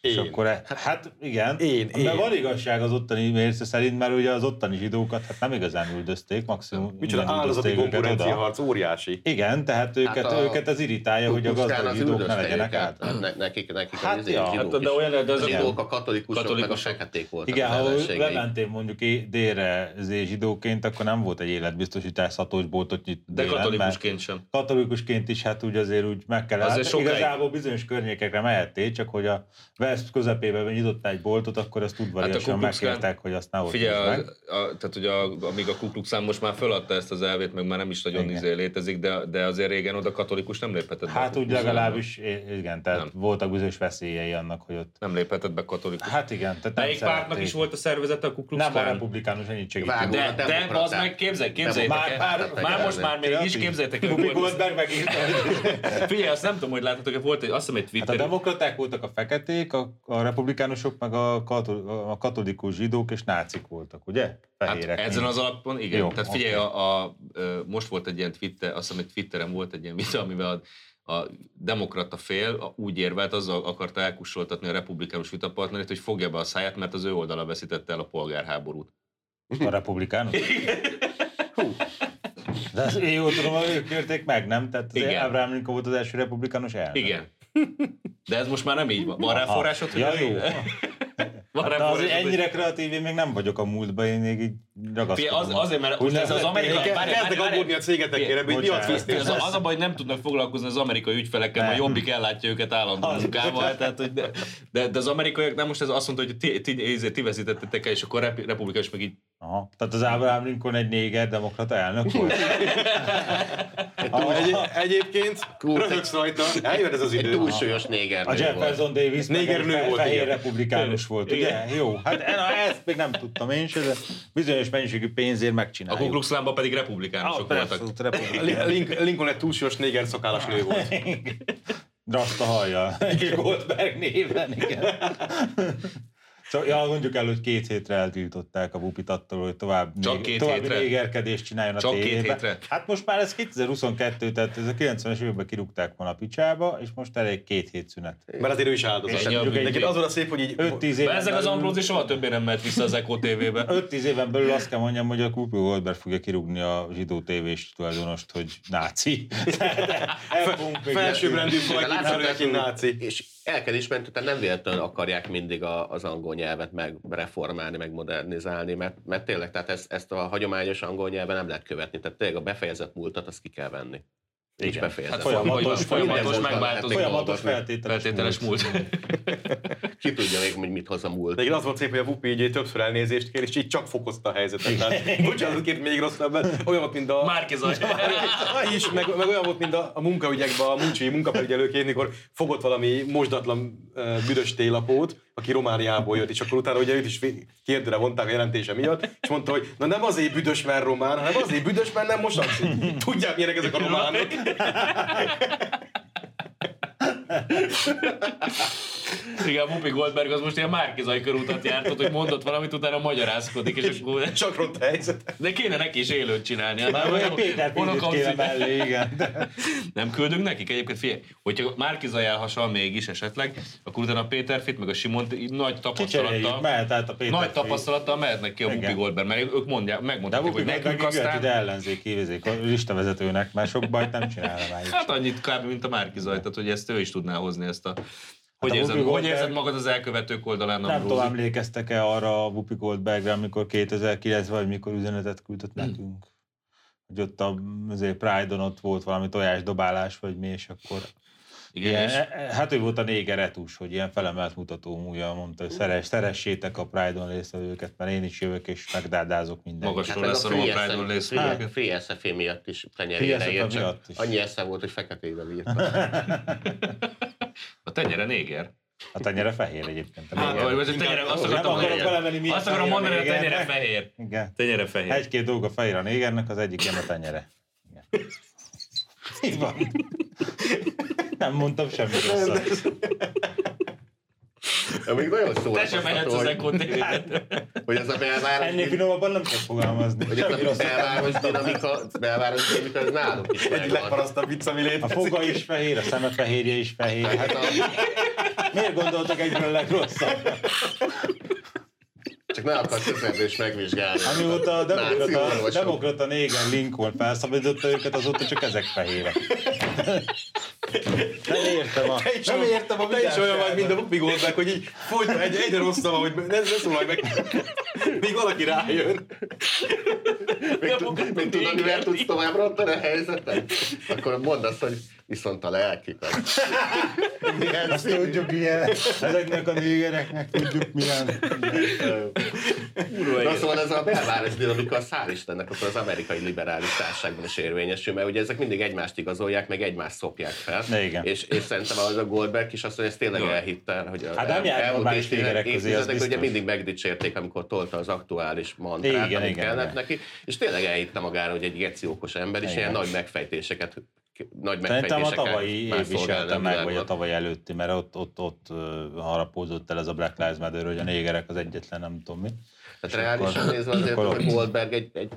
Én. És
Én.
akkor, e- hát igen,
Én,
de
én.
van igazság az ottani mérce szerint, mert ugye az ottani zsidókat hát nem igazán üldözték, maximum
Micsoda
innen
áldozati
üldözték őket
konkurencia
oda.
harc, óriási.
Igen, tehát őket,
a-
őket az irritálja, hogy a gazdag zsidók ne legyenek át.
Ne, nekik, nekik
Hát
az izé,
ja.
zsidók
Hát, de
is.
olyan, de
a
az
zsidók, a katolikusok, meg a
Katolikusok.
feketék voltak
Igen,
az
ha
ellenségei.
lementél mondjuk é- délre zé- zsidóként, akkor nem volt egy életbiztosítás szatós boltot itt
De
délen,
katolikusként sem.
Mert katolikusként is hát úgy azért úgy meg kell
Azért
hát
sokáig.
Igazából bizonyos környékekre mehettél, csak hogy a West közepében nyitottál egy boltot, akkor ezt
Hát a
udvariasan
Ku Klux Klan-
megkértek, hogy azt ne ott
Figyelj,
meg.
a, a, tehát ugye a, amíg a kuklukszám most már föladta ezt az elvét, meg már nem is nagyon
Igen.
izé létezik, de, de azért régen oda katolikus nem léphetett be a
Hát úgy
Ku Klux Klanba.
legalábbis, i- igen, tehát
Nem.
voltak bizonyos veszélyei annak, hogy ott...
Nem léphetett be katolikus.
Hát igen, tehát nem
Melyik pártnak
szerették.
is volt a szervezete a kuklux
Nem a republikánus, ennyit segítünk.
Vágó.
De, de, de
Demokraták.
az meg képzelj, képzeljétek
Már-
el.
már-
már,
már-
most már még is képzeljétek el.
Bubi
Volt,
Goldberg megírta, hogy-
figyelj, azt nem tudom, hogy láthatok, volt egy, azt hiszem egy
Hát a
Twitter.
demokraták voltak a feketék, a, a republikánusok meg a, katol, a katolikus zsidók és nácik voltak, ugye?
Hát
Fehérek.
ezen az alapon, igen. Jó,
Jó,
Tehát
oké.
figyelj, a, a, ö, most volt egy ilyen Twitter, azt hiszem, hogy Twitteren volt egy ilyen vita, amivel a, a demokrata fél a- úgy érvelt, azzal akarta elkussoltatni a republikánus vitapartnerét, hogy fogja be a száját, mert az ő oldala veszítette el a polgárháborút.
A republikánus? Hú. De az, én jól tudom, hogy ők kérték meg, nem? Tehát az
Igen.
Abraham Lincoln volt az első republikánus elnök. (laughs)
Igen. De ez most már nem így van. Van rá
Aha.
forrásod? hogy
Ja,
ez-
jó.
(laughs)
(laughs) Hát
Van rá
De az
forrásod, hogy-
ennyire kreatív, én még nem vagyok a múltban, én még így
Figyelj,
ragaszkodom.
az, azért, mert
Úgy
most ez az
nevezették
amerikai...
el.
várjál,
Kezdek
várjál.
aggódni a cégetekére, hogy mi a
Bocsánat.
twist
Az, az a baj, hogy nem tudnak foglalkozni az amerikai ügyfelekkel, mert
Nem.
jobbik ellátja őket állandó
Az-
munkával. Tehát, hogy de, de, de, az amerikaiak nem most ez azt mondta, hogy ti, ti, izé, ti veszítettetek el, és akkor rep- republikánus meg így.
Aha. Tehát az Abraham Lincoln egy néger demokrata elnök
(laughs)
volt.
Egy, egyébként, röhögsz rajta, eljön ez az
Egy
idő.
túlsúlyos néger
A Jefferson Davis meg
Néger
egy
nő
fe-
volt,
fehér
igen.
republikánus volt, ugye? Jó, hát na, ezt még nem tudtam én se, de bizonyos mennyiségű pénzért
A Ku
megcsináljuk.
Klux Klánban pedig republikánusok voltak.
Abszolút republikánus.
Link- Lincoln egy túlsúlyos néger szokállas nő volt.
(laughs) Rasta hajjal. És Goldberg néven, (laughs) igen. Szóval, ja, mondjuk el, hogy két hétre eltiltották a bupit attól, hogy tovább,
Csak
nég-
két
további
hétre?
négerkedést csináljon
Csak
a
két
tévében.
hétre?
Hát most már ez 2022, tehát ez a 90-es években kirúgták volna a picsába, és most elég két hét szünet.
Mert azért ő is áldozat.
Ennyi a
Mondjuk
bűn.
Neked az volt a szép, hogy így...
5-10 éven
De ezek az
belül-
Ambrózi soha többé nem mehet vissza az Eko TV-be.
5-10 éven belül azt kell mondjam, hogy a Kupi Goldberg fogja kirúgni a zsidó tévés tulajdonost, hogy (laughs) náci. El fogunk még
Felsőbbrendű
De
vagy,
látszott,
kicsit
hogy-
náci.
És el kell ismerni, tehát nem véletlenül akarják mindig a, az angol nyelvet megreformálni, meg modernizálni, mert, mert tényleg tehát ezt, ezt a hagyományos angol nyelven nem lehet követni. Tehát tényleg a befejezett múltat azt ki kell venni. Nincs
Hát
befejezett.
folyamatos-
folyamatos, folyamatos
folyamatos-
megváltozik.
Folyamatos feltételes,
Feltételes múlt.
(laughs)
Ki tudja még, hogy mit hoz a múlt.
De igen, az volt szép, hogy a Vupi így többször elnézést kér, és így csak fokozta a helyzetet. Tehát, bocsánat, két még rosszabb, olyan volt, mint a...
Márkizaj.
(laughs) Ah, is, meg, meg olyan volt, mint a, a munkaügyekben, a muncsi munkafelügyelőként, mikor fogott valami mosdatlan uh, büdös télapót, aki Romániából jött, és akkor utána ugye őt is kérdőre vonták a jelentése miatt, és mondta, hogy na nem azért büdös, mert román, hanem azért büdös, mert nem mosakszik. Tudják, milyenek ezek a románok.
Igen, a Whoopi Goldberg az most ilyen Márkizaj körutat járt, ott, hogy mondott valamit, utána magyarázkodik, és akkor...
Csak ront helyzet.
De kéne neki is élőt csinálni. hát Már
Vagy a Péter Pindit kéne mellé, igen. De-
Nem küldünk nekik egyébként, figyelj, hogyha Márkizaj elhasal mégis esetleg, akkor utána a Péterfit, meg a Simont így nagy
Kicseréljük,
tapasztalattal...
mehet át a Péter
Nagy tapasztalattal mehetnek ki a
Igen.
Whoopi Goldberg, mert ők mondják,
De
megmondták,
Bubi
hogy
meg
nekünk
aztán...
aztán...
de ellenzék kivézik a listavezetőnek, már sok bajt nem csinálna már.
Hát annyit kb. mint a Márkizaj, tehát hogy ezt ő is tudná hozni ezt a... Hogy,
Hát a
érzed,
Whoopi
hogy
Goldberg-
érzed magad az elkövetők oldalán?
Nem
Ambrózi?
tudom, emlékeztek-e arra a Whoopi Goldbergre, amikor 2009 vagy mikor üzenetet küldött nekünk? Hogy ott a azért Pride-on ott volt valami tojásdobálás, vagy mi, és akkor...
Igen,
Ilyen,
és
hát ő volt a négeretus, hogy ilyen felemelt mutató múlja, mondta, hogy szeres, szeressétek a Pride-on résztvevőket, mert én is jövök, és megdádázok mindent.
Magas.
meg
lesz a
Free
Roman Pride-on
SF
lesz.
Free-
Hát.
Free SFA miatt is
Free
tenyerére
SFA
írt, csak
miatt is.
annyi esze volt, hogy feketével írta.
a tenyere néger.
(laughs) A tenyere fehér egyébként. a
Hát,
néger.
vagy vagy a tenyere, azt
Nem
akartam
akarok
mondani.
belemenni, mi a
Azt akarom
tenyere
mondani, hogy a
néger.
tenyere fehér.
Igen.
Tenyere fehér.
Egy-két dolog a fehér a négernek, az egyik ilyen a tenyere. Igen. Így van. Nem mondtam semmi rosszat.
Amíg nagyon
Te sem mehetsz
szórakoztató,
az
hogy,
Hát,
ekkonténét.
hogy ez a belváros,
Ennél finomabban nem tudok fogalmazni.
Hát, hogy
Semmi
ez a
rosszat.
belváros dinamika, belváros dinamika, ez nálunk is
Egy
megvan.
legparasztabb vicc, ami
A
létezik.
foga is fehér, a szeme fehérje is fehér. Hát
Hát a,
miért gondoltak egyből a legrosszabb?
csak ne akar közvetlenül is megvizsgálni.
Amióta a demokrata,
Náciorvosok.
demokrata négen Lincoln felszabadította őket, azóta csak ezek fehérek. Nem értem a...
Nem értem, a te is olyan vagy, mint a Whoopi Goldberg, hogy így folyton egy, egyre rosszabb, hogy ne, ne szólalj meg. Még valaki rájön.
Még, még tudod, mivel tudsz tovább rontani a helyzetet? Akkor mondd azt, hogy viszont a lelkikat. Milyen szép.
Tudjuk ilyen. Ezeknek a négereknek tudjuk milyen.
Na szóval ez a belváros dinamika, az hál' Istennek, akkor az amerikai liberális társágban is érvényesül, mert ugye ezek mindig egymást igazolják, meg egymást szopják fel.
Na igen.
És, és szerintem az a Goldberg is azt mondja, ezt tényleg elhitte, hogy a,
Hát nem jár normális négerek közé, az
évtizedek ugye
biztos.
mindig megdicsérték, amikor tolta az aktuális mantrát,
Igen,
igen, ami
igen,
kellett
igen.
neki, és tényleg elhitte magára, hogy egy geci okos ember, és
Igen.
ilyen nagy megfejtéseket nagy
Szerintem a
megfejtéseket
tavalyi év is
mászolgálna
jelte meg, vagy a
világban.
tavaly előtti, mert ott, ott, ott ö, harapózott el ez a Black Lives Matter, hogy a négerek az egyetlen, nem tudom mi.
Tehát Hát reálisan
akkor-
nézve azért,
akkor
hogy
ott-
Goldberg egy, egy,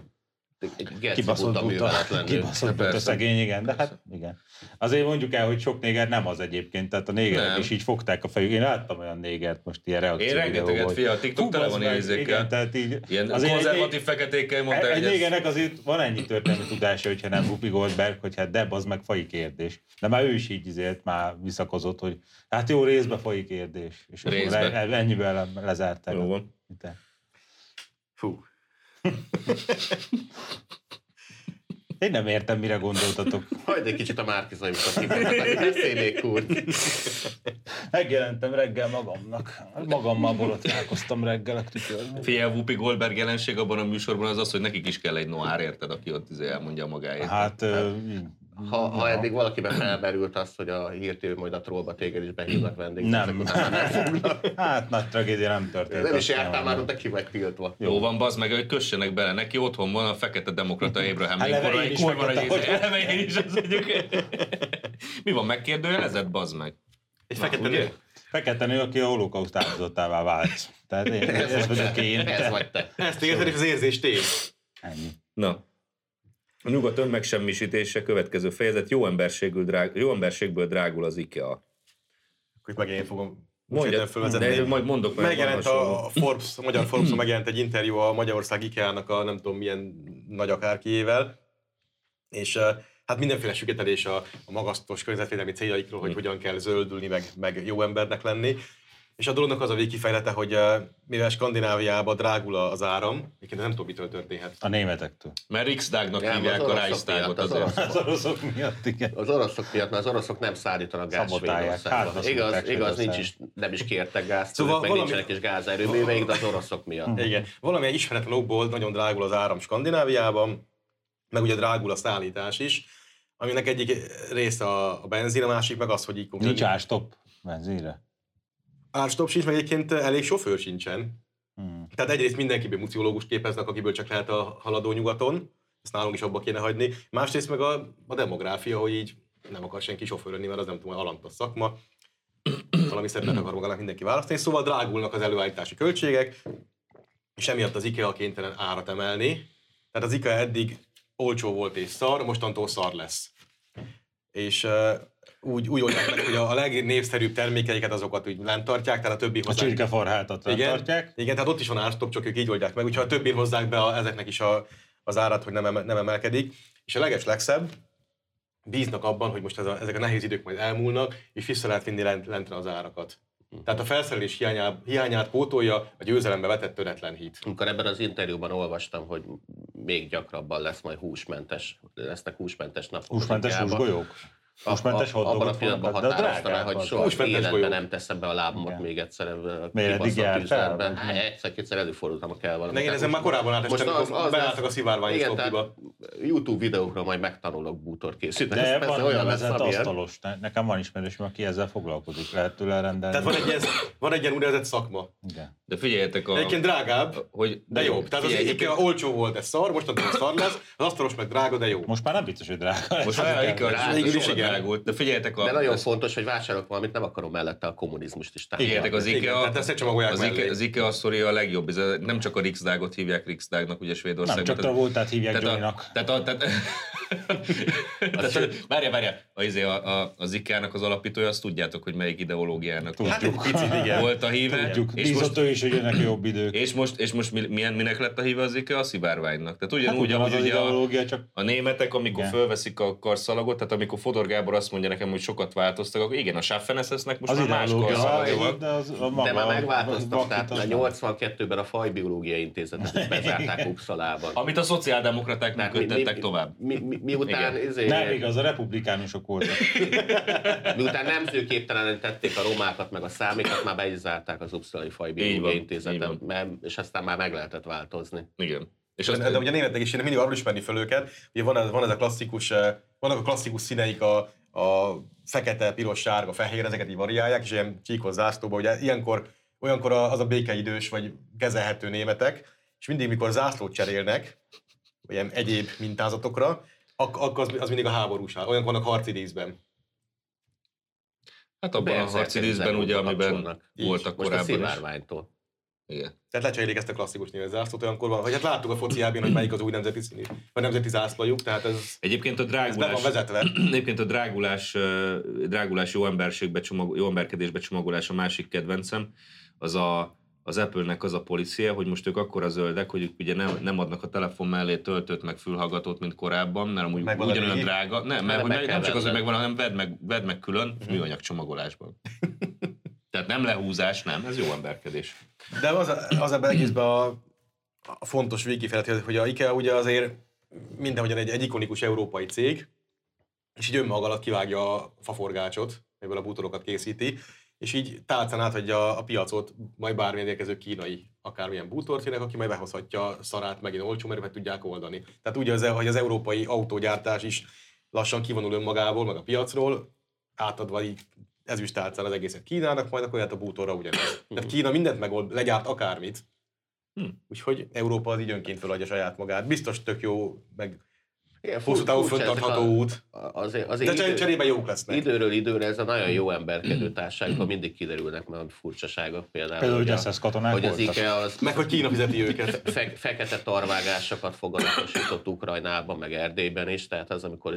egy geci
Kibaszott
buta
buta,
műveletlenül.
kibaszott buta
Persze.
szegény, igen, de hát igen. Azért mondjuk el, hogy sok néger nem az egyébként, tehát a négerek
Nem.
is így fogták a fejük. Én láttam olyan négert most ilyen reakció
Én rengeteget,
videóból.
fia, a TikTok
Hú,
tele
bazd
van
meg,
érzékkel.
Igen, tehát így...
Ilyen
azért egy-
konzervatív feketékkel mondták,
egy
hogy ez...
négernek azért van ennyi történelmi tudása, hogyha nem Whoopi Goldberg, hogy hát de az meg fai kérdés. De már ő is így izért már visszakozott, hogy hát jó részbe fai kérdés. És akkor
Részbe.
le- le- ennyivel le- lezárták.
Jó van.
Te.
Fú.
Én nem értem, mire gondoltatok.
Hagyd egy kicsit a márkizaimat, beszélnék kurd.
Megjelentem reggel magamnak. Magammal borotválkoztam reggel a tükörben.
Figyelj, Whoopi Goldberg jelenség abban a műsorban az az, hogy nekik is kell egy noár, érted, aki ott izé elmondja magáét.
Hát, ö, így.
Ha, ha eddig valakiben felmerült azt, hogy a hírtő majd a trollba téged is behívnak vendégnek, ezek
nem.
után már nem fog.
Hát nagy tragédia nem történt.
Nem is
azt kell
jártál már,
mondanom.
ott ki vagy tiltva.
Jó van, bazd meg, hogy kössenek bele. Neki otthon van a fekete demokrata Abraham
Eleve
Lincoln,
én
egy
is
kurva
fekete
nagy
vagyok.
izé. (laughs) Eleve én is az vagyok. (laughs) Mi van, megkérdőjelezett, bazd meg?
Egy fekete
ugye?
nő.
Fekete nő, aki a holokauszt áldozattává vált. Tehát én, ez vagyok én.
Ez vagy te.
Ezt érted, és az érzés tény.
Ennyi.
Na. A nyugat önmegsemmisítése következő fejezet. Jó, emberségből drág, jó emberségből drágul az IKEA.
Hogy meg én fogom
Mondja, de majd mondok meg.
Megjelent a Forbes, a magyar
(clears throat)
Forbes megjelent egy interjú a Magyarország IKEA-nak a nem tudom milyen nagy akárkiével, és eh, hát mindenféle süketelés a, a magasztos környezetvédelmi céljaikról,
Mm.
hogy hogyan kell zöldülni, meg, meg jó embernek lenni. És a dolognak az a végkifejlete, hogy eh, mivel Skandináviában drágul az áram, egyébként nem tudom, mitől történhet.
A németektől.
Mert Riksdágnak
Nem,
hívják
az
a
oroszok
Reichstagot
miatt, az
azért.
oroszok.
Az oroszok miatt, igen.
Az oroszok miatt, mert az oroszok nem szállítanak gáz
Szabotálják.
Svédországba.
Házba
Igaz,
szokták
igaz, nincs is,
Svédországba.
nem is kértek gázt,
Szóval
meg
valami- Hm.
nincsenek is gázerőműveik, de az oroszok miatt.
Igen. Valamilyen ismeretlen okból nagyon drágul az áram Skandináviában, meg ugye drágul a szállítás is, aminek egyik része a, a benzin, a másik meg az, hogy így
Nincs ástop benzinre.
Árstop sincs, meg egyébként elég sofőr sincsen.
Hmm.
Tehát egyrészt mindenkiből muciológust képeznek, akiből csak lehet a haladó nyugaton, ezt nálunk is abba kéne hagyni. Másrészt meg a, a demográfia, hogy így nem akar senki sofőrödni, mert az nem tudom, alant a szakma. Valami szerepet akar magának mindenki választani, szóval drágulnak az előállítási költségek, és emiatt az IKEA kénytelen árat emelni. Tehát az IKEA eddig olcsó volt és szar, mostantól szar lesz. És uh, úgy, úgy oldják meg, hogy a a legnépszerűbb termékeiket azokat úgy lent tartják, tehát a többi
A
hozzá.
csirkeforhátat
Igen,
tartják.
igen, tehát ott is van árstop, csak ők így oldják meg. Úgyhogy a többin hozzák be a, ezeknek is a, az árat, hogy nem, eme, nem emelkedik. És a leges legszebb, bíznak abban, hogy most ez a, ezek a nehéz idők majd elmúlnak, és vissza lehet vinni lent, lentre az árakat.
Mhm.
Tehát a felszerelés hiányá, hiányát pótolja a győzelembe vetett töretlen hit.
Amikor ebben az interjúban olvastam, hogy még gyakrabban lesz majd húsmentes, lesznek húsmentes napok.
Húsmentes
az Indiában.
húsgolyók. Húsmentes
A- a- Abban a
hotdogot
pillanatban
fognak, de
határoztam el,
drágák
hogy
vannak.
soha
Húsmentes
életben
golyók.
nem teszem be a lábamat még egyszer ebbe
Miért, eddig jártál?
tűzletbe.
Vagy
Hát, Egyszer-kétszer előfordultam a kell valami.
De én ezen már korábban átestem, amikor beálltak a szivárvány
Igen, tehát
szloppiba.
YouTube videókra majd megtanulok bútor készíteni.
De
Ez
van
persze
olyan
lesz,
nevezett
amilyen.
asztalos. Ne- Nekem van ismerősöm, aki ezzel foglalkozik. Lehet tőle rendelni.
Tehát van egy, ez, van egy ilyen úgynevezett szakma.
Igen.
De figyeljetek a...
De egyébként drágább,
hogy
de jobb. Tehát az
Figyelj,
egyik
egyébként-
olcsó volt, de szar, mostantól szar lesz, az asztalos meg drága, de jó.
Most már nem biztos, hogy drága lesz.
Most már
Igen.
a Iker
Végül is
sokat
igen.
drágult, de figyeljetek a...
De nagyon fontos, hogy vásárolok valamit, nem akarom mellette a kommunizmust is
Figyeljetek, az
Igen,
IKEA,
tehát ezt ne csomagolják
az,
mellé.
IKEA, az IKEA sztori a legjobb, ez a- nem csak a Riksdágot hívják Riksdágnak, ugye Svédországban.
Nem, csak
Tehát-
Travoltát hívják
tehát a-
Johnnynak.
Tehát a...
(laughs)
Tehát, tehát, a- várjál, várjál, a, izé, a, a, az IKEA-nak az alapítója, azt tudjátok, hogy melyik ideológiának
Hát egy
picit, igen.
volt a híve.
Tudjuk,
és most,
bízott ő is, hogy jönnek jobb idők.
és most, és most mi- milyen, minek lett a híve az IKEA? A szivárványnak. Tehát
Hát
ugyanúgy,
ugyanaz
ahogy
az
ugye a,
ideológia, csak
a németek, amikor
Igen.
fölveszik a karszalagot, tehát amikor Fodor Gábor azt mondja nekem, hogy sokat változtak, akkor igen, a Schaffenessnek most
az
már más karszalagja
ideológia,
van.
de az a maga.
De már
a-
megváltoztak, tehát
a-
a 82-ben a Fajbiológiai Intézetet is
(laughs)
bezárták Uppsalában.
Amit a szociáldemokraták nem
Mi- mi-
kötöttek tovább.
Mi, mi, miután,
Igen.
izé,
Nem igaz, a republikánusok voltak.
miután nemzőképtelenek tették a romákat, meg a számékat, már be is zárták az Uppsalai
Így van,
Fajbiológiai
így
Intézetet, mert- és aztán már meg lehetett változni.
Igen. És
De, de ugye a németek is mindig arról ismerni fel őket, ugye van, ez- van ez a klasszikus, eh, vannak a klasszikus színeik a, a fekete, piros, sárga, fehér, ezeket így variálják, és ilyen csíkos zászlóba, ugye ilyenkor, olyankor a- az a békeidős, vagy kezelhető németek, és mindig, mikor zászlót cserélnek, vagy ilyen egyéb mintázatokra, ak- akkor az, az mindig a háborúság, olyank vannak harci díszben.
hát abban a
Persze,
harci díszben,
ezzel
ugye, amiben
kapcsolnak.
Így.
voltak
Most a
korábban is.
szivárványtól.
Igen.
Tehát lecserélik ezt a klasszikus német zászlót, olyankor van, hogy hát láttuk a foci EB-n, hogy melyik az új nemzeti színű, vagy nemzeti zászlajuk, tehát ez,
Egyébként a
ez be van
drágulás,
vezetve.
(clears throat) egyébként a drágulás, ö, drágulás jó, emberségbe csomag, jó emberkedésbe csomagolás a másik kedvencem, az a, az Apple-nek az a policia, hogy most ők akkora zöldek, hogy ők ugye nem, nem adnak a telefon mellé töltőt, meg fülhallgatót, mint korábban, mert amúgy
Megvan a
ugyanolyan
díj.
drága. Nem,
Mert
mert hogy
meg
meg,
kell
nem csak az, hogy
venned.
megvan, hanem vedd meg, vedd meg külön
Mhm.
műanyag
(laughs)
csomagolásban. Tehát nem lehúzás, nem, ez jó emberkedés.
De az, az ebben egészben a, a fontos végkifejlet, hogy- hogy a IKEA ugye azért mindenhogyan egy, egy ikonikus európai cég, és így önmaga alatt kivágja a faforgácsot, amiből a bútorokat készíti, és így tálcán átadja a piacot majd bármilyen érkező kínai, akármilyen bútorcének, aki majd behozhatja a szarát megint olcsó, mert meg tudják oldani. Tehát úgy, az, e- hogy az európai autógyártás is lassan kivonul önmagából, meg a piacról, átadva így ezüst tálcán az egészet Kínának, majd akkor lehet a bútorra ugyanez. Tehát Kína mindent megold, legyárt akármit. Úgyhogy Európa az így önként feladja saját magát. Biztos tök jó, meg
Igen, fur-
hosszú távú
furcsa ezek
fenntartható út.
a- Azért, azért
De cser-
idő-
cserébe jók lesznek.
Időről időre ez a nagyon jó
Mm.
emberkedő társaságban mindig kiderülnek meg a furcsaságok. Például,
Például, hogy
a-
SS katonák
hogy az
voltak.
IKEA az
Meg hogy Kína
(laughs)
fizeti őket.
fe- fekete tarvágásokat foganatosított Ukrajnában, meg Erdélyben is, tehát az, amikor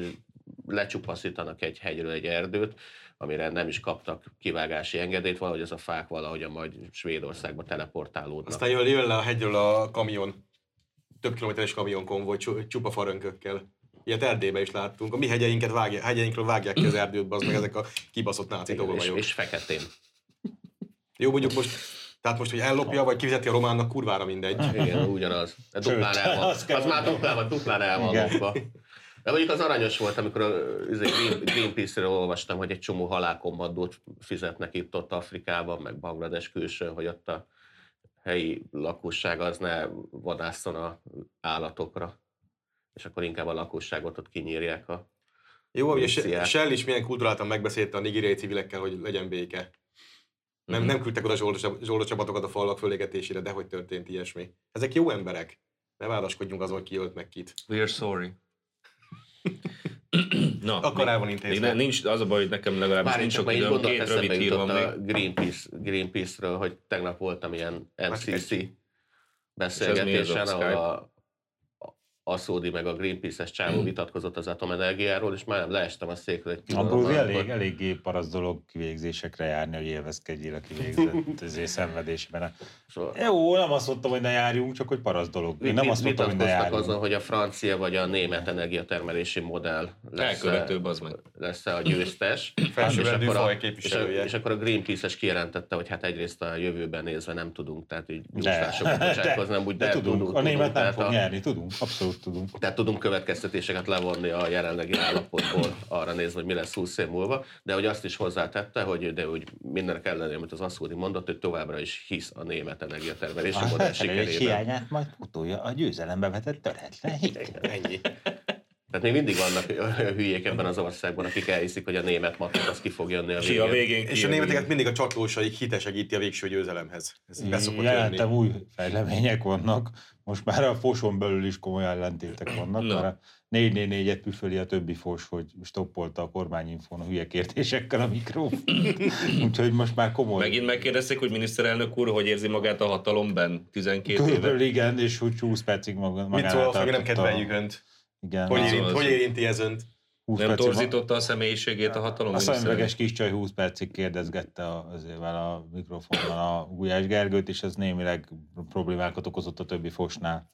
lecsupaszítanak egy hegyről egy erdőt, amire nem is kaptak kivágási engedélyt, valahogy ez a fák valahogyan majd Svédországba teleportálódnak.
Aztán jön, jön le a hegyről a kamion, több kilométeres kamionkonvoj csu- csupa farönkökkel. Ilyet Erdélyben is láttunk. A mi hegyeinket vágják, hegyeinkről vágják ki az erdőt, az meg ezek a kibaszott náci
és,
tolvajok.
és feketén.
Jó, mondjuk most, tehát most, hogy ellopja, vagy kifizeti a románnak, kurvára mindegy.
Igen, ugyanaz. De duplán el van.
az kell
Az már duplán van, duplán el van
Igen.
lopva. De mondjuk az aranyos volt, amikor a izé, Green- Greenpeace-ről olvastam, hogy egy csomó halálkommandót fizetnek itt-ott Afrikában, meg Banglades külsőn, hogy ott a helyi lakosság az ne vadásszon a állatokra. És akkor inkább a lakosságot ott kinyírják a...
Jó, ugye
Szia.
Se- Shell is milyen kulturáltan megbeszélte a nigériai civilekkel, hogy legyen béke. Nem,
Mhm.
nem küldtek oda zsoldos- zsoldos csapatokat a falak fölégetésére, de hogy történt ilyesmi. Ezek jó emberek. Ne vádaskodjunk azon, ki ölt meg kit.
We are sorry. (clears throat) Na,
Akkor el van
még
intézve.
ne, nincs, az a baj, hogy nekem legalábbis
Már
nincs sok
csak így
időm,
gondolat
két rövid
eszembe
hírom
jutott
még.
a Greenpeace, Greenpeace-ről, hogy tegnap voltam ilyen
Hát
MCC
És ez mi
beszélgetésen,
ez a
ahol a, a Szódi meg a Greenpeace-es csávó
Hmm.
vitatkozott az atomenergiáról, és már leestem a székről egy
Abból
pillanatra,
elég,
amikor-
eléggé paraszt dolog kivégzésekre járni, hogy élvezkedjél a (laughs) kivégzett azért szenvedésben.
Szóval-
Jó, nem azt mondtam, hogy ne járjunk, csak hogy paraszt dolog. Én nem azt mondtam, hogy ne
vitatkoztak
járjunk.
azon, hogy a francia vagy a német energiatermelési modell lesz,
Elkövetőbb az meg.
lesz a győztes.
Felsőbbrendű
És akkor a-
faj
és, a,
képviselője.
és akkor a Greenpeace-es kijelentette, hogy hát egyrészt a jövőben nézve nem tudunk, tehát így
De,
gyúsztásokra bocsátkozni, nem úgy,
de, de tudunk. a német nem
tehát
fog
a-
nyerni, tudunk, abszolút tudunk.
tehát tudunk következtetéseket levonni a jelenlegi állapotból, arra nézve, hogy mi lesz 20 év múlva, de hogy azt is hozzátette, hogy de úgy mindenek ellenére, amit az Aszódi mondott, hogy továbbra is hisz a német energiatermelés
A
modell
felelős
sikerében.
hiányát majd utolja a győzelembe vetett töretlen hit.
Ennyi. Tehát még mindig vannak (laughs) olyan hülyék ebben az országban, akik elhiszik, hogy a német matek az ki fog jönni a
Ki a
végén.
végén
És a németeket mindig a csatlósaik hite segíti a végső győzelemhez. Ez így beszokott jönni.
Jelentem új fejlemények vannak, most már a foson belül is komoly ellentétek vannak,
Na.
mert a 444-et püföli a többi fos, hogy stoppolta a kormányinfón a hülye kérdésekkel a mikró. Úgyhogy most már komoly.
Megint megkérdezték, hogy miniszterelnök úr, hogy érzi magát a hatalomban 12 éve.
Körülbelül igen, és úgy 20 percig maga,
Mit
magánál
szól, hogy
tartotta.
nem kedveljük önt?
Igen,
Hogy,
a-
érint,
az-
hogy érinti ez önt?
20
Nem
percig ma-
torzította a személyiségét a hatalom?
A szemüveges kis csaj 20 percig kérdezgette a- azével a mikrofonon a Gulyás Gergőt, és ez némileg problémákat okozott a többi fosnál,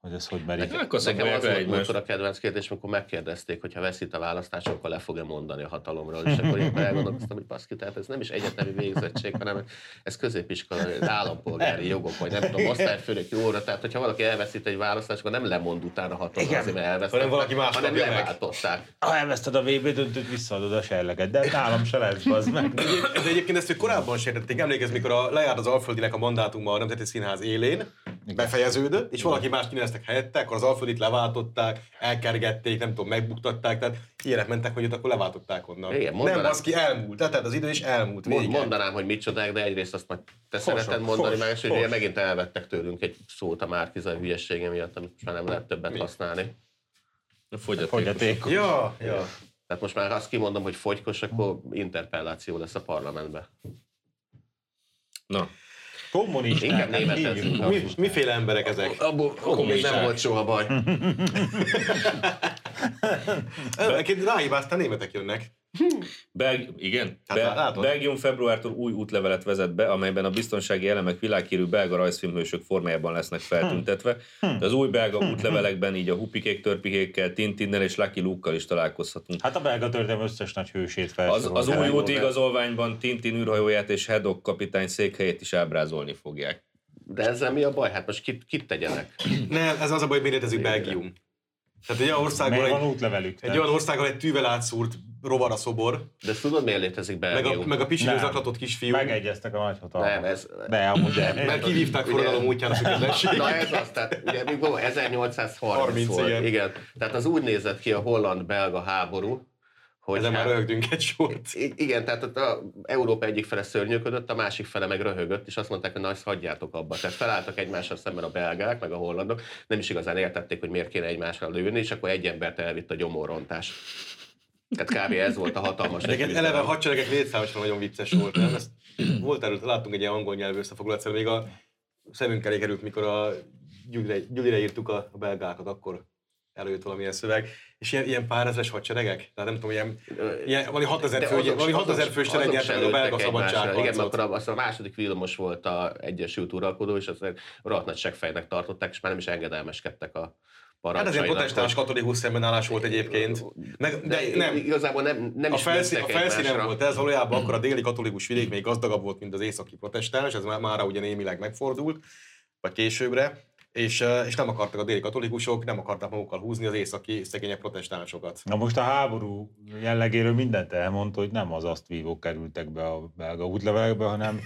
hogy ez hogy merik.
Nekem akkor
Nekem
szagolják
az
le
volt
egymást.
múltkor a kedvenc kérdés, amikor megkérdezték, hogy ha veszít a választás, akkor le fog-e mondani a hatalomról. És akkor én elgondolkoztam, hogy baszki, tehát ez nem is egyetemi végzettség, hanem ez középiskolai ez állampolgári jogok, vagy nem tudom, osztályfőnöki óra. Tehát, hogyha valaki elveszít egy választást, akkor nem lemond utána a hatalomról,
Igen.
azért, mert elvesztette,
Hanem valaki más
hanem
kapja meg.
leváltották.
Ha elveszted a VB döntőt, visszaadod a serleget, de hát nálam se lesz, bazd meg.
De egyébként ezt ők korábban sértették. Emlékezz, mikor a, lejárt az Alföldinek a mandátuma a Nemzeti Színház élén, befejeződött, és valaki más kineveztek helyette, akkor az Alföldit leváltották, elkergették, nem tudom, megbuktatták, tehát ilyenek mentek, hogy ott akkor leváltották onnan.
Igen, mondanám.
nem, az ki elmúlt, tehát az idő is elmúlt.
Mond,
vége.
mondanám, hogy micsoda, de egyrészt azt majd te
Fosok,
szereted mondani,
fos,
másrészt
fos.
ugye megint elvettek tőlünk egy szót a Márkizai hülyesége miatt, amit most már nem lehet többet használni.
Fogyaték.
Fogyatékos.
Ja, ja.
Tehát most már ha azt kimondom, hogy fogykos, akkor interpelláció lesz a parlamentben.
Na,
Kommunisták.
Inkább
hát
német
hívjuk
ez.
Mi,
kommunisták.
miféle emberek ezek?
Abból akkor nem volt soha
(laughs)
baj.
Egyébként ráhibáztál, németek jönnek.
Belg... Igen?
Hát látod?
Belgium februártól új útlevelet vezet be, amelyben a biztonsági elemek világhírű belga rajzfilmhősök formájában lesznek feltüntetve.
Hm.
De az új belga útlevelekben így a hupikék, törpikékkel, Tintinnel és Lucky Luke-kal is találkozhatunk.
Hát a belga történelem összes nagy hősét
Az,
felsorolta.
az új
Elmondom,
úti igazolványban Tintin űrhajóját és Hedok kapitány székhelyét is ábrázolni fogják.
De ezzel mi a baj? Hát most kit, kit tegyenek?
Nem, ez az a baj, hogy miért létezik Belgium. Tehát egy olyan országban,
Meg
egy,
van útlevelük.
egy olyan országban egy tűvel átszúrt rovar a szobor,
De ezt tudod, miért létezik
meg a,
Belgium?
meg a pisilőz
Nem.
zaklatott kisfiú,
Megegyeztek a nagyhatalmak.
Nem, ez-
De amúgy
mert
de.
kivívták
Ugye-
forradalom útján a
Na
függetlenséget.
ez az, tehát ugye még volt 1830
30,
volt.
igen.
Igen. Tehát az úgy nézett ki a holland-belga háború, hogy
Ezen már
hát,
röhögtünk egy sort.
I- Igen, tehát ott a Európa egyik fele szörnyűködött, a másik fele meg röhögött, és azt mondták, hogy na, ezt hagyjátok abba. Tehát felálltak egymással szemben a belgák, meg a hollandok, nem is igazán értették, hogy miért kéne egymásra lőni, és akkor egy embert elvitt a gyomorrontás. Tehát kb. ez volt a hatalmas nagy
Egyébként
küzdelem.
eleve a hadseregek létszámosan nagyon vicces volt, nem? Ezt volt előtt, láttunk egy ilyen angol nyelvű összefoglalót, szóval még a szemünk elé került, mikor a Gyulire, Gyulire írtuk a a belgákat, akkor előjött valamilyen szöveg. És ilyen, ilyen pár ezres hadseregek? Tehát nem tudom, ilyen, ilyen valami 6000
De
fő,
azok-
valami
azok-
6000 fős
azok
tereget,
se
a belga
lőttek egymásra. Igen, mert
szabadságharcot.
akkor a- azt a második villamos volt a Egyesült Uralkodó, és azt egy rohadt nagy seggfejnek tartották, és már nem is engedelmeskedtek a
Hát azért
parancsainak.
protestáns katolikus szembenállás volt egyébként. Meg, de,
de
nem,
igazából nem, nem
a,
is
felszín, a
lőttek
felszínen
egymásra.
volt ez, valójában akkor a déli katolikus vidék még gazdagabb volt, mint az északi protestáns, ez már mára ugye némileg megfordult, vagy későbbre, és, eh, és nem akartak a déli katolikusok, nem akarták magukkal húzni az északi szegények protestánsokat.
Na most a háború jellegéről mindent elmondta, hogy nem az azt vívók kerültek be a belga útlevelekbe,
(laughs)
hanem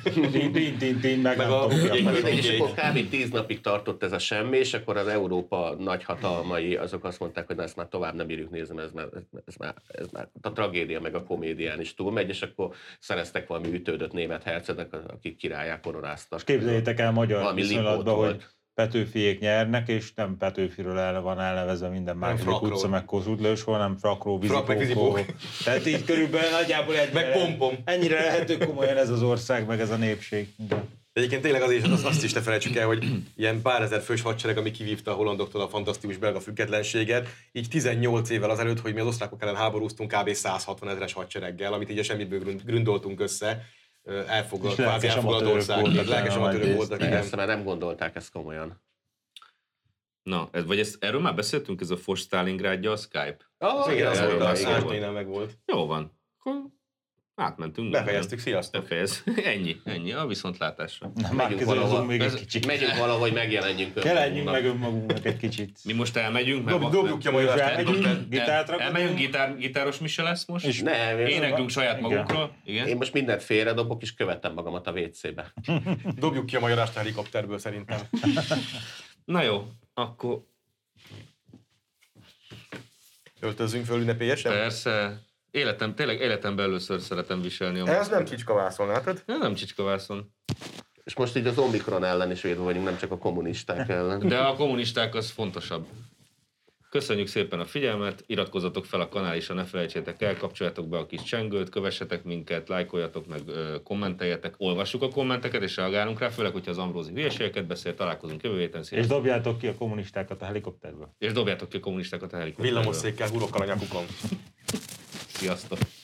tin-tin-tin, meg
Meg
nem
a-
tudom, mi a
ugye-
faszom.
És
Oké.
akkor kb. tíz napig tartott ez a semmi, és akkor az Európa nagyhatalmai azok azt mondták, hogy na, ezt már tovább nem bírjuk nézni, ez már, ez, már, ez már a tragédia meg a komédián is túlmegy, és akkor szereztek valami ütődött német hercegnek, akik királyá koronáztak.
Most képzeljétek el magyar
Valami lipót
viszonylatban, hogy
volt.
Petőfiék nyernek, és nem Petőfiről el van elnevezve minden második
Frakról.
utca, meg Kossuth Lajos, hanem Frakró,
Frak meg
Vizipókó.
Vizipókó.
Tehát így körülbelül nagyjából egy
Meg Pompom.
Ennyire lehető komolyan ez az ország, meg ez a népség. Igen.
Egyébként tényleg az is, az, azt is ne felejtsük el, hogy ilyen pár ezer fős hadsereg, ami kivívta a hollandoktól a fantasztikus belga függetlenséget, így 18 évvel azelőtt, hogy mi az osztrákok ellen háborúztunk kb. 160 ezeres hadsereggel, amit így a semmiből gründ- gründoltunk össze, ö, elfoglalt,
És
kvázi
lelkes
elfoglalt
amatőrök
ország,
voltak,
lelkes
nem
amatőrök
nagy
voltak, igen.
Persze, mert nem gondolták ezt komolyan.
Na, ez, vagy ezt, erről már beszéltünk, ez a Fos Stalingrádja, a Skype?
Ah, igen, az
Igen,
volt,
igen,
az
igen,
Árténál meg volt.
Jó van. Akkor átmentünk.
Befejeztük, sziasztok!
Befejez. (laughs) Ennyi, ennyi. A viszontlátásra.
Már
Megyünk
közül
valahol,
még egy
ez-
kicsit.
megyünk valahogy megjelenjünk
Kelenjünk
önmagunknak.
meg önmagunknak egy kicsit.
Mi most elmegyünk, mert...
Dob- Dobjuk ki a mai
Most
adást.
elmegyünk,
El-
gitárt ragadunk.
Elmegyünk, gitár, gitáros mi se lesz most.
És
Nem, én-
Éneklünk saját
Igen.
magunkról. Igen.
én most mindent félredobok, és követem magamat a WC-be.
Dobjuk ki a mai adást a helikopterből szerintem.
Na jó, akkor
Öltözzünk föl ünnepélyesen?
persze. Életem, tényleg életemben először szeretem viselni a
Ez nem kicskavászol, látod?
Nem, nem csicskavászon.
És most így az Omikron ellen is védve vagyunk, nem csak a kommunisták ellen.
De a kommunisták az fontosabb. Köszönjük szépen a figyelmet, iratkozzatok fel a kanálisra, ne felejtsétek el, kapcsoljatok be a kis csengőt, kövessetek minket, lájkoljatok meg, ö, kommenteljetek, olvassuk a kommenteket és reagálunk rá, főleg, hogyha az Ambrózi hülyeségeket beszél, találkozunk jövő héten,
És
sziasztok.
dobjátok ki a kommunistákat a helikopterből.
és dobjátok ki a kommunistákat a helikopterről.
Villamosszékkel hurok a nyakukon.
Sziasztok.